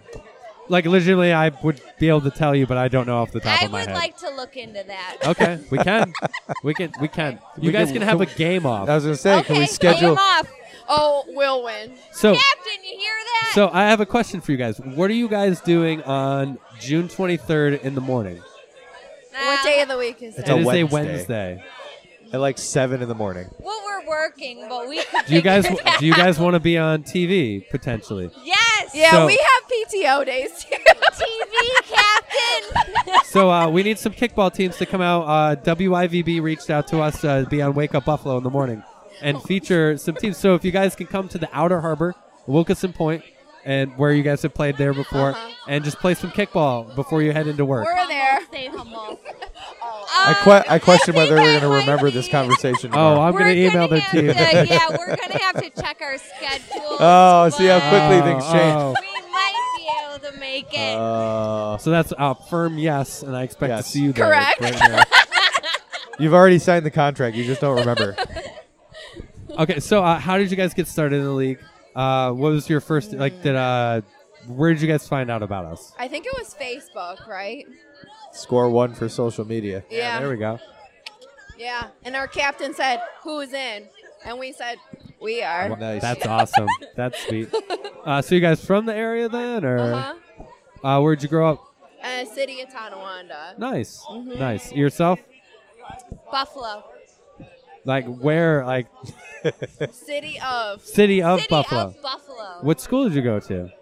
Speaker 2: Like literally, I would be able to tell you, but I don't know off the top
Speaker 7: I
Speaker 2: of my
Speaker 7: would
Speaker 2: head.
Speaker 7: like to look into that.
Speaker 2: okay, we can, we can, we
Speaker 7: [laughs]
Speaker 2: can. You
Speaker 1: We
Speaker 2: guys
Speaker 1: can-
Speaker 2: can, have a game off.
Speaker 1: I was gonna say,
Speaker 7: okay,
Speaker 1: can we
Speaker 7: game
Speaker 1: schedule?
Speaker 7: off.
Speaker 8: Oh, we'll win.
Speaker 2: so,
Speaker 7: Captain, you hear that?
Speaker 2: Oh. so I have a question for you guys. What are you guys doing on June 23rd in the morning?
Speaker 7: Nah,
Speaker 8: what day of the week is
Speaker 2: It is
Speaker 8: that?
Speaker 1: It's a
Speaker 2: a
Speaker 1: Wednesday.
Speaker 2: Wednesday.
Speaker 1: At like seven in the morning.
Speaker 7: Well, we're working, but we could
Speaker 2: Do you guys
Speaker 7: figure it
Speaker 2: do you
Speaker 7: out.
Speaker 2: guys want to be on TV potentially?
Speaker 7: [laughs] Yes.
Speaker 8: yeah,
Speaker 2: So-
Speaker 8: we have PTO days [laughs] too.
Speaker 7: TV captain.
Speaker 2: So uh, we need some kickball teams to come out. Uh, WIVB reached out to us uh, to be on Wake Up Buffalo in the morning and feature some teams. So if you guys can come to the Outer Harbor, Wilkeson Point, and where you guys have played there before, and just play some kickball before you head into work.
Speaker 8: We're there.
Speaker 7: Stay humble. Um, Uh,
Speaker 1: I, que- I question whether we're gonna remember this conversation.
Speaker 2: Oh,
Speaker 1: tomorrow.
Speaker 2: I'm going to email their team. [laughs]
Speaker 7: yeah, we're gonna have to check our schedule.
Speaker 1: Oh, see how quickly
Speaker 2: Oh,
Speaker 1: things change.
Speaker 7: we might be able to make it.
Speaker 1: Uh,
Speaker 2: oh. So that's a firm yes, and I expect
Speaker 1: Yes.
Speaker 2: to see you there.
Speaker 8: Correct.
Speaker 2: right now.
Speaker 1: you've already signed the contract. You just don't remember. [laughs]
Speaker 2: Okay, so uh, how did you guys get started in the league? Uh, what was your first like? Did uh, where did you guys find out about us?
Speaker 8: I think it was Facebook, right?
Speaker 1: Score one for social media.
Speaker 8: Yeah.
Speaker 2: There we go.
Speaker 8: yeah. And our captain said, "Who's in?" And we said, "We are."
Speaker 1: Wow. Nice.
Speaker 2: That's awesome. That's sweet.
Speaker 8: [laughs]
Speaker 2: Uh, so you guys from the area then, or
Speaker 8: Uh-huh.
Speaker 2: uh, where'd you grow up?
Speaker 8: Uh, city of Tonawanda.
Speaker 2: Nice,
Speaker 8: Mm-hmm.
Speaker 2: nice. Yourself?
Speaker 7: Buffalo.
Speaker 2: Like where? Like
Speaker 8: City of.
Speaker 2: city of
Speaker 7: City
Speaker 2: Buffalo.
Speaker 7: of Buffalo.
Speaker 2: what school did you go to?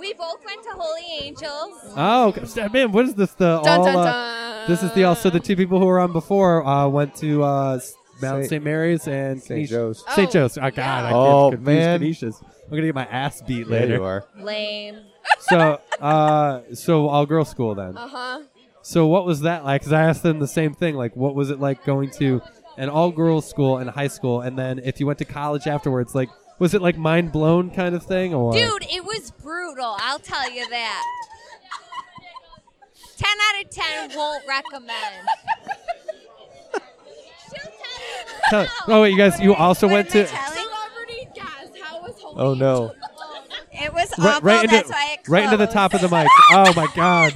Speaker 7: We both went to Holy Angels.
Speaker 2: Oh okay. So, man, what is this? The
Speaker 8: Dun
Speaker 2: all.
Speaker 8: dun
Speaker 2: uh,
Speaker 8: dun.
Speaker 2: this is the all. So the two people who were on before uh, went to uh, s- Mount
Speaker 1: Saint-
Speaker 2: St. Mary's and
Speaker 1: St.
Speaker 2: Canisius-
Speaker 1: Joe's.
Speaker 2: St.
Speaker 8: Oh,
Speaker 2: Joe's. Oh God,
Speaker 8: yeah.
Speaker 2: I get
Speaker 1: Oh,
Speaker 2: confused.
Speaker 1: man.
Speaker 2: Canisius. I'm gonna get my ass beat
Speaker 1: There you
Speaker 2: later.
Speaker 1: are.
Speaker 7: Lame.
Speaker 2: so, uh, so all girl school then.
Speaker 8: Uh
Speaker 3: Uh-huh.
Speaker 8: huh.
Speaker 2: So what was that like? Because I asked them the same thing. Like, what was it like going to an all-girls school in high school, and then if you went to college afterwards, like, was it like mind blown kind of thing? Or
Speaker 7: Dude, it was brutal. I'll tell you that. 10 out of 10 won't recommend. She'll tell you.
Speaker 2: Tell- oh wait, you guys, you also went to
Speaker 8: Celebrity guest. How was Holy
Speaker 1: Oh no.
Speaker 3: It was
Speaker 2: right,
Speaker 3: awful.
Speaker 2: right
Speaker 3: uh, That's
Speaker 2: into
Speaker 3: why it
Speaker 2: right into the
Speaker 3: closed.
Speaker 2: top of the mic. Oh my
Speaker 3: [laughs]
Speaker 2: god,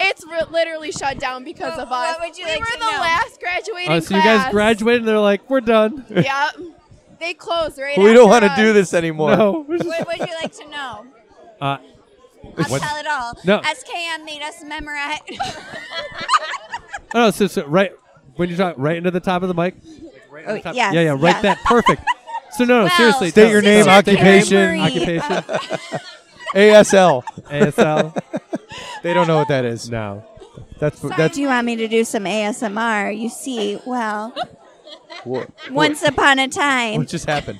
Speaker 8: It's re- literally shut down because
Speaker 7: What-
Speaker 8: of us.
Speaker 7: what would you
Speaker 8: we
Speaker 7: like
Speaker 8: were
Speaker 7: to
Speaker 8: the
Speaker 7: know?
Speaker 8: last graduating
Speaker 2: Uh, so you guys
Speaker 8: class.
Speaker 2: graduated, and they're like, we're done.
Speaker 8: yep. They closed right
Speaker 1: We don't
Speaker 8: want to
Speaker 1: do this anymore.
Speaker 2: no,
Speaker 1: [laughs]
Speaker 2: we're just-
Speaker 5: What would you like to know?
Speaker 2: uh,
Speaker 5: I'll
Speaker 2: What?
Speaker 5: tell it all.
Speaker 2: No.
Speaker 5: SKM made us memorize.
Speaker 2: oh no, so, so right when you talk right into the top of the mic. Right into the top-
Speaker 3: yes,
Speaker 2: yeah, yeah, right
Speaker 3: yes.
Speaker 2: that perfect. So no, no,
Speaker 5: Well,
Speaker 2: seriously,
Speaker 1: State
Speaker 2: no,
Speaker 1: your name,
Speaker 2: state
Speaker 1: occupation,
Speaker 2: occupation,
Speaker 1: ASL.
Speaker 2: ASL.
Speaker 1: They don't know what that is.
Speaker 2: No.
Speaker 1: That's that's
Speaker 5: do you want me to do some ASMR? You see, well,
Speaker 1: what,
Speaker 5: once upon a time.
Speaker 1: what just happened.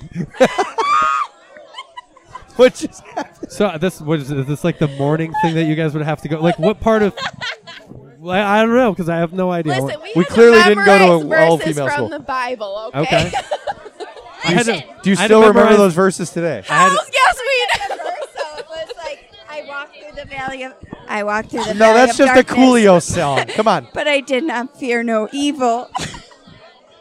Speaker 1: what just happened?
Speaker 2: So uh, this was is this like the morning thing that you guys would have to go. Like what part of? Well, I don't know because I have no idea.
Speaker 8: Listen, we,
Speaker 1: We
Speaker 8: had to
Speaker 1: clearly didn't go to
Speaker 8: memorize
Speaker 1: a all
Speaker 8: verses
Speaker 1: female
Speaker 8: from
Speaker 1: school.
Speaker 8: the Bible. Okay.
Speaker 2: okay. I had to-
Speaker 1: Do you
Speaker 2: I had to
Speaker 1: still remember
Speaker 2: memorize-
Speaker 1: those verses today?
Speaker 2: I had to-
Speaker 8: yes, we did.
Speaker 5: so it was like I walked through the valley of I walked through the
Speaker 1: No,
Speaker 5: valley
Speaker 1: that's
Speaker 5: of
Speaker 1: just a
Speaker 5: darkness,
Speaker 1: Coolio song. Come on,
Speaker 5: But I did not fear no
Speaker 2: [laughs]
Speaker 5: evil.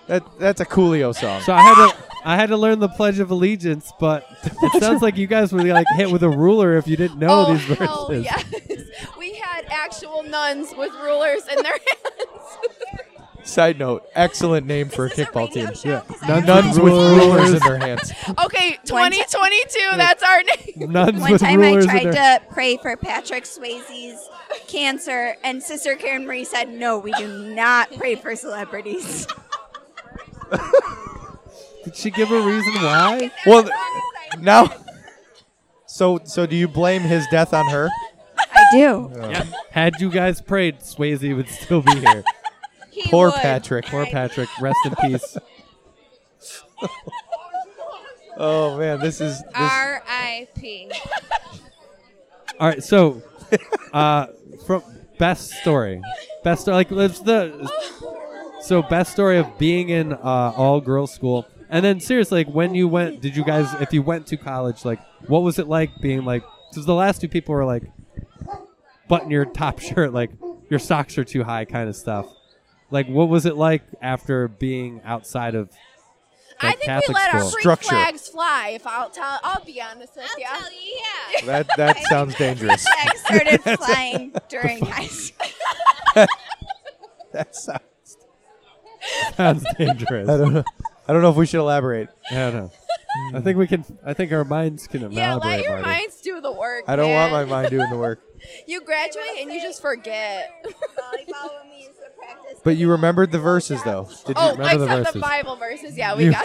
Speaker 1: that that's a Coolio song.
Speaker 2: so I had to I had to learn the Pledge of Allegiance, but it sounds like you guys were like hit with a ruler if you didn't know
Speaker 8: oh,
Speaker 2: these verses.
Speaker 8: hell yes. We had actual nuns with rulers in their hands.
Speaker 1: Side note: excellent name for a kickball
Speaker 7: [laughs]
Speaker 1: team.
Speaker 2: Yeah.
Speaker 5: Nuns
Speaker 1: Nuns with
Speaker 2: Rulers.
Speaker 1: rulers in their hands.
Speaker 8: Okay, 2022, that's our name.
Speaker 2: [laughs] Nuns
Speaker 5: One
Speaker 2: with
Speaker 5: time I
Speaker 2: rulers in
Speaker 5: tried
Speaker 2: their-
Speaker 5: to pray for Patrick Swayze's cancer, and Sister Karen Marie said, "No, we do not pray for celebrities."
Speaker 2: Did she give a reason why?
Speaker 1: Well, th- now, [laughs] so so do you blame his death on her?
Speaker 5: I do.
Speaker 2: Had you guys prayed, Swayze would still be here.
Speaker 7: [laughs] He
Speaker 1: Poor
Speaker 7: would.
Speaker 8: [laughs]
Speaker 1: Patrick.
Speaker 2: Poor Patrick, rest in peace.
Speaker 1: Oh man, this is this,
Speaker 7: R.I.P.
Speaker 2: All right, so uh, from best story, best story, like it's the so best story of being in uh, all girls school, and then seriously, like when you went, did you guys, if you went to college, like what was it like being like? Because the last two people were like, button your top [laughs] shirt, like your socks are too high, kind of stuff. Like, what was it like after being outside of?
Speaker 8: I
Speaker 2: like,
Speaker 8: think
Speaker 2: Catholic
Speaker 8: we let
Speaker 2: school? [laughs]
Speaker 8: our freak
Speaker 1: Structure.
Speaker 8: flags fly. If I'll tell, I'll be honest with
Speaker 7: I'll
Speaker 8: you.
Speaker 7: tell you, yeah.
Speaker 1: that
Speaker 8: [laughs]
Speaker 1: that sounds dangerous.
Speaker 5: Sex
Speaker 1: [laughs]
Speaker 5: started flying during high school.
Speaker 1: That sounds,
Speaker 2: Sounds dangerous.
Speaker 1: I don't know. I don't know if we should elaborate. Hmm.
Speaker 2: I don't know. I think we can. I think our minds can
Speaker 8: Yeah, let
Speaker 2: elaborate,
Speaker 8: your
Speaker 2: Marty.
Speaker 8: minds do the work.
Speaker 1: I don't want my
Speaker 8: man.
Speaker 1: mind doing the
Speaker 8: [laughs]
Speaker 1: work.
Speaker 8: You graduate and you just forget.
Speaker 1: But you remembered the verses though. Did you
Speaker 8: Oh,
Speaker 2: remember the
Speaker 8: except the,
Speaker 2: verses?
Speaker 8: Bible verses. Yeah, we
Speaker 2: You-
Speaker 8: got.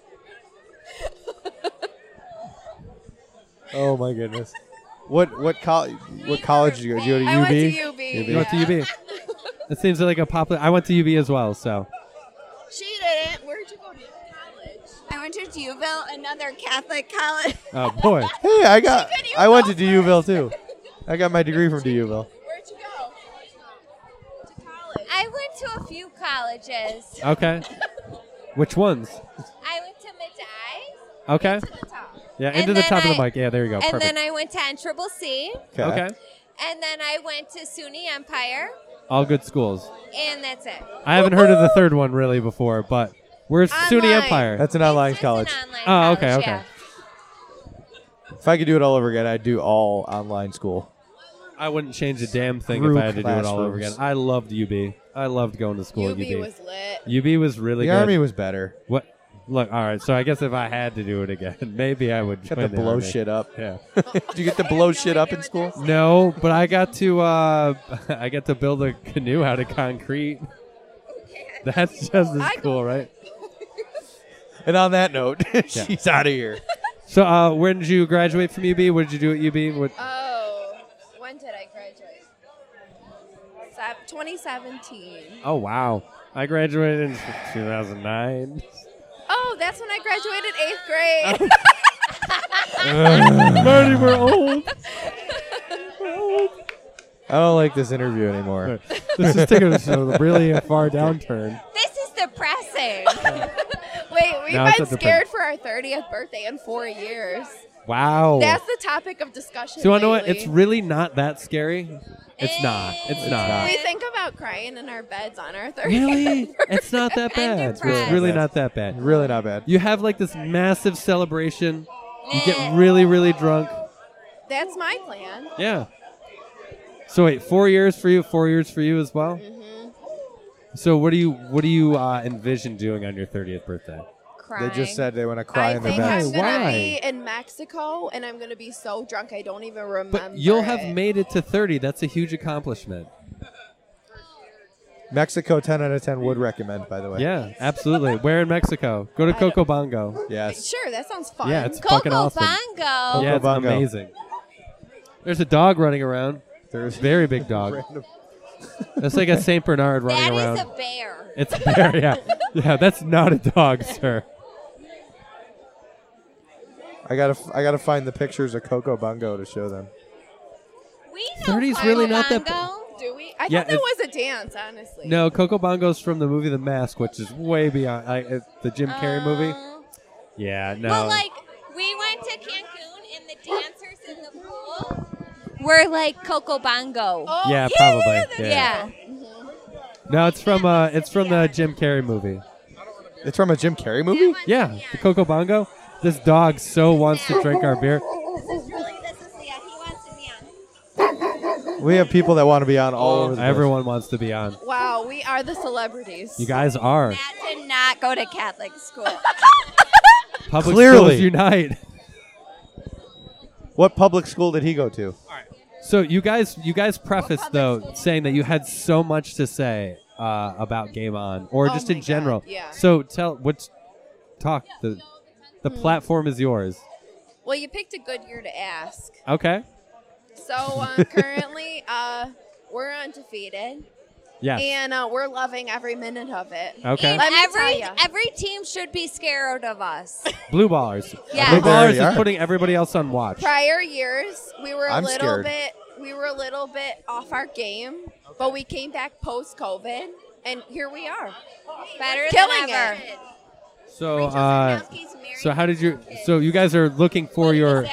Speaker 1: [laughs]
Speaker 8: [laughs]
Speaker 1: Oh my goodness. What what college what college did you go? Did you go to
Speaker 8: I
Speaker 1: UB?
Speaker 8: went to UB.
Speaker 2: You went to UB. It seems like a popular. I went to UB as well, so
Speaker 8: She didn't. Where'd you go to college?
Speaker 5: I went to Duville, another Catholic college.
Speaker 2: oh boy,
Speaker 1: Hey, I got I went to DUville too. I got my degree from DUville.
Speaker 8: Where'd you go? To college.
Speaker 7: I went to a few colleges.
Speaker 2: okay. Which ones?
Speaker 7: I went to
Speaker 1: Oh,
Speaker 7: Madai,
Speaker 2: Okay,
Speaker 7: to the top.
Speaker 2: yeah,
Speaker 7: And
Speaker 2: into the
Speaker 7: then
Speaker 2: top of the
Speaker 7: I-
Speaker 2: mic. Yeah, there you go.
Speaker 7: And
Speaker 2: Perfect.
Speaker 7: then I went to NCCC.
Speaker 2: okay,
Speaker 7: And then I went to SUNY Empire.
Speaker 2: all good schools.
Speaker 7: And that's it.
Speaker 2: I haven't heard of the third one really before, but we're SUNY
Speaker 8: Online.
Speaker 2: Empire.
Speaker 1: That's an online college.
Speaker 2: Oh, okay, okay.
Speaker 1: If I could do it all over again, I'd do all online school.
Speaker 2: I wouldn't change a damn thing if
Speaker 1: Through
Speaker 2: I had to do it all over again.
Speaker 1: classrooms.
Speaker 2: I loved UB. I loved going to school at
Speaker 8: UB
Speaker 2: UB.
Speaker 8: was lit.
Speaker 2: UB was
Speaker 1: The
Speaker 2: really good.
Speaker 1: army was better.
Speaker 2: what? Look, all right. So I guess if I had to do it again, [laughs] maybe I would.
Speaker 1: Got
Speaker 2: join
Speaker 1: to
Speaker 2: the
Speaker 1: blow
Speaker 2: Army.
Speaker 1: shit up.
Speaker 2: Yeah.
Speaker 1: [laughs] Did you get to blow shit up in school?
Speaker 2: No, but I got to uh, [laughs] I got to build a canoe out of concrete. That's just as cool, right?
Speaker 1: And on that note, [laughs] she's out of here.
Speaker 2: So, uh, when did you graduate from UB? What did you do at UB? What,
Speaker 8: Oh, when did I graduate? Sev- 2017.
Speaker 2: oh wow, I graduated in [laughs] 2009.
Speaker 8: Oh, that's when I graduated eighth grade.
Speaker 2: Marty, we're old.
Speaker 1: I don't like this interview anymore.
Speaker 2: This is taking us a really [laughs] far downturn.
Speaker 7: This is depressing.
Speaker 8: [laughs] Wait, we've
Speaker 2: No, it's
Speaker 8: been
Speaker 2: not the
Speaker 8: scared for our 30th birthday in four years.
Speaker 2: Wow.
Speaker 8: That's the topic of discussion.
Speaker 2: so you wanna know what?
Speaker 8: lately.
Speaker 2: It's really not that scary. It's not. It's not.
Speaker 8: we think about crying in our beds on our 30th.
Speaker 2: Really? It's [laughs] not that bad. It's
Speaker 7: depressed.
Speaker 2: really not that bad.
Speaker 1: Really not bad.
Speaker 2: You have like this massive celebration. You get really, really drunk.
Speaker 8: [laughs] That's my plan.
Speaker 2: Yeah. So wait, four years for you, four years for you as well.
Speaker 7: Mm-hmm.
Speaker 2: So what do you what do you uh, envision doing on your thirtieth birthday?
Speaker 1: They
Speaker 7: Crying.
Speaker 1: just said they want to cry
Speaker 8: I
Speaker 1: in their
Speaker 8: think
Speaker 1: beds.
Speaker 8: I'm gonna
Speaker 2: Why?
Speaker 8: be in Mexico and I'm gonna be so drunk I don't even remember.
Speaker 2: But you'll have
Speaker 8: it.
Speaker 2: made it to thirty. That's a huge accomplishment.
Speaker 1: Mexico, 10 out of 10 would recommend, by the way.
Speaker 2: Yeah, absolutely. Where in Mexico? Go to Coco Bongo.
Speaker 1: Yes.
Speaker 8: Sure, that sounds fun.
Speaker 2: Yeah, it's
Speaker 7: Coco
Speaker 2: fucking awesome.
Speaker 7: Bongo.
Speaker 2: Yeah, it's
Speaker 1: Bongo.
Speaker 2: amazing. There's a dog running around.
Speaker 1: There's
Speaker 2: Very big [laughs] dog.
Speaker 1: random-
Speaker 2: That's like a Saint Bernard running
Speaker 7: That
Speaker 2: around.
Speaker 7: is a bear.
Speaker 2: It's a bear, yeah. Yeah, that's not a dog, sir.
Speaker 1: I gotta, f- I gotta find the pictures of Coco Bongo to show them.
Speaker 7: We know
Speaker 2: 30 is
Speaker 7: Coco
Speaker 2: really not that
Speaker 7: Bongo.
Speaker 8: Do we? I
Speaker 2: Yeah,
Speaker 8: thought that
Speaker 2: it's-
Speaker 8: was a dance, honestly.
Speaker 2: No, Coco Bongo's from the movie The Mask, which is way beyond I, uh, the Jim Carrey movie.
Speaker 7: Uh,
Speaker 2: Yeah, no.
Speaker 7: But like, we went to Cancun and the dancers in the pool were like Coco Bongo.
Speaker 8: Oh,
Speaker 2: yeah, probably. Yeah,
Speaker 7: yeah.
Speaker 2: No, it's from uh, it's from the Jim Carrey movie.
Speaker 1: It's from a Jim Carrey movie.
Speaker 2: Yeah, the Coco Bongo. This dog so wants to drink our [laughs] beer.
Speaker 5: This is really, this is, yeah, he wants to be on.
Speaker 1: We have people that want to be on all over the place.
Speaker 2: Everyone wants to be on.
Speaker 8: Wow, we are the celebrities.
Speaker 2: You guys are
Speaker 5: Matt did not go to Catholic school.
Speaker 7: [laughs]
Speaker 2: public
Speaker 1: Clearly.
Speaker 2: schools unite.
Speaker 1: What public school did he go to?
Speaker 2: So you guys, you guys preface though saying that you had so much to say uh, about Game On, or
Speaker 8: Oh
Speaker 2: just
Speaker 8: my
Speaker 2: in general.
Speaker 8: God, yeah.
Speaker 2: So tell what's talk the the platform is yours.
Speaker 8: well, you picked a good year to ask.
Speaker 2: Okay.
Speaker 7: uh,
Speaker 8: So um, currently, uh, we're undefeated.
Speaker 2: Yes.
Speaker 8: and uh, we're loving every minute of it.
Speaker 2: Okay.
Speaker 7: And
Speaker 8: Let me
Speaker 7: every
Speaker 8: tell ya.
Speaker 7: every team should be scared of us.
Speaker 2: Blue ballers.
Speaker 7: Yeah.
Speaker 2: Blue
Speaker 7: They
Speaker 2: ballers
Speaker 1: already
Speaker 2: is
Speaker 1: are.
Speaker 2: putting everybody else on watch.
Speaker 8: Prior years, we were a
Speaker 1: I'm
Speaker 8: little
Speaker 1: scared.
Speaker 8: bit we were a little bit off our game, but we came back post COVID, and here we are.
Speaker 7: Better
Speaker 8: Killing
Speaker 7: than ever.
Speaker 8: it.
Speaker 2: So, uh, so how did you? So you guys are looking for your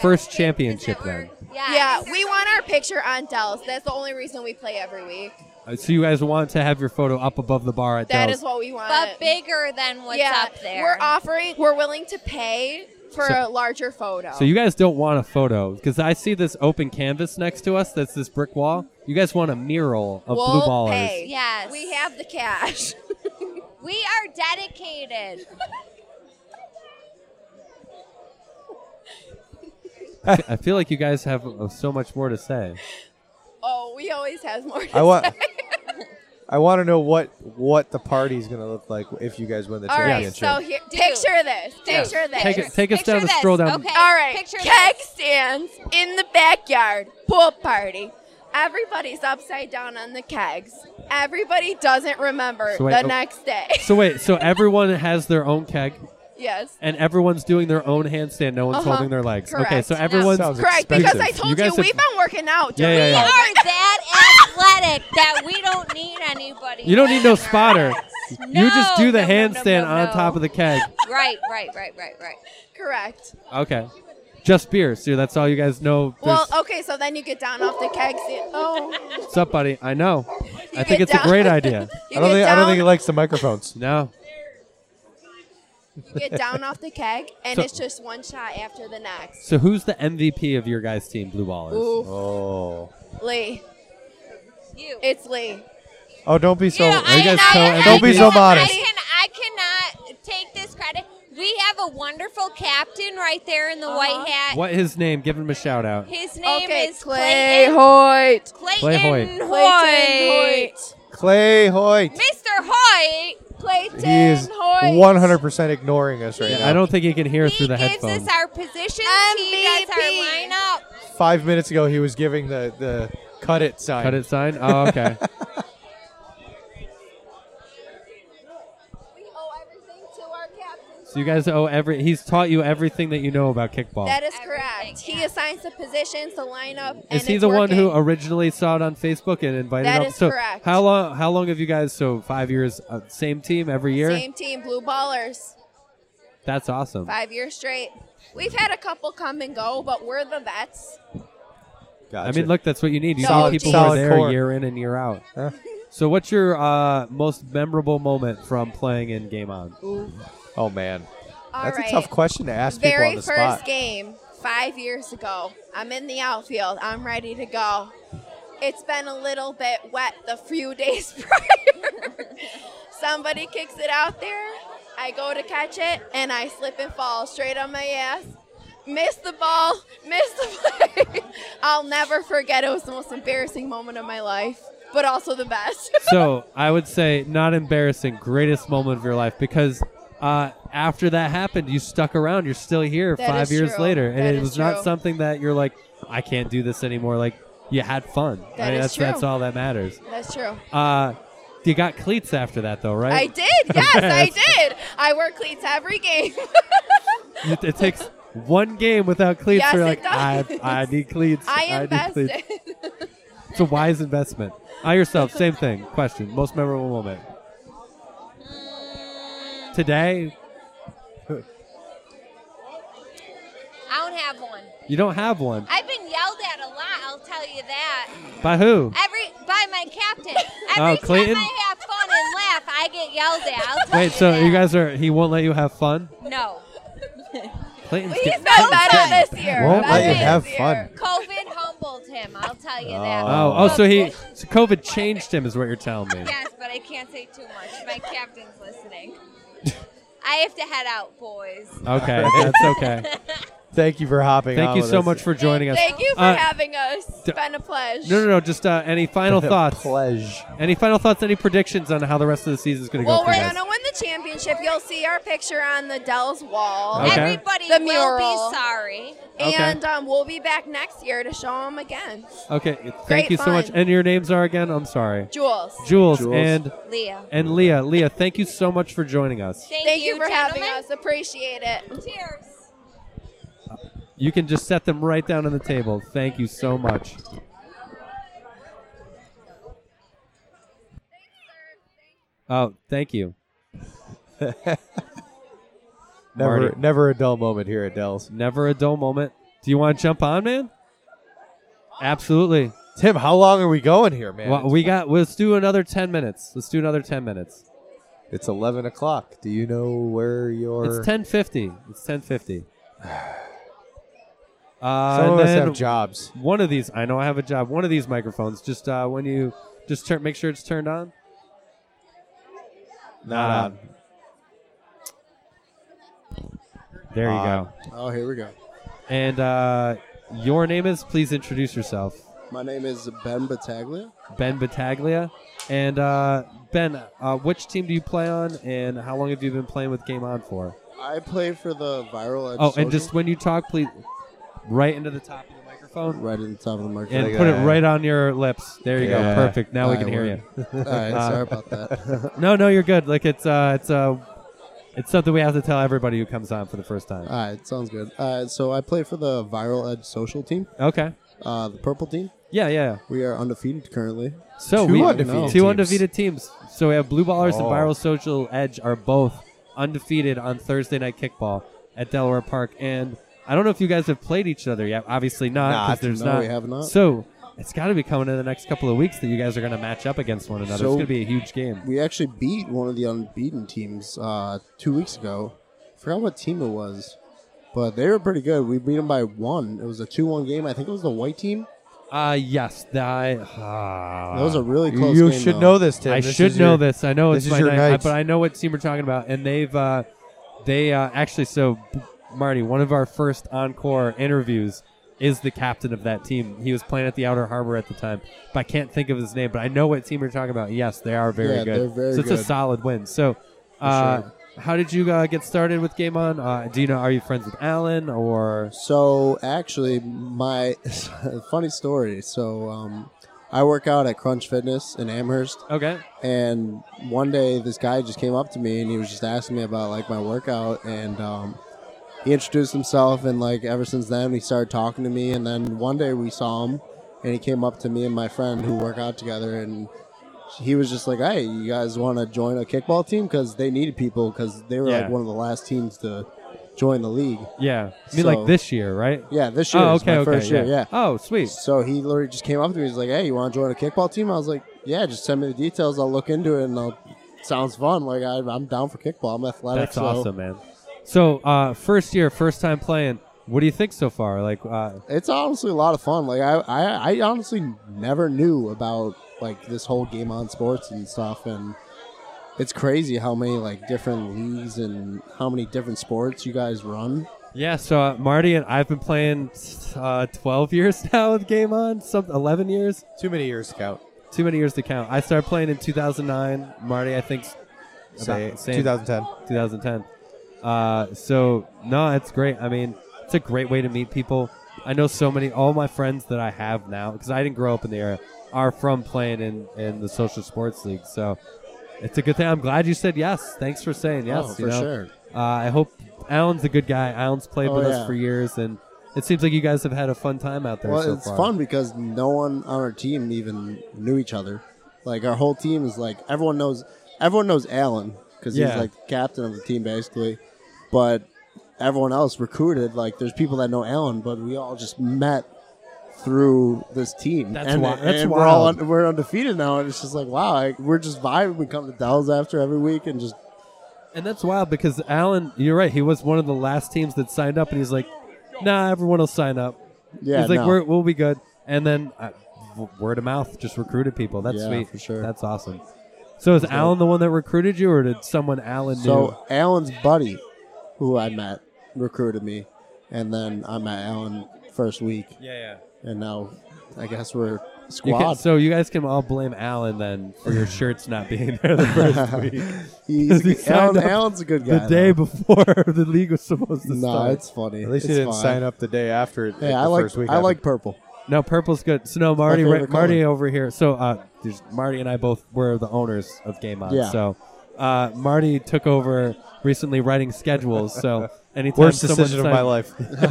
Speaker 2: first championship then.
Speaker 7: Yeah.
Speaker 8: Yeah, we want our picture on Dells. That's the only reason we play every week.
Speaker 2: Uh, So you guys want to have your photo up above the bar at
Speaker 8: That is
Speaker 2: Dell's.
Speaker 8: what we want.
Speaker 7: But bigger than what's
Speaker 8: yeah,
Speaker 7: up there.
Speaker 8: We're offering. We're willing to pay for
Speaker 2: So-
Speaker 8: a larger photo.
Speaker 2: so you guys don't want a photo because I see this open canvas next to us. That's this brick wall. You guys want a mural of blue
Speaker 8: We'll
Speaker 2: ballers.
Speaker 8: pay.
Speaker 7: Yes.
Speaker 8: we have the cash.
Speaker 7: [laughs] We are dedicated.
Speaker 2: I feel like you guys have uh, so much more to say.
Speaker 8: oh, we always have more. to
Speaker 1: I want.
Speaker 8: [laughs]
Speaker 1: I want to know what what the party's gonna look like if you guys win the
Speaker 8: All right,
Speaker 1: championship.
Speaker 8: so here,
Speaker 7: Do.
Speaker 8: picture this. Picture this.
Speaker 2: Take it. Take us
Speaker 7: Picture
Speaker 2: down
Speaker 7: this.
Speaker 2: the stroll down.
Speaker 7: Okay.
Speaker 8: All right,
Speaker 7: Picture
Speaker 8: keg
Speaker 7: this.
Speaker 8: stands in the backyard, pool party. Everybody's upside down on the kegs. Everybody doesn't remember
Speaker 2: So wait,
Speaker 8: the
Speaker 2: oh.
Speaker 8: next day. [laughs]
Speaker 2: So wait, so everyone has their own keg
Speaker 8: yes.
Speaker 2: and everyone's doing their own handstand. No one's
Speaker 8: Uh-huh.
Speaker 2: holding their legs. Okay,
Speaker 8: Correct.
Speaker 2: so everyone's
Speaker 1: Sounds
Speaker 8: Correct, because I
Speaker 1: expensive.
Speaker 8: told
Speaker 2: You
Speaker 8: you,
Speaker 2: guys
Speaker 8: we've
Speaker 2: have-
Speaker 8: been working out.
Speaker 2: Yeah,
Speaker 8: during
Speaker 2: yeah,
Speaker 7: We
Speaker 2: yeah.
Speaker 7: are that athletic that we don't need anybody.
Speaker 2: you don't need no
Speaker 7: else. [laughs]
Speaker 2: spotter. you just do the
Speaker 7: No, no, no, no,
Speaker 2: handstand on
Speaker 7: no.
Speaker 2: top of the keg.
Speaker 7: Right, right, right, right, right.
Speaker 8: Correct.
Speaker 2: Okay, just beer. So that's all you guys know.
Speaker 8: Well,
Speaker 2: There's-
Speaker 7: uh,
Speaker 8: okay, so then you get down off the kegs. and-
Speaker 7: [laughs]
Speaker 8: Oh,
Speaker 2: What's up, buddy? I know. I think
Speaker 8: get
Speaker 2: it's a
Speaker 8: down.
Speaker 2: great idea.
Speaker 8: you
Speaker 1: I don't
Speaker 8: get
Speaker 1: think I
Speaker 8: down,
Speaker 1: don't think he likes the microphones.
Speaker 2: No.
Speaker 8: you
Speaker 2: [laughs]
Speaker 8: get down off the keg, and
Speaker 2: So-
Speaker 8: it's just one shot after the next.
Speaker 2: So who's the MVP of your guys' team, Blue Ballers?
Speaker 8: Ooh,
Speaker 1: Oh.
Speaker 8: Lee,
Speaker 7: You.
Speaker 8: it's Lee.
Speaker 1: Oh, don't be so.
Speaker 7: You know,
Speaker 2: Are you
Speaker 7: I-
Speaker 2: guys
Speaker 7: I-
Speaker 2: so-
Speaker 7: I- I
Speaker 1: don't be so
Speaker 7: can-
Speaker 1: modest.
Speaker 7: I, can, I cannot take this credit. We have a wonderful captain right there in the
Speaker 8: Uh-huh.
Speaker 7: white hat.
Speaker 2: What his name? Give him a shout out.
Speaker 7: His name
Speaker 8: okay,
Speaker 7: is
Speaker 8: Clay
Speaker 7: Clayton,
Speaker 8: Hoyt.
Speaker 7: Clayton
Speaker 2: Clay Hoyt.
Speaker 7: Hoyt.
Speaker 8: Clayton
Speaker 1: Clay Hoyt.
Speaker 8: Hoyt.
Speaker 7: Mr. Hoyt.
Speaker 8: Clayton
Speaker 1: He is
Speaker 8: Hoyt.
Speaker 1: 100% ignoring us right now.
Speaker 2: I don't think he can hear
Speaker 7: he
Speaker 2: through the
Speaker 7: gives
Speaker 2: headphones.
Speaker 7: us our positions. He does our
Speaker 8: MVP.
Speaker 7: lineup.
Speaker 1: Five minutes ago, he was giving the, the cut it sign.
Speaker 2: Cut it sign. Oh,
Speaker 8: [laughs]
Speaker 2: okay.
Speaker 8: We owe everything to our captain.
Speaker 2: so you guys owe every. He's taught you everything that you know about kickball.
Speaker 8: That is
Speaker 7: Everything,
Speaker 8: correct. He
Speaker 7: yeah.
Speaker 8: assigns the positions, the lineup. and
Speaker 2: is he
Speaker 8: it's
Speaker 2: the one who
Speaker 8: working.
Speaker 2: originally saw it on Facebook and invited
Speaker 8: That
Speaker 2: up?
Speaker 8: is
Speaker 2: so
Speaker 8: correct.
Speaker 2: how long? How long have you guys? So five years. Uh, same team every year.
Speaker 8: Same team, blue ballers,
Speaker 2: That's awesome.
Speaker 8: five years straight. We've had a couple come and go, but we're the vets.
Speaker 2: I mean, look, that's what you need. You
Speaker 8: Solid-
Speaker 2: need people who are
Speaker 1: solid
Speaker 2: there
Speaker 1: core.
Speaker 2: year in and year out.
Speaker 1: Huh?
Speaker 2: So what's your uh, most memorable moment from playing in Game On?
Speaker 1: Oh, man.
Speaker 8: All
Speaker 1: That's
Speaker 8: right.
Speaker 1: a tough question to ask people on
Speaker 8: Very
Speaker 1: the
Speaker 8: first
Speaker 1: spot.
Speaker 8: game, five years ago. I'm in the outfield. I'm ready to go. It's been a little bit wet the few [laughs] days prior. Somebody kicks it out there. I go to catch it and I slip and fall straight on my ass. Miss the ball, [laughs] miss the play. [laughs] I'll never forget. It was the most embarrassing moment of my life, but also the best. [laughs]
Speaker 2: so I would say not embarrassing, greatest moment of your life because uh, after that happened, you stuck around. You're still here
Speaker 8: That
Speaker 2: five
Speaker 8: is
Speaker 2: years
Speaker 8: true.
Speaker 2: later, and
Speaker 8: That
Speaker 2: it
Speaker 8: is
Speaker 2: was
Speaker 8: true.
Speaker 2: not something that you're like, I can't do this anymore. Like you had fun. I
Speaker 8: That
Speaker 2: mean,
Speaker 8: is
Speaker 2: that's
Speaker 8: true.
Speaker 2: that's all that matters.
Speaker 8: That's true.
Speaker 2: Uh, you got cleats after that though,
Speaker 8: I
Speaker 2: right?
Speaker 8: did. Yes,
Speaker 1: [laughs]
Speaker 8: I did. I wear cleats every game. [laughs]
Speaker 2: it, it takes one game without cleats.
Speaker 8: Yes,
Speaker 2: for you're like,
Speaker 8: it does.
Speaker 2: I I need cleats.
Speaker 8: [laughs] I
Speaker 2: need cleats.
Speaker 8: invested. [laughs]
Speaker 2: It's a [laughs] wise investment. I yourself, same thing. Question: Most memorable moment
Speaker 8: Mm.
Speaker 2: today?
Speaker 7: I don't have one.
Speaker 2: You don't have one.
Speaker 7: I've been yelled at a lot, I'll tell you that.
Speaker 2: By who?
Speaker 7: Every by my
Speaker 2: [laughs]
Speaker 7: captain.
Speaker 2: Oh,
Speaker 7: Every
Speaker 2: Clayton?
Speaker 7: time I have fun and laugh, I get yelled at. I'll tell you
Speaker 2: Wait, so
Speaker 7: that.
Speaker 2: you guys are? He won't let you have fun.
Speaker 7: No.
Speaker 2: Clayton's
Speaker 8: He's been
Speaker 2: getting-
Speaker 8: better this year.
Speaker 1: Won't
Speaker 8: Better
Speaker 1: let you
Speaker 8: this
Speaker 1: have
Speaker 8: year.
Speaker 1: fun.
Speaker 7: COVID humbled him, I'll tell you that.
Speaker 2: oh, oh, so he, so COVID changed him, is what you're telling me.
Speaker 7: Yes, but I can't say too much. My captain's listening. I have to head out, boys.
Speaker 2: Okay, that's okay.
Speaker 1: Thank you for hopping.
Speaker 2: Thank
Speaker 1: on
Speaker 2: you
Speaker 1: with
Speaker 2: so
Speaker 1: us.
Speaker 2: much for joining us.
Speaker 8: Thank you for
Speaker 2: Uh,
Speaker 8: having us. It's
Speaker 2: d-
Speaker 8: been a pleasure.
Speaker 2: No, no, no. Just uh, any
Speaker 1: [laughs]
Speaker 2: final thoughts?
Speaker 1: Pleasure.
Speaker 2: Any final thoughts? Any predictions on how the rest of the season is going to
Speaker 8: Well,
Speaker 2: go? for
Speaker 8: we're
Speaker 2: you guys?
Speaker 8: gonna win the championship. You'll see our picture on the Dell's wall,
Speaker 2: Okay.
Speaker 7: Everybody
Speaker 8: The
Speaker 7: will
Speaker 8: mural.
Speaker 7: be sorry.
Speaker 2: Oh, Okay.
Speaker 8: and um, we'll be back next year to show them again.
Speaker 2: Okay. Thank
Speaker 8: Great
Speaker 2: you so much.
Speaker 8: fun.
Speaker 2: And your names are again. I'm sorry,
Speaker 8: Jules,
Speaker 2: Jules,
Speaker 4: Jules.
Speaker 2: and
Speaker 7: Leah.
Speaker 2: and Leah. Leah, thank you so much for joining us.
Speaker 7: Thank,
Speaker 8: thank you for having
Speaker 7: gentlemen.
Speaker 8: us. Appreciate it.
Speaker 7: Cheers.
Speaker 2: You can just set them right down on the table. Thank you so much. Oh, thank you.
Speaker 1: Never,
Speaker 2: Marty.
Speaker 1: never a dull moment here at Dell's.
Speaker 2: Never a dull moment. Do you want to jump on, man? Absolutely.
Speaker 1: Tim, how long are we going here, man?
Speaker 2: Well, we got. Let's do another ten minutes. Let's do another ten minutes.
Speaker 1: it's eleven o'clock. Do you know where your
Speaker 2: It's ten fifty. It's ten fifty. Uh,
Speaker 1: Some
Speaker 2: and
Speaker 1: of us
Speaker 2: then
Speaker 1: have jobs.
Speaker 2: one of these. I know I have a job. One of these microphones. Just uh, when you just turn, make sure it's turned on.
Speaker 1: Not
Speaker 2: Um,
Speaker 1: on.
Speaker 2: There you
Speaker 1: Uh,
Speaker 2: go.
Speaker 9: Oh, here we go.
Speaker 2: And uh, your name is. Please introduce yourself.
Speaker 9: My name is Ben Battaglia.
Speaker 2: Ben Battaglia. And uh, Ben, uh, which team do you play on, and how long have you been playing with Game On for?
Speaker 9: I play for the Viral Edge.
Speaker 2: Oh, and
Speaker 9: Social,
Speaker 2: just when you talk, please right into the top of the microphone
Speaker 9: right in the top of the microphone.
Speaker 2: and
Speaker 1: Like
Speaker 2: put it
Speaker 1: that.
Speaker 2: right on your lips. There you
Speaker 1: Yeah.
Speaker 2: go. Perfect. Now we
Speaker 9: Aye,
Speaker 2: can hear
Speaker 9: word.
Speaker 2: you.
Speaker 9: All right,
Speaker 2: Uh,
Speaker 9: sorry about
Speaker 1: [laughs]
Speaker 9: that.
Speaker 2: No, no, you're good. Like it's uh, it's uh, it's something we have to tell everybody who comes on for the first time.
Speaker 9: All right, sounds good. Uh, so I play for the Viral Edge Social team,
Speaker 2: Okay.
Speaker 9: uh, the purple team.
Speaker 2: Yeah, yeah.
Speaker 9: We are undefeated currently.
Speaker 2: So
Speaker 1: Two
Speaker 2: we
Speaker 1: undefeated
Speaker 2: two
Speaker 1: teams.
Speaker 2: undefeated teams. So we have Blue Ballers and
Speaker 1: Oh.
Speaker 2: Viral Social Edge are both undefeated on Thursday night kickball at Delaware Park. And I don't know if you guys have played each other yet. Obviously not,
Speaker 1: Not.
Speaker 2: because there's
Speaker 9: No,
Speaker 2: not.
Speaker 9: we have not.
Speaker 2: So it's got to be coming in the next couple of weeks that you guys are going to match up against one another.
Speaker 9: So-
Speaker 2: it's going to be a huge game.
Speaker 9: We actually beat one of the unbeaten teams uh, two weeks ago. forgot what team it was, but they were pretty good. We beat them by one. It was a two-one game. I think it was the white team.
Speaker 2: Uh yes, that I,
Speaker 9: That was a really close.
Speaker 1: Uh, you
Speaker 9: game,
Speaker 1: should
Speaker 9: though.
Speaker 1: know this, Tim.
Speaker 2: I
Speaker 1: This
Speaker 2: should
Speaker 1: is
Speaker 2: know
Speaker 1: your-
Speaker 2: this. I know
Speaker 1: this
Speaker 2: it's
Speaker 1: is
Speaker 2: my
Speaker 1: your
Speaker 2: night,
Speaker 1: nights.
Speaker 2: but I know what team we're talking about. And they've uh, they uh, actually so B- Marty, one of our first encore interviews is the captain of that team. He was playing at the Outer Harbor at the time, but I can't think of his name. But I know what team you're talking about. Yes, they are very
Speaker 9: Yeah,
Speaker 2: good.
Speaker 9: they're very
Speaker 2: so it's a
Speaker 9: good.
Speaker 2: solid win. So. Uh, How did you uh, get started with Game On? Uh, do you know? Are you friends with Alan or?
Speaker 9: So actually, my [laughs] funny story. So um, I work out at Crunch Fitness in Amherst,
Speaker 2: Okay.
Speaker 9: and one day this guy just came up to me and he was just asking me about like my workout, and um, he introduced himself, and like ever since then he started talking to me, and then one day we saw him, and he came up to me and my friend who work out together, and he was just like, "Hey, you guys want to join a kickball team? Because they needed people, because they were
Speaker 2: Yeah.
Speaker 9: like one of the last teams to join the league."
Speaker 2: Yeah. I mean, like
Speaker 9: So-
Speaker 2: this year, right?
Speaker 9: Yeah, this year.
Speaker 2: Oh,
Speaker 9: is
Speaker 2: okay,
Speaker 9: my
Speaker 2: okay,
Speaker 9: first year. Yeah.
Speaker 2: Oh, sweet.
Speaker 9: So he literally just came up to me. He's like, "Hey, you want to join a kickball team?" I was like, "Yeah, just send me the details. I'll look into it, and I'll." Sounds fun. Like I, I'm down for kickball. I'm athletic.
Speaker 2: That's
Speaker 9: so
Speaker 2: awesome, man. So, uh, first year, first time playing. What do you think so far? Like, uh,
Speaker 9: It's honestly a lot of fun. Like I, I, I honestly never knew about like this whole game on sports and stuff, and it's crazy how many like different leagues and how many different sports you guys run.
Speaker 2: yeah. So uh, Marty and I've been playing uh, twelve [laughs] years now with Game On. Some eleven years.
Speaker 1: Too many years, Scout.
Speaker 2: Too many years to count. I started playing in 2009. Marty, I think, s- about
Speaker 1: Say
Speaker 2: the same.
Speaker 1: 2010.
Speaker 2: 2010. Uh, so no, it's great. I mean, it's a great way to meet people. I know so many. All my friends that I have now, because I didn't grow up in the area, are from playing in in the social sports league. So it's a good thing. I'm glad you said yes. Thanks for saying yes.
Speaker 9: Oh,
Speaker 2: you
Speaker 9: for
Speaker 2: know?
Speaker 9: sure.
Speaker 2: Uh, I hope Alan's a good guy. Alan's played
Speaker 9: Oh,
Speaker 2: with us
Speaker 9: yeah.
Speaker 2: for years, and it seems like you guys have had a fun time out there.
Speaker 9: Well,
Speaker 2: so
Speaker 9: it's
Speaker 2: far.
Speaker 9: fun because no one on our team even knew each other. Like our whole team is like everyone knows everyone knows Allen because
Speaker 2: Yeah.
Speaker 9: he's like the captain of the team basically, but everyone else recruited. Like there's people that know Allen, but we all just met through this team.
Speaker 2: That's
Speaker 9: and
Speaker 2: wi- that's
Speaker 9: and we're all
Speaker 2: wild.
Speaker 9: un- we're undefeated now, and it's just like wow, like, we're just vibing. We come to Dallas after every week and just
Speaker 2: And that's wild because Alan, you're right. He was one of the last teams that signed up, and he's like, "Nah, everyone will sign up."
Speaker 9: yeah.
Speaker 2: he's like,
Speaker 9: no.
Speaker 2: We're, "We'll be good." And then uh, w- word of mouth just recruited people. That's
Speaker 9: Yeah,
Speaker 2: sweet.
Speaker 9: for sure.
Speaker 2: That's awesome. So is Alan the one that recruited you, or did someone Alan
Speaker 9: So Alan's buddy, who I met, recruited me, and then I met Alan first week,
Speaker 2: Yeah,
Speaker 9: eh, and now I guess we're
Speaker 2: You can,
Speaker 9: squad.
Speaker 2: so you guys can all blame Alan then for your shirts not being there
Speaker 9: [laughs]
Speaker 2: the first week.
Speaker 9: He's a
Speaker 2: [laughs] He
Speaker 9: good-
Speaker 2: signed
Speaker 9: Alan,
Speaker 2: up
Speaker 9: Alan's a good
Speaker 2: the
Speaker 9: guy.
Speaker 2: day
Speaker 9: though.
Speaker 2: before [laughs] the league was supposed to
Speaker 9: no,
Speaker 2: start.
Speaker 9: it's funny.
Speaker 1: At least
Speaker 9: it's
Speaker 1: you didn't
Speaker 9: fine.
Speaker 1: sign up the day after. it-
Speaker 9: Hey,
Speaker 1: the
Speaker 9: I like
Speaker 1: First week
Speaker 9: I
Speaker 1: happened.
Speaker 9: like purple.
Speaker 2: No, purple's good. So no, Marty,
Speaker 9: favorite
Speaker 2: right, Marty
Speaker 9: color.
Speaker 2: over here. So uh, there's Marty and I both were the owners of Game On.
Speaker 9: Yeah.
Speaker 2: So uh, Marty took over recently writing schedules.
Speaker 1: [laughs]
Speaker 2: So anytime
Speaker 1: worst
Speaker 2: someone
Speaker 1: decision of
Speaker 2: signed-
Speaker 1: my life.
Speaker 2: [laughs] He's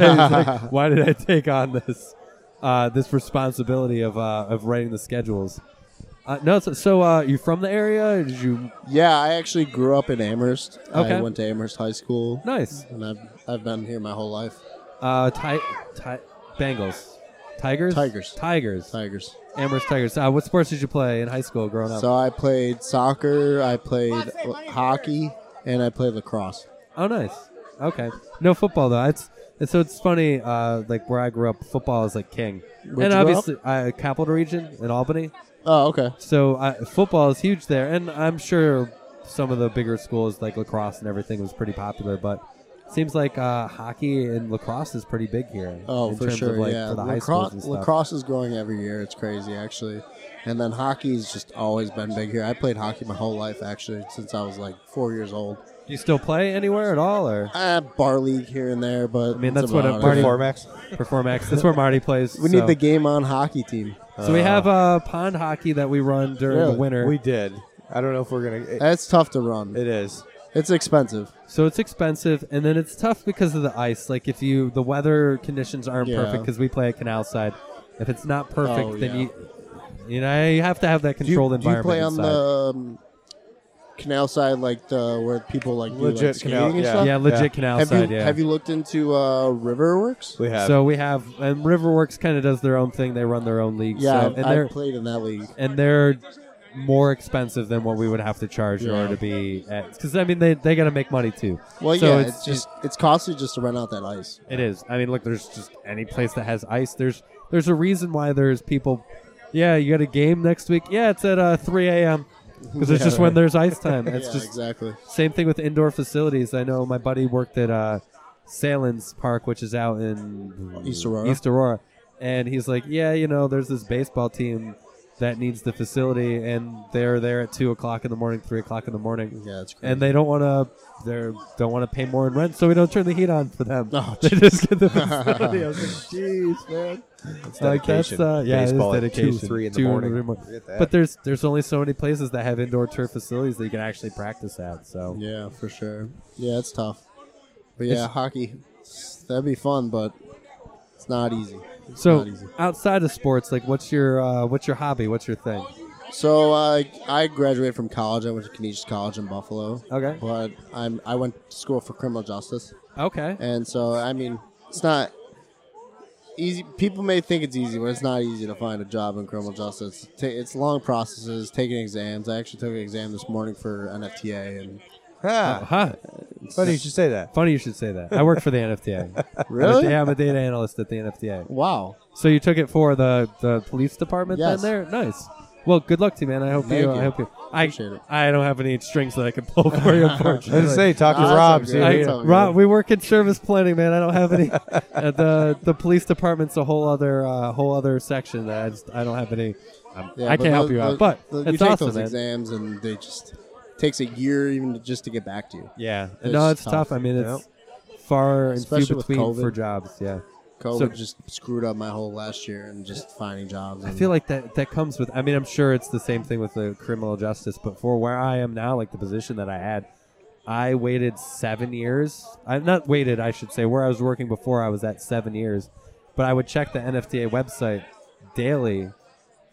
Speaker 1: [laughs]
Speaker 2: like, Why did I take on this uh, this responsibility of uh, of writing the schedules? Uh, no, so, so uh, you from the area? Did you
Speaker 9: Yeah, I actually grew up in Amherst.
Speaker 2: Okay.
Speaker 9: I went to Amherst High School,
Speaker 2: nice?
Speaker 9: and I've I've been here my whole life.
Speaker 2: Uh, ti- ti- Bengals, Tigers,
Speaker 9: Tigers.
Speaker 2: Tigers,
Speaker 9: Tigers.
Speaker 2: Amherst Tigers. Uh, what sports did you play in high school growing up?
Speaker 9: So I played soccer, I played hockey, and I played lacrosse.
Speaker 2: Oh, nice. Okay. No football though. It's, it's so it's funny. Uh, like where I grew up, football is like king.
Speaker 9: Where'd
Speaker 2: and
Speaker 9: you grow
Speaker 2: obviously, I capital region in Albany.
Speaker 9: Oh, okay.
Speaker 2: So I, football is huge there, and I'm sure some of the bigger schools like lacrosse and everything was pretty popular. But it seems like uh, hockey and lacrosse is pretty big here.
Speaker 9: Oh,
Speaker 2: in
Speaker 9: for
Speaker 2: terms
Speaker 9: sure.
Speaker 2: Of, like,
Speaker 9: yeah,
Speaker 2: for the high
Speaker 9: Lacro-
Speaker 2: schools and stuff.
Speaker 9: lacrosse is growing every year. It's crazy, actually. And then hockey's just always been big here. I played hockey my whole life, actually, since I was like four years old.
Speaker 2: Do you still play anywhere at all, or
Speaker 9: Uh, bar league here and there, but
Speaker 2: I mean,
Speaker 9: that's
Speaker 2: that's what
Speaker 9: about
Speaker 2: a- Marty-
Speaker 9: it.
Speaker 1: Formax.
Speaker 2: Perform X? That's where Marty plays.
Speaker 9: We
Speaker 2: so.
Speaker 9: need the game on hockey team.
Speaker 2: So we have uh, pond hockey that we run during the
Speaker 9: Really?
Speaker 2: winter.
Speaker 1: We did. I don't know if we're gonna. It,
Speaker 9: That's tough to run.
Speaker 1: it is.
Speaker 9: It's expensive.
Speaker 2: So it's expensive, and then it's tough because of the ice. Like if you, the weather conditions aren't
Speaker 9: Yeah.
Speaker 2: perfect because we play at Canal Side. If it's not perfect,
Speaker 9: Oh,
Speaker 2: then
Speaker 9: yeah.
Speaker 2: you, you know, you have to have that
Speaker 9: Do you,
Speaker 2: controlled
Speaker 9: do you
Speaker 2: environment.
Speaker 9: play on
Speaker 2: inside.
Speaker 9: the um, canal side, like the where people like do, like,
Speaker 1: Legit
Speaker 9: skating
Speaker 1: canal,
Speaker 9: and
Speaker 1: yeah.
Speaker 9: stuff?
Speaker 2: yeah, legit
Speaker 1: Yeah.
Speaker 2: Canal
Speaker 9: Have
Speaker 2: Side.
Speaker 9: you
Speaker 2: yeah.
Speaker 9: have you looked into uh, Riverworks?
Speaker 1: We have.
Speaker 2: so we have, and Riverworks kind of does their own thing. They run their own league.
Speaker 9: Yeah,
Speaker 2: so,
Speaker 9: I've-
Speaker 2: and
Speaker 9: I've,
Speaker 2: they're
Speaker 9: played in that league.
Speaker 2: and they're more expensive than what we would have to charge in
Speaker 9: Yeah.
Speaker 2: order to be at. Because I mean, they they got to make money too.
Speaker 9: Well,
Speaker 2: so
Speaker 9: yeah,
Speaker 2: it's,
Speaker 9: it's, just it's costly just to rent out that ice.
Speaker 2: It is. I mean, look, there's just any place that has ice. There's there's a reason why there's people. Yeah, you got a game next week. Yeah, it's at uh, 3 a.m. because it's
Speaker 9: Yeah,
Speaker 2: just when there's
Speaker 9: [laughs]
Speaker 2: ice time.
Speaker 9: Yeah,
Speaker 2: It's just
Speaker 9: exactly.
Speaker 2: same thing with indoor facilities. I know my buddy worked at uh, Salins Park, which is out in
Speaker 9: East Aurora.
Speaker 2: East Aurora, and he's like, yeah, you know, there's this baseball team that needs the facility, and they're there at two o'clock in the morning, three o'clock in the morning,
Speaker 9: Yeah, it's crazy.
Speaker 2: and they don't want to. They don't want to pay more in rent, so we don't turn the heat on for them.
Speaker 9: Oh,
Speaker 2: [laughs] they
Speaker 1: [laughs]
Speaker 2: just get the facility. I was like, jeez, man.
Speaker 1: It's
Speaker 2: Like that's uh, yeah, it is
Speaker 1: Baseball
Speaker 2: dedication.
Speaker 1: At two, three in
Speaker 2: Two
Speaker 1: the morning.
Speaker 2: every morning.
Speaker 1: Forget that.
Speaker 2: But there's there's only so many places that have indoor turf facilities that you can actually practice at. So
Speaker 9: yeah, for sure. Yeah, it's tough. But yeah, hockey that'd be fun, but it's not easy. It's
Speaker 2: So
Speaker 9: not easy.
Speaker 2: outside of sports, like what's your uh, what's your hobby? What's your thing?
Speaker 9: So uh, I graduated from college. I went to Canisius College in Buffalo.
Speaker 2: Okay.
Speaker 9: But I'm I went to school for criminal justice,
Speaker 2: Okay.
Speaker 9: and so I mean it's not easy. People may think it's easy, but it's not easy to find a job in criminal justice. Ta- It's long processes, taking exams. I actually took an exam this morning for NFTA, and
Speaker 1: Ah,
Speaker 2: Huh.
Speaker 1: funny you should say that.
Speaker 2: Funny you should say that. I work for the
Speaker 1: [laughs]
Speaker 2: NFTA.
Speaker 9: Really?
Speaker 2: Yeah, I'm a data analyst at the NFTA.
Speaker 9: wow,
Speaker 2: So you took it for the, the police department
Speaker 9: Yes.
Speaker 2: then there? Nice. Well, good luck to you, man. I hope
Speaker 9: Thank
Speaker 2: you,
Speaker 9: you.
Speaker 2: I hope you. I,
Speaker 9: Appreciate it.
Speaker 2: I don't have any strings that I can pull
Speaker 9: [laughs]
Speaker 2: for you,
Speaker 1: I was
Speaker 2: unfortunately.
Speaker 1: gonna say, talk to
Speaker 9: Nah, that's
Speaker 1: Rob.
Speaker 9: all
Speaker 1: see
Speaker 9: good.
Speaker 1: if-
Speaker 2: I,
Speaker 9: It's all
Speaker 2: Rob,
Speaker 9: good.
Speaker 2: we work in service planning, man. I don't have any. [laughs] uh, the the police department's a whole other uh, whole other section that I just I don't have any. I'm,
Speaker 9: Yeah,
Speaker 2: I
Speaker 9: but
Speaker 2: can't help
Speaker 9: those-
Speaker 2: you out,
Speaker 9: those-
Speaker 2: but
Speaker 9: those- you
Speaker 2: it's
Speaker 9: take
Speaker 2: awesome,
Speaker 9: those
Speaker 2: man.
Speaker 9: exams, and they just takes a year even to, just to get back to you.
Speaker 2: Yeah,
Speaker 9: It's
Speaker 2: no, it's tough.
Speaker 9: tough.
Speaker 2: I mean, it's far and few
Speaker 9: Especially with
Speaker 2: between
Speaker 9: COVID.
Speaker 2: for jobs. Yeah,
Speaker 9: COVID
Speaker 2: So-
Speaker 9: just screwed up my whole last year and just finding jobs.
Speaker 2: I
Speaker 9: and-
Speaker 2: feel like that that comes with. I mean, I'm sure it's the same thing with the criminal justice, but for where I am now, like the position that I had, I waited seven years. I'm not waited, I should say. Where I was working before, I was at seven years, but I would check the NFTA website daily,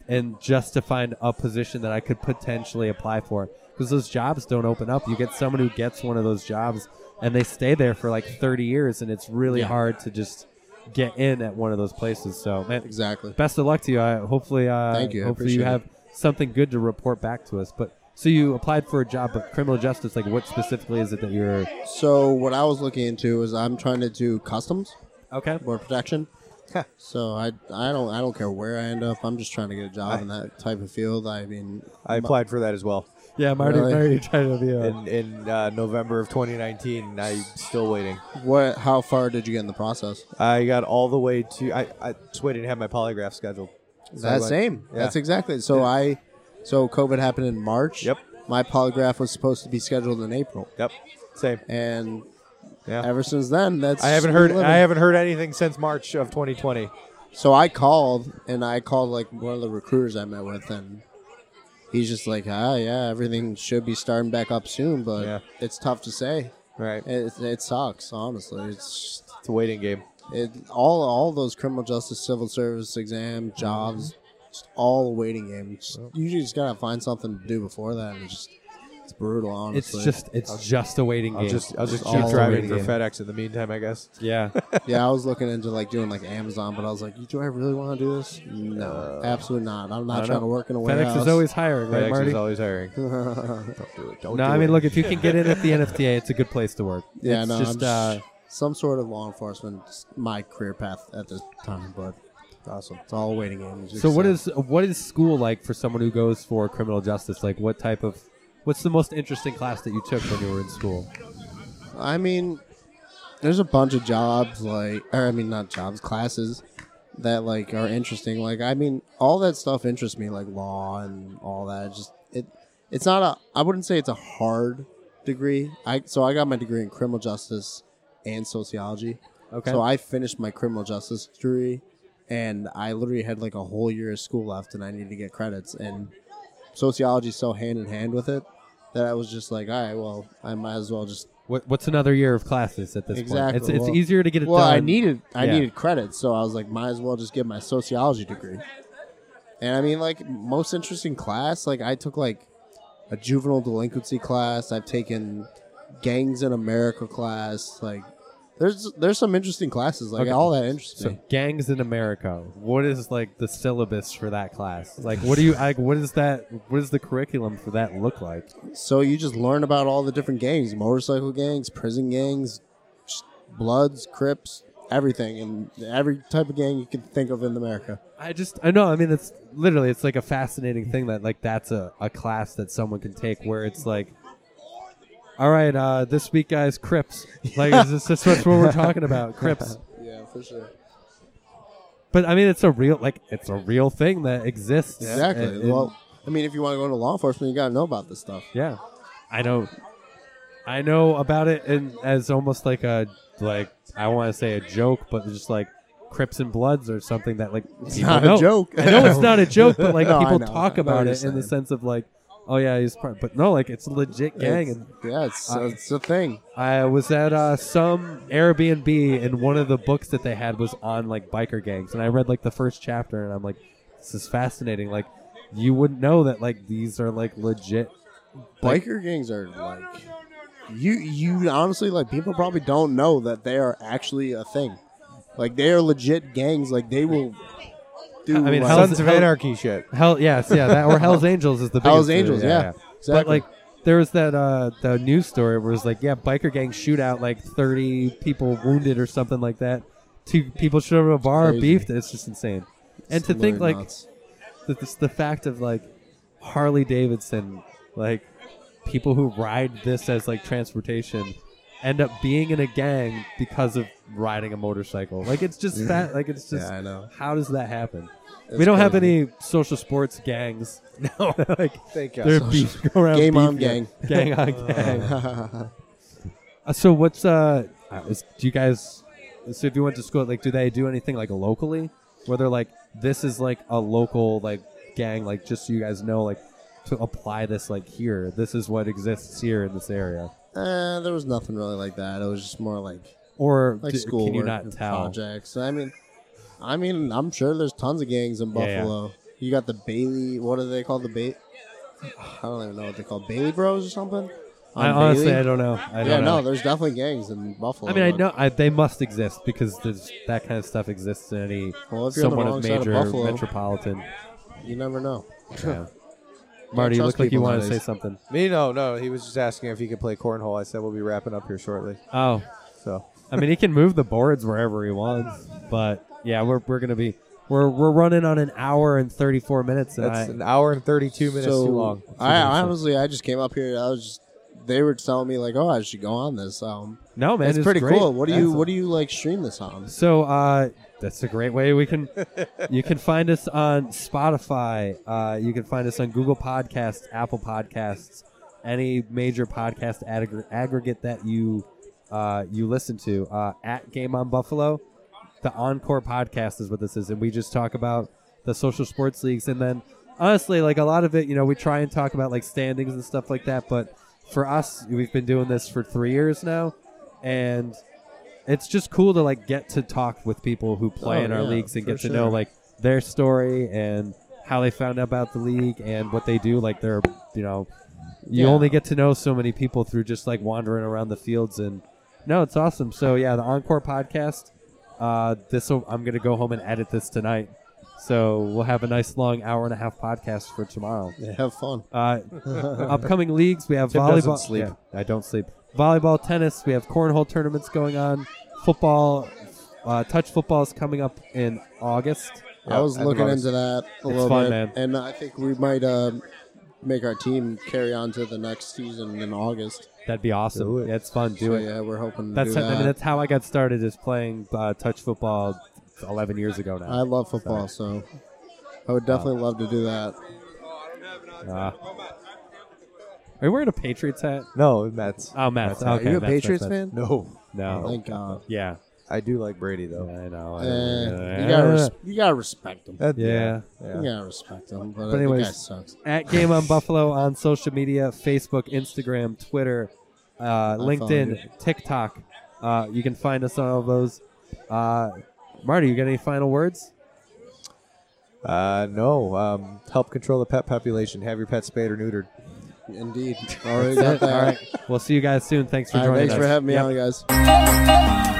Speaker 2: and just to find a position that I could potentially apply for, because those jobs don't open up. You get someone who gets one of those jobs, and they stay there for like 30 years, and it's really
Speaker 9: Yeah.
Speaker 2: hard to just get in at one of those places. So, man,
Speaker 9: exactly.
Speaker 2: best of luck to you. I hopefully uh,
Speaker 9: Thank you. I
Speaker 2: Hopefully you
Speaker 9: appreciate
Speaker 2: have something good to report back to us. But so you applied for a job, but criminal justice. Like, what specifically is it that you're?
Speaker 9: So what I was looking into is I'm trying to do customs,
Speaker 2: Okay.
Speaker 9: border protection. so I I don't I don't care where I end up. I'm just trying to get a job in that type of field. I mean,
Speaker 1: I applied for that as well.
Speaker 2: Yeah, Marty,
Speaker 9: Really?
Speaker 2: Marty tried to be a.
Speaker 1: in in uh, November of 2019. and I'm still waiting.
Speaker 9: What? How far did you get in the process?
Speaker 1: I got all the way to. I, I just waited to have my polygraph scheduled. So I
Speaker 9: that
Speaker 1: went-
Speaker 9: same.
Speaker 1: yeah.
Speaker 9: That's exactly. So I, so COVID happened in March.
Speaker 1: Yep.
Speaker 9: My polygraph was supposed to be scheduled in April,
Speaker 1: Yep. Same.
Speaker 9: and
Speaker 1: Yeah.
Speaker 9: ever since then, that's
Speaker 1: I haven't
Speaker 9: just
Speaker 1: heard.
Speaker 9: been living.
Speaker 1: I haven't heard anything since March of 2020.
Speaker 9: So I called, and I called like one of the recruiters I met with, and he's just like, ah, yeah, everything should be starting back up soon, but
Speaker 1: Yeah.
Speaker 9: it's tough to say.
Speaker 1: Right.
Speaker 9: It, it sucks, honestly. It's
Speaker 1: It's a waiting game.
Speaker 9: it all all those criminal justice, civil service exam jobs, just all a waiting game. Just, Usually, just gotta find something to do before that. and It's just it's brutal,
Speaker 2: It's
Speaker 9: honestly.
Speaker 2: just it's just a waiting
Speaker 1: I'll
Speaker 2: game.
Speaker 1: just I'll just
Speaker 9: It's
Speaker 1: keep
Speaker 9: all
Speaker 1: driving
Speaker 2: waiting
Speaker 1: for
Speaker 2: game.
Speaker 1: FedEx in the meantime. I guess.
Speaker 2: yeah.
Speaker 9: yeah, I was looking into like doing like Amazon, but I was like, do I really want to do this? No, absolutely not. I'm
Speaker 1: I
Speaker 9: not
Speaker 1: don't
Speaker 9: trying
Speaker 1: know.
Speaker 9: to work in a warehouse.
Speaker 2: FedEx is always hiring, right,
Speaker 1: FedEx
Speaker 2: Marty?
Speaker 1: is always hiring.
Speaker 9: don't do it. Don't
Speaker 2: no,
Speaker 9: do
Speaker 2: I mean,
Speaker 9: it.
Speaker 2: look, if you can get in
Speaker 9: [laughs]
Speaker 2: at the NFTA, it's a good place to work.
Speaker 9: Yeah,
Speaker 2: it's
Speaker 9: no,
Speaker 2: just
Speaker 9: I'm
Speaker 2: uh,
Speaker 9: just- some sort of law enforcement. is My career path at this time, but awesome. It's all a waiting game. It's
Speaker 2: so. What
Speaker 9: just-
Speaker 2: is what is school like for someone who goes for criminal justice? Like, what type of what's the most interesting class that you took when you were in school?
Speaker 9: I mean, there's a bunch of jobs like, or I mean, not jobs, classes that like are interesting. Like, I mean, all that stuff interests me, like law and all that. It's Just it, it's not a. I wouldn't say it's a hard degree. I so I got my degree in criminal justice and sociology.
Speaker 2: Okay.
Speaker 9: So I finished my criminal justice degree, and I literally had like a whole year of school left, and I needed to get credits. And sociology is so hand in hand with it that I was just like, all right, well, I might as well just
Speaker 2: What, what's another year of classes at this point?
Speaker 9: Exactly.
Speaker 2: It's, it's
Speaker 9: Well-
Speaker 2: easier to get it
Speaker 9: well,
Speaker 2: done.
Speaker 9: I needed I
Speaker 2: Yeah.
Speaker 9: needed credit, so I was like, might as well just get my sociology degree. And I mean, like most interesting class, like I took like a juvenile delinquency class. I've taken gangs in America class. Like there's there's some interesting classes. Like
Speaker 2: Okay.
Speaker 9: all that interests
Speaker 2: So
Speaker 9: me.
Speaker 2: gangs in America. What is like the syllabus for that class? Like, what do you like? What is that? What does the curriculum for that look like?
Speaker 9: So you just learn about all the different gangs, motorcycle gangs, prison gangs, just Bloods, Crips, everything, and every type of gang you can think of in America.
Speaker 2: I just I know I mean it's literally it's like a fascinating thing that like that's a, a class that someone can take where it's like all right uh this week guys Crips like is this that's what we're
Speaker 9: [laughs]
Speaker 2: talking about Crips
Speaker 9: Yeah, for sure.
Speaker 2: but I mean it's a real like it's a real thing that exists
Speaker 9: Exactly.
Speaker 2: And- and-
Speaker 9: well, I mean, if you want to go into law enforcement, you got to know about this stuff.
Speaker 2: yeah I know I know about it and as almost like a like I want to say a joke but just like Crips and Bloods or something that like
Speaker 9: It's
Speaker 2: people
Speaker 9: not
Speaker 2: know.
Speaker 9: a joke.
Speaker 2: I know it's not a joke, but
Speaker 9: [laughs]
Speaker 2: like
Speaker 9: No, I
Speaker 2: people
Speaker 9: know. I
Speaker 2: talk
Speaker 9: know
Speaker 2: about
Speaker 9: what
Speaker 2: it
Speaker 9: you're
Speaker 2: in the
Speaker 9: saying.
Speaker 2: sense of like, oh yeah, he's part. But no, like it's a legit gang.
Speaker 9: It's-
Speaker 2: and
Speaker 9: yeah, it's,
Speaker 2: Uh,
Speaker 9: it's a thing.
Speaker 2: I was at uh, some Airbnb, and one of the books that they had was on like biker gangs, and I read like the first chapter, and I'm like, this is fascinating. Like, you wouldn't know that like these are like legit. like-
Speaker 9: Biker gangs are like you. You honestly like people probably don't know that they are actually a thing. Like they are legit gangs. Like they will do.
Speaker 2: I mean,
Speaker 9: like,
Speaker 2: Hell's-
Speaker 1: Sons of
Speaker 2: Hell-
Speaker 1: Anarchy shit.
Speaker 2: Hell yes, yeah, that or Hell's Angels is the biggest
Speaker 9: Hell's
Speaker 2: one,
Speaker 9: Angels. Yeah, exactly.
Speaker 2: But like there was that uh the news story where it was like, yeah, biker gang shootout, like thirty people wounded or something like that. Two people showed up at a bar,
Speaker 9: Crazy.
Speaker 2: beefed. It's just insane. and to think
Speaker 9: literally
Speaker 2: like
Speaker 9: nuts.
Speaker 2: the, this, the fact of like Harley Davidson, like people who ride this as like transportation, end up being in a gang because of riding a motorcycle. Like
Speaker 9: [laughs]
Speaker 2: it's just that. Like it's just
Speaker 9: yeah, I know.
Speaker 2: how does that happen?
Speaker 9: It's
Speaker 2: we don't have
Speaker 9: crazy.
Speaker 2: any social sports
Speaker 9: [laughs]
Speaker 2: gangs. No, [laughs] like
Speaker 1: Thank God.
Speaker 2: they're beef, go around
Speaker 9: Game on
Speaker 2: beefing.
Speaker 9: gang.
Speaker 2: [laughs]
Speaker 9: [laughs]
Speaker 2: gang on gang. Uh, so what's uh? uh, is- do you guys? So if you went to school, like, do they do anything like locally, where they're like, this is like a local like gang, like just so you guys know, like to apply this like here. This is what exists here in this area.
Speaker 9: uh, there was nothing really like that. It was just more like
Speaker 2: Or
Speaker 9: like
Speaker 2: d-
Speaker 9: school
Speaker 2: can you not tell?
Speaker 9: projects. I mean, I mean, I'm sure there's tons of gangs in
Speaker 2: Yeah, yeah.
Speaker 9: Buffalo. You got the Bailey. What do they call the Bailey? I don't even know what they call Bailey Bros or something. On
Speaker 2: I honestly,
Speaker 9: Bailey?
Speaker 2: I don't know. I don't
Speaker 9: yeah,
Speaker 2: know.
Speaker 9: no, there's definitely gangs in Buffalo.
Speaker 2: I mean, I
Speaker 9: but-
Speaker 2: know I, they must exist because there's, that kind of stuff exists in any
Speaker 9: Well, if you're on the
Speaker 2: somewhat
Speaker 9: wrong
Speaker 2: of
Speaker 9: side of
Speaker 2: major
Speaker 9: Buffalo.
Speaker 2: metropolitan.
Speaker 9: You never know. [laughs]
Speaker 2: Yeah. Marty, you
Speaker 9: trust
Speaker 2: look like you
Speaker 9: people
Speaker 2: want to say
Speaker 9: nowadays.
Speaker 2: something.
Speaker 1: Me? No, no. He was just asking if he could play cornhole. I said we'll be wrapping up here shortly.
Speaker 2: Oh,
Speaker 1: So
Speaker 2: I mean, he can move the boards wherever he wants, but yeah, we're, we're gonna be We're we're running on an hour and 34 minutes. And
Speaker 1: That's
Speaker 2: I-
Speaker 1: an hour and 32 minutes too long.
Speaker 9: I, I honestly, I just came up here. I was just. They were telling me like, oh, I should go on this. Um,
Speaker 2: no man,
Speaker 9: it's, pretty
Speaker 2: great.
Speaker 9: cool. What do you
Speaker 2: Excellent.
Speaker 9: What do you like stream this on?
Speaker 2: So uh, that's a great way
Speaker 9: [laughs]
Speaker 2: we can. you can find us on Spotify. Uh, you can find us on Google Podcasts, Apple Podcasts, any major podcast aggr- aggregate that you uh, you listen to. Uh, at Game on Buffalo, the Encore podcast is what this is, and we just talk about the social sports leagues, and then honestly, like a lot of it, you know, we try and talk about like standings and stuff like that, but. For us, we've been doing this for three years now, and it's just cool to like get to talk with people who play
Speaker 9: Oh,
Speaker 2: in our
Speaker 9: yeah,
Speaker 2: leagues and
Speaker 9: for
Speaker 2: get to know
Speaker 9: sure.
Speaker 2: like their story and how they found out about the league and what they do like they're you know you
Speaker 9: Yeah.
Speaker 2: only get to know so many people through just like wandering around the fields and no it's awesome so yeah the encore podcast uh this i'm gonna go home and edit this tonight so we'll have a nice long hour and a half podcast for tomorrow
Speaker 9: Yeah, have fun.
Speaker 1: [laughs]
Speaker 2: uh, upcoming leagues, we have
Speaker 1: Tim
Speaker 2: volleyball.
Speaker 1: doesn't sleep.
Speaker 2: Yeah, I don't sleep. Volleyball, tennis. We have cornhole tournaments going on. Football, uh, touch football is coming up in August.
Speaker 9: I was
Speaker 1: I've
Speaker 9: looking
Speaker 1: always-
Speaker 9: into that a little
Speaker 2: fun,
Speaker 9: bit,
Speaker 2: man.
Speaker 9: and I think we might uh, make our team carry on to the next season in August.
Speaker 2: That'd be awesome.
Speaker 1: Do it.
Speaker 2: Yeah, it's fun. Do
Speaker 9: So,
Speaker 2: it.
Speaker 9: Yeah, we're hoping. To
Speaker 2: That's
Speaker 9: do
Speaker 2: how, I mean
Speaker 9: that.
Speaker 2: that's how I got started is playing uh, touch football 11 years ago now.
Speaker 9: I love football, so I would definitely love to do that.
Speaker 2: Uh, are you wearing a Patriots hat?
Speaker 1: No, that's
Speaker 2: Oh, Matt.
Speaker 9: Are
Speaker 2: Okay,
Speaker 9: you a
Speaker 2: Mets, Mets,
Speaker 9: Patriots
Speaker 2: Mets.
Speaker 9: fan? Oh,
Speaker 1: no.
Speaker 2: No.
Speaker 9: Thank God.
Speaker 2: Yeah.
Speaker 1: I do like Brady though.
Speaker 2: I know. I
Speaker 9: Eh,
Speaker 2: don't-
Speaker 9: you gotta res- you gotta respect him.
Speaker 1: That-
Speaker 2: Yeah.
Speaker 9: You gotta respect him. But, uh,
Speaker 2: But anyways-
Speaker 9: the guy sucks.
Speaker 2: at Game on Buffalo on social media Facebook, Instagram, Twitter, uh,
Speaker 9: following
Speaker 2: LinkedIn, TikTok. Uh, you can find us on all those. Uh, Marty, you got any final words?
Speaker 1: Uh, no. Um, help control the pet population. Have your pet spayed or neutered. [laughs]
Speaker 9: Indeed. Already got that.
Speaker 2: All right. We'll see you guys soon. Thanks for
Speaker 9: All right,
Speaker 2: joining
Speaker 9: thanks
Speaker 2: us.
Speaker 9: for having me
Speaker 2: Yep.
Speaker 9: on, guys.